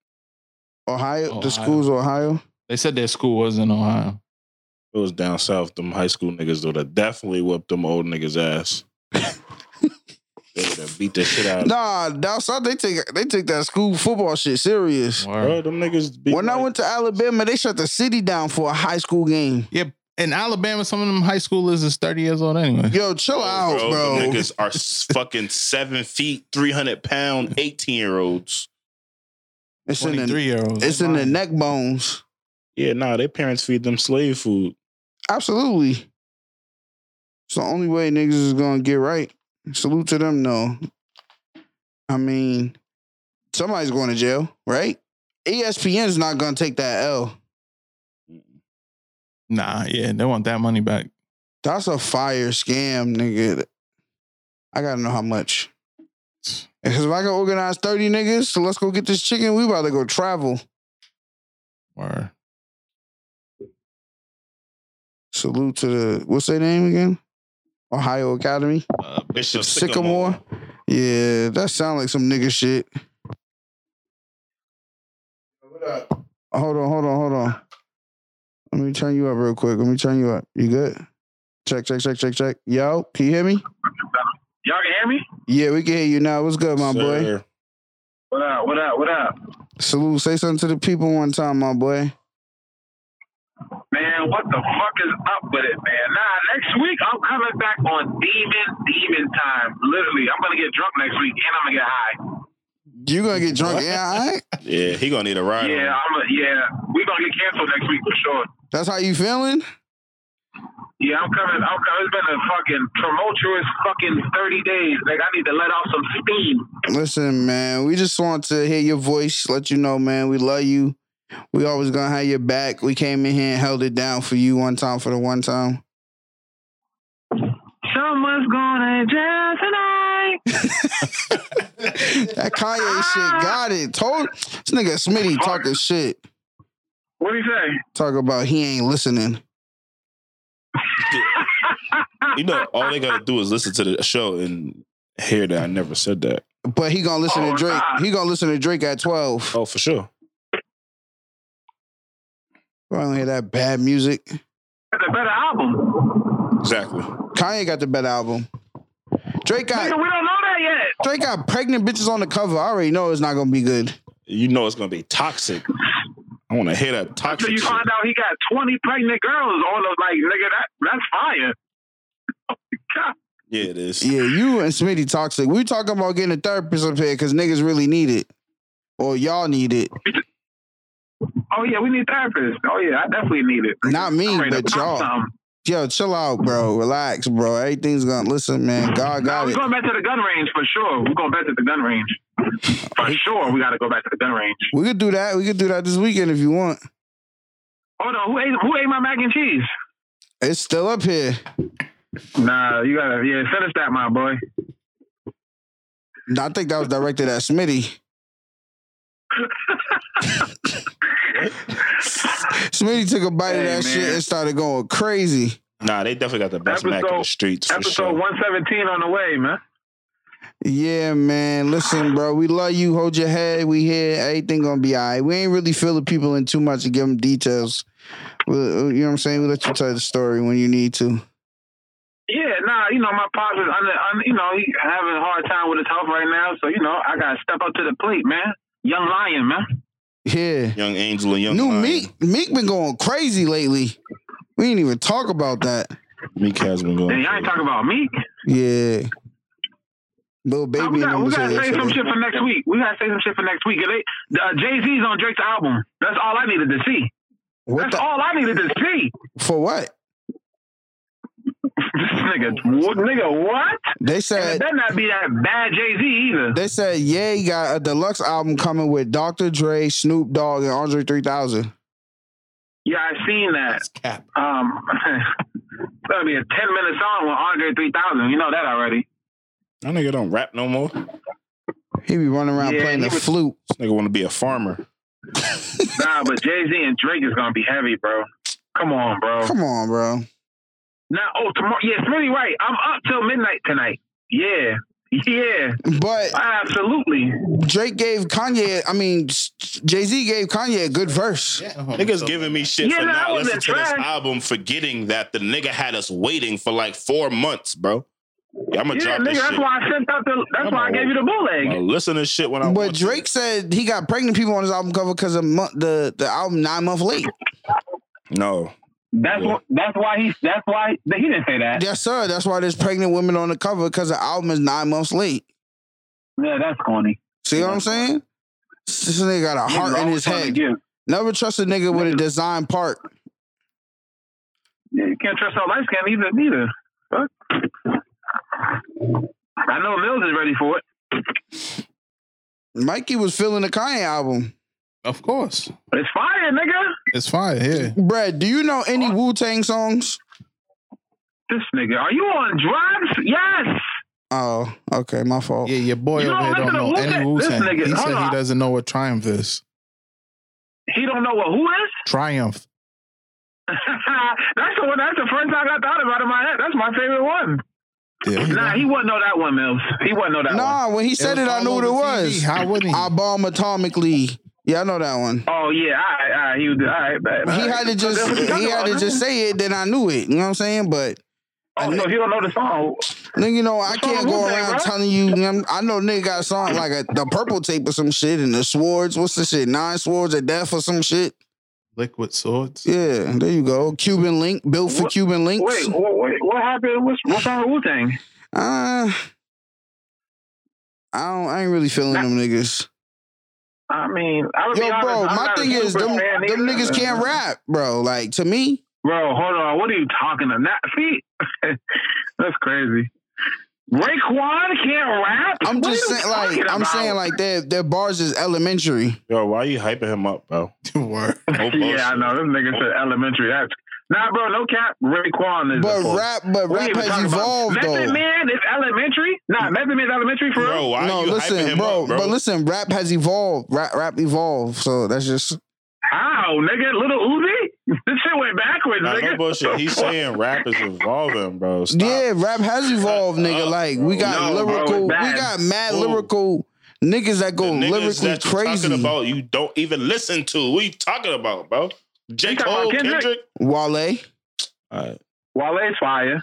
B: Ohio?
C: Ohio.
B: The school's Ohio?
C: They said their school was in Ohio.
G: It was down south. Them high school niggas though that definitely whooped them old niggas ass. they would have beat the shit out. of them.
B: Nah, down south they take they take that school football shit serious.
G: Bro, them niggas beat
B: When I went to Alabama, they shut the city down for a high school game.
C: Yeah, in Alabama, some of them high schoolers is thirty years old anyway.
B: Yo, chill out,
G: Oh, bro,
B: bro.
G: them niggas are s- fucking seven feet, three hundred pound, eighteen year olds.
B: It's in the
C: 23 year olds.
B: it's in the neck bones.
G: Yeah, nah, their parents feed them slave food.
B: Absolutely. It's the only way niggas is gonna get right. Salute to them, though. I mean, somebody's going to jail, right? E ESPN's not gonna take that L.
C: Nah, yeah, they want that money back.
B: That's a fire scam, nigga. I gotta know how much. Because if I can organize 30 niggas, so let's go get this chicken, we about to go travel.
C: Or
B: Salute to the, what's their name again? Ohio Academy.
G: Uh, Bishop
B: Sycamore. Yeah, that sound like some nigga shit. Hold on, hold on, hold on. Let me turn you up real quick. Let me turn you up. You good? Check, check, check, check, check. Yo, can you hear me?
L: Y'all can hear me?
B: Yeah, we can hear you now. What's good, my boy?
G: Sir.
L: What up? What up? What up?
B: Salute. Say something to the people one time, my boy.
L: Man, what the fuck is up with it, man? Nah, next week I'm coming back on demon, demon time. Literally, I'm gonna get drunk next week and I'm gonna get high.
B: You gonna get drunk? Yeah, all right.
G: Yeah, he gonna need a ride.
L: Yeah, I'm a, yeah, we gonna get canceled next week for sure.
B: That's how you feeling?
L: Yeah, I'm coming. I'm coming. It's been a fucking tumultuous fucking 30 days. Like I need to let off some steam.
B: Listen, man, we just want to hear your voice, let you know, man, we love you. We always gonna have your back. We came in here and held it down for you one time for the one time.
L: Someone's gonna jail tonight.
B: That Kanye
L: Ah.
B: shit got it. Told this nigga Smitty talking shit.
L: What do you say?
B: Talk about he ain't listening.
L: Ah,
G: You know, all they gotta do is listen to the show and hear that I never said that.
B: But he gonna listen to Drake. He gonna listen to Drake at 12.
G: Oh, for sure.
B: I don't hear that bad music.
L: That's a better album.
G: Exactly.
B: Kanye got the better album. Drake got
L: Nigga, we don't know that yet.
B: Drake got pregnant bitches on the cover. I already know it's not gonna be good.
G: You know it's gonna be toxic. I wanna hear that toxic.
L: Until you
G: shit.
L: find out he got 20 pregnant girls on the like, nigga, that that's fire.
G: Yeah, it is.
B: Yeah, you and Smitty toxic. We talking about getting a therapist up here because niggas really need it, or y'all need it.
L: Oh yeah, we need therapists. Oh yeah, I definitely need it.
B: Not me,
L: I'm ready to
B: but
L: pop
B: y'all.
L: something.
B: Yo, chill out, bro. Relax, bro. Everything's gonna listen, man. God
L: Nah,
B: got
L: we're
B: it.
L: going back to the gun range for sure. We're going back to the gun range. For sure, we got to go back to the gun range.
B: We could do that. We could do that this weekend if you want.
L: Hold on, who ate who ate my mac and cheese?
B: It's still up here.
L: Nah, you gotta yeah, send us that, my boy.
B: I think that was directed at Smitty. Smitty took a bite of
L: Hey,
B: that
L: man.
B: shit and started going crazy.
G: Nah, they definitely got the best Mac in the
L: Episode-
G: streets for
L: Episode
G: sure.
L: 117 on the way, man.
B: Yeah, man. Listen, bro. We love you. Hold your head. We here. Everything gonna be all right. We ain't really fill the people in too much to give them details. We'll, uh, you know what I'm saying? We let you tell the story when you need to.
L: Yeah, nah, you know my pops is under, un you know, he having a hard time with his health right now, so you know I gotta step up to the plate, man. Young lion, man.
B: Yeah.
G: Young Angel and Young
B: New
G: Lion.
B: Meek. Meek been going crazy lately. We didn't even talk about that.
G: Meek has been
L: Hey,
G: going.
L: y'all ain't talking about me.
B: Yeah. Little
L: Nah, we
B: baby. and
L: got
B: them
L: we
B: was
L: gotta
B: here
L: say some
B: yesterday.
L: shit for next week. We gotta say some shit for next week. Uh, Jay Z's on Drake's album. That's all I needed to see.
B: What
L: That's
B: the-
L: all I needed to see.
B: For what?
L: nigga, what, nigga, what?
B: They said
L: that not be that bad Jay Z either.
B: They said Ye got a deluxe album coming with Dr. Dre, Snoop Dogg, and Andre 3000.
L: Yeah, I seen that. Um, that'll be a ten minute song with Andre three thousand. You know that already.
G: That nigga don't rap no more.
B: He be running around
L: Yeah,
B: playing
L: he
B: the
L: was-
B: flute.
G: This nigga want to be a farmer.
L: nah, but Jay Z and Drake is gonna be heavy, bro. Come on, bro.
B: Come on, bro.
L: Now, oh, tomorrow. Yes, really right. I'm up till midnight tonight. Yeah, yeah.
B: But
L: absolutely,
B: Drake gave Kanye. I mean, Jay Z gave Kanye a good verse.
G: Niggas giving me shit
B: Yeah,
G: for
B: no, I
G: not
B: wasn't
G: listening to this
B: trying.
G: album, forgetting that the nigga had us waiting for like four months, bro. Yeah, I'm gonna
L: yeah,
G: drop
L: nigga.
G: this
L: That's
G: shit.
L: why I sent out the. That's
G: Come
L: why
G: on.
L: I gave you the bootleg.
G: I'ma listen to shit when I.
B: But Drake said he got pregnant people on his album cover because of month, the the album nine month late.
G: No.
L: That's what. That's why he. That's why he didn't say that.
B: Yes, sir. That's why there's pregnant women on the cover because the album is nine months late.
L: Yeah, that's corny.
B: See what I'm saying? This nigga got a
L: Niggas
B: heart in
L: always
B: his
L: trying to
B: head.
L: give.
B: Never trust a nigga with a design part.
L: Yeah, you can't trust our light scan either. Neither. Fuck. I know Mills is ready for it.
B: Mikey was feeling the Kanye album.
C: Of course.
L: It's fire, nigga.
C: It's fire, yeah.
B: Brad, do you know any Wu Tang songs?
L: This nigga, are you on drugs? Yes.
B: Oh, okay, my fault.
C: Yeah, your boy
L: You
C: over here
L: don't
C: don't know
L: listen to
C: any Wu
L: Wu-Tang. This
C: Tang.
L: nigga-
C: He
L: hold
C: said he
L: on.
C: doesn't know what Triumph is.
L: He don't know what who is.
C: Triumph.
L: that's the one. That's the first I got thought about in my head. That's my favorite one. nah, he wouldn't know that one, Mills. He wouldn't know that
B: Nah,
L: one.
B: when he said it, I knew what it was. I bomb atomically. Yeah, I know that one.
L: Oh yeah, all right, all right, he was all right. bet, all
B: He
L: right.
B: had to just
L: That's what
B: he had to
L: talking
B: just
L: about,
B: say it, then I knew it. You know what I'm saying? But
L: Oh, so if you don't know the song,
B: nigga, you know I
L: song
B: can't
L: is
B: go
L: Wu-Tang,
B: around
L: bro?
B: telling you. you know, I'm- I know nigga got a song like a, the purple tape or some shit, and the swords. What's the shit? Nine swords of death or some shit.
C: Liquid swords.
B: Yeah, there you go. Cuban link built for
L: What-
B: Cuban links.
L: Wait, what, what, what happened? What's what's wrong with Wu Tang?
B: Uh, I don't. I ain't really feeling them niggas.
L: I mean, I would
B: Yo,
L: be honest,
B: bro,
L: I'm
B: my
L: not a
B: thing is
L: super
B: them,
L: fan
B: them
L: either.
B: niggas can't rap, bro. Like to me,
L: Bro, hold on. What are you talking about? Not see, that's crazy. Raekwon can't rap.
B: I'm
L: What
B: just
L: are you
B: saying, like
L: talking
B: I'm
L: about?
B: saying, like their their bars is elementary.
G: Yo, why you hyping him up, bro?
L: yeah, I know. This nigga said elementary. That's nah, bro. No cap. Raekwon is.
B: But
L: a-
B: rap- but
L: What are
B: rap
L: you
B: has
L: talking about?
B: evolved,
L: Method
B: though. Mm.
L: Man is elementary. Nah, Method Man is elementary for real.
B: no, listen, bro, But listen, rap has evolved. Rap, rap evolved. So that's just
L: How, nigga? Little Uzi? This shit went backwards,
G: Nah,
L: nigga.
G: no bullshit. He's saying rap is evolving, bro. Stop.
B: yeah. Rap has evolved, nigga. like we got
G: No, bro,
B: lyrical, we
G: it's bad.
B: got mad
G: Ooh.
B: lyrical niggas that go
G: Niggas
B: lyrically
G: that you're
B: crazy.
G: talking about, you don't even listen to. What you talking about, bro? J.
L: talking about
G: Cole, Kendrick?
L: Kendrick?
B: Wale.
L: Wale's fire.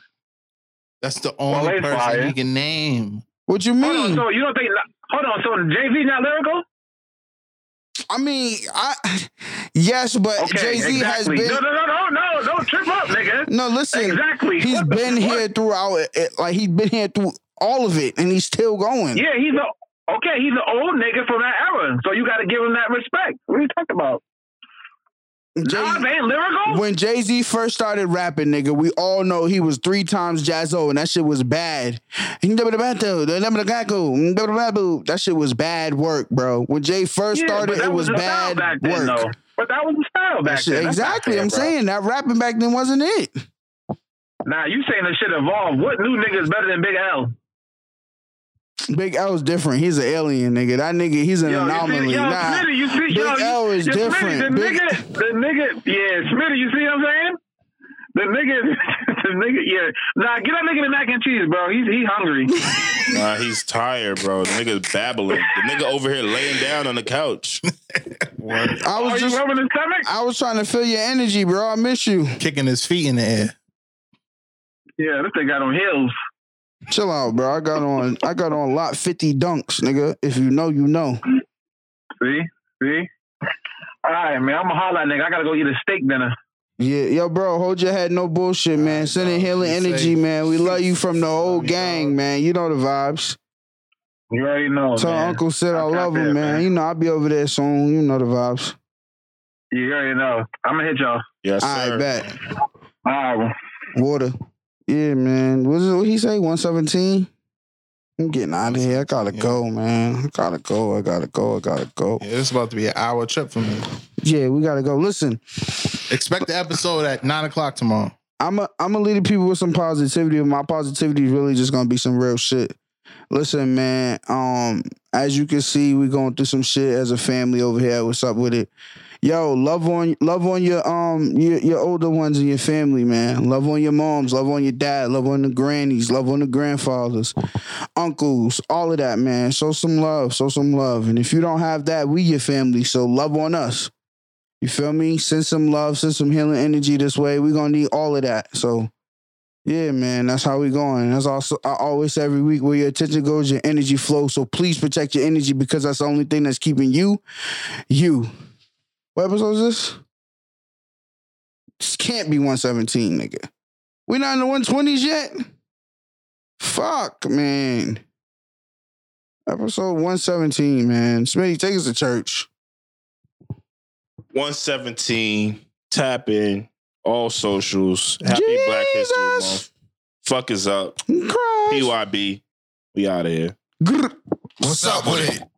C: That's the only
L: Wale's
C: person
L: fire.
C: he can name.
B: What you
L: Hold on,
B: mean?
L: so you don't think? Hold on, so Jay Z not lyrical?
B: I mean, I yes, but Jay Z
L: exactly.
B: has been.
L: No, no, no, no, no! Don't trip up, nigga.
B: No, listen.
L: Exactly.
B: He's
L: What the
B: been
L: fuck?
B: here throughout. It, like he's been here through all of it, and he's still going.
L: Yeah, he's a okay. He's an old nigga from that era, so you got to give him that respect. What are you talking about?
B: Jay-
L: Nas ain't lyrical.
B: When Jay Z first started rapping, nigga, we all know he was three times Jazzo, and that shit was bad. That shit was bad work, bro. When Jay first
L: Yeah,
B: started,
L: but that
B: it was
L: the style
B: bad
L: back then,
B: work.
L: though. But that was the style
B: That
L: back
B: shit-
L: then. That's not
B: exactly,
L: fair,
B: I'm
L: bro.
B: saying that rapping back then wasn't it.
L: Nah, you saying this shit evolved? What new niggas better than Big L?
B: Big L is different. He's an alien, nigga. That nigga, he's an
L: Yo,
B: anomaly.
L: You see, yo,
B: nah,
L: Smitty, you see,
B: Big
L: yo, you-
B: L is
L: yo, Smitty,
B: different.
L: the
B: Big-
L: nigga, the nigga, yeah, Smitty, you see what I'm saying? The nigga, the nigga, yeah. Nah, get that nigga the mac and cheese, bro. He's he hungry.
G: Nah, he's tired, bro. The nigga's babbling. The nigga over here laying down on the couch.
B: I was
L: Are
B: just
L: you rubbing his stomach?
B: I was trying to feel your energy, bro. I miss you.
C: Kicking his feet in the air.
L: Yeah, this thing got on heels.
B: Chill out, bro. I got on I got on lot 50 dunks, nigga. If you know, you know.
L: See, see. All right, man. I'm a holla, nigga. I gotta go eat a steak dinner.
B: Yeah, yo, bro, hold your head, no bullshit, man. Send in healing energy, man. We love you from the old gang, man. You know the vibes.
L: You already know,
B: Tell
L: man.
B: Uncle Sid I
L: I'm
B: love him, Oh, man.
L: confident, man.
B: You know I'll be over there soon. You know the vibes.
L: You already know. I'm gonna hit y'all.
G: Yes,
B: All right, bet.
L: All right.
B: Water. Yeah, man. What is it- what he say? One seventeen. I'm getting out of here. I gotta go, man. I gotta go. I gotta go. I gotta go.
C: Yeah, it's about to be an hour trip for me.
B: Yeah, we gotta go. Listen,
C: Expect the episode at nine o'clock tomorrow.
B: I'm a, I'm gonna leave the people with some positivity. My positivity is really just gonna be some real shit. Listen, man. Um, as you can see, we're going through some shit as a family over here. What's up with it? Yo, love on love on your um your, your older ones in your family, man. Love on your moms, love on your dad, love on the grannies, love on the grandfathers, uncles, all of that, man. Show some love, show some love. And if you don't have that, we your family, so love on us. You feel me? Send some love, send some healing energy this way. We're gonna need all of that. So yeah, man, that's how we going. That's also I always say every week where your attention goes, your energy flows. So please protect your energy because that's the only thing that's keeping you, you. What episode is this? This can't be 117, nigga. We not in the 120s yet? Fuck, man. Episode 117, man. Smitty, take us to church.
G: 117, tap in, all socials. Happy Black History Month. Fuck is up.
B: PYB.
G: We out of here.
B: What's up with it?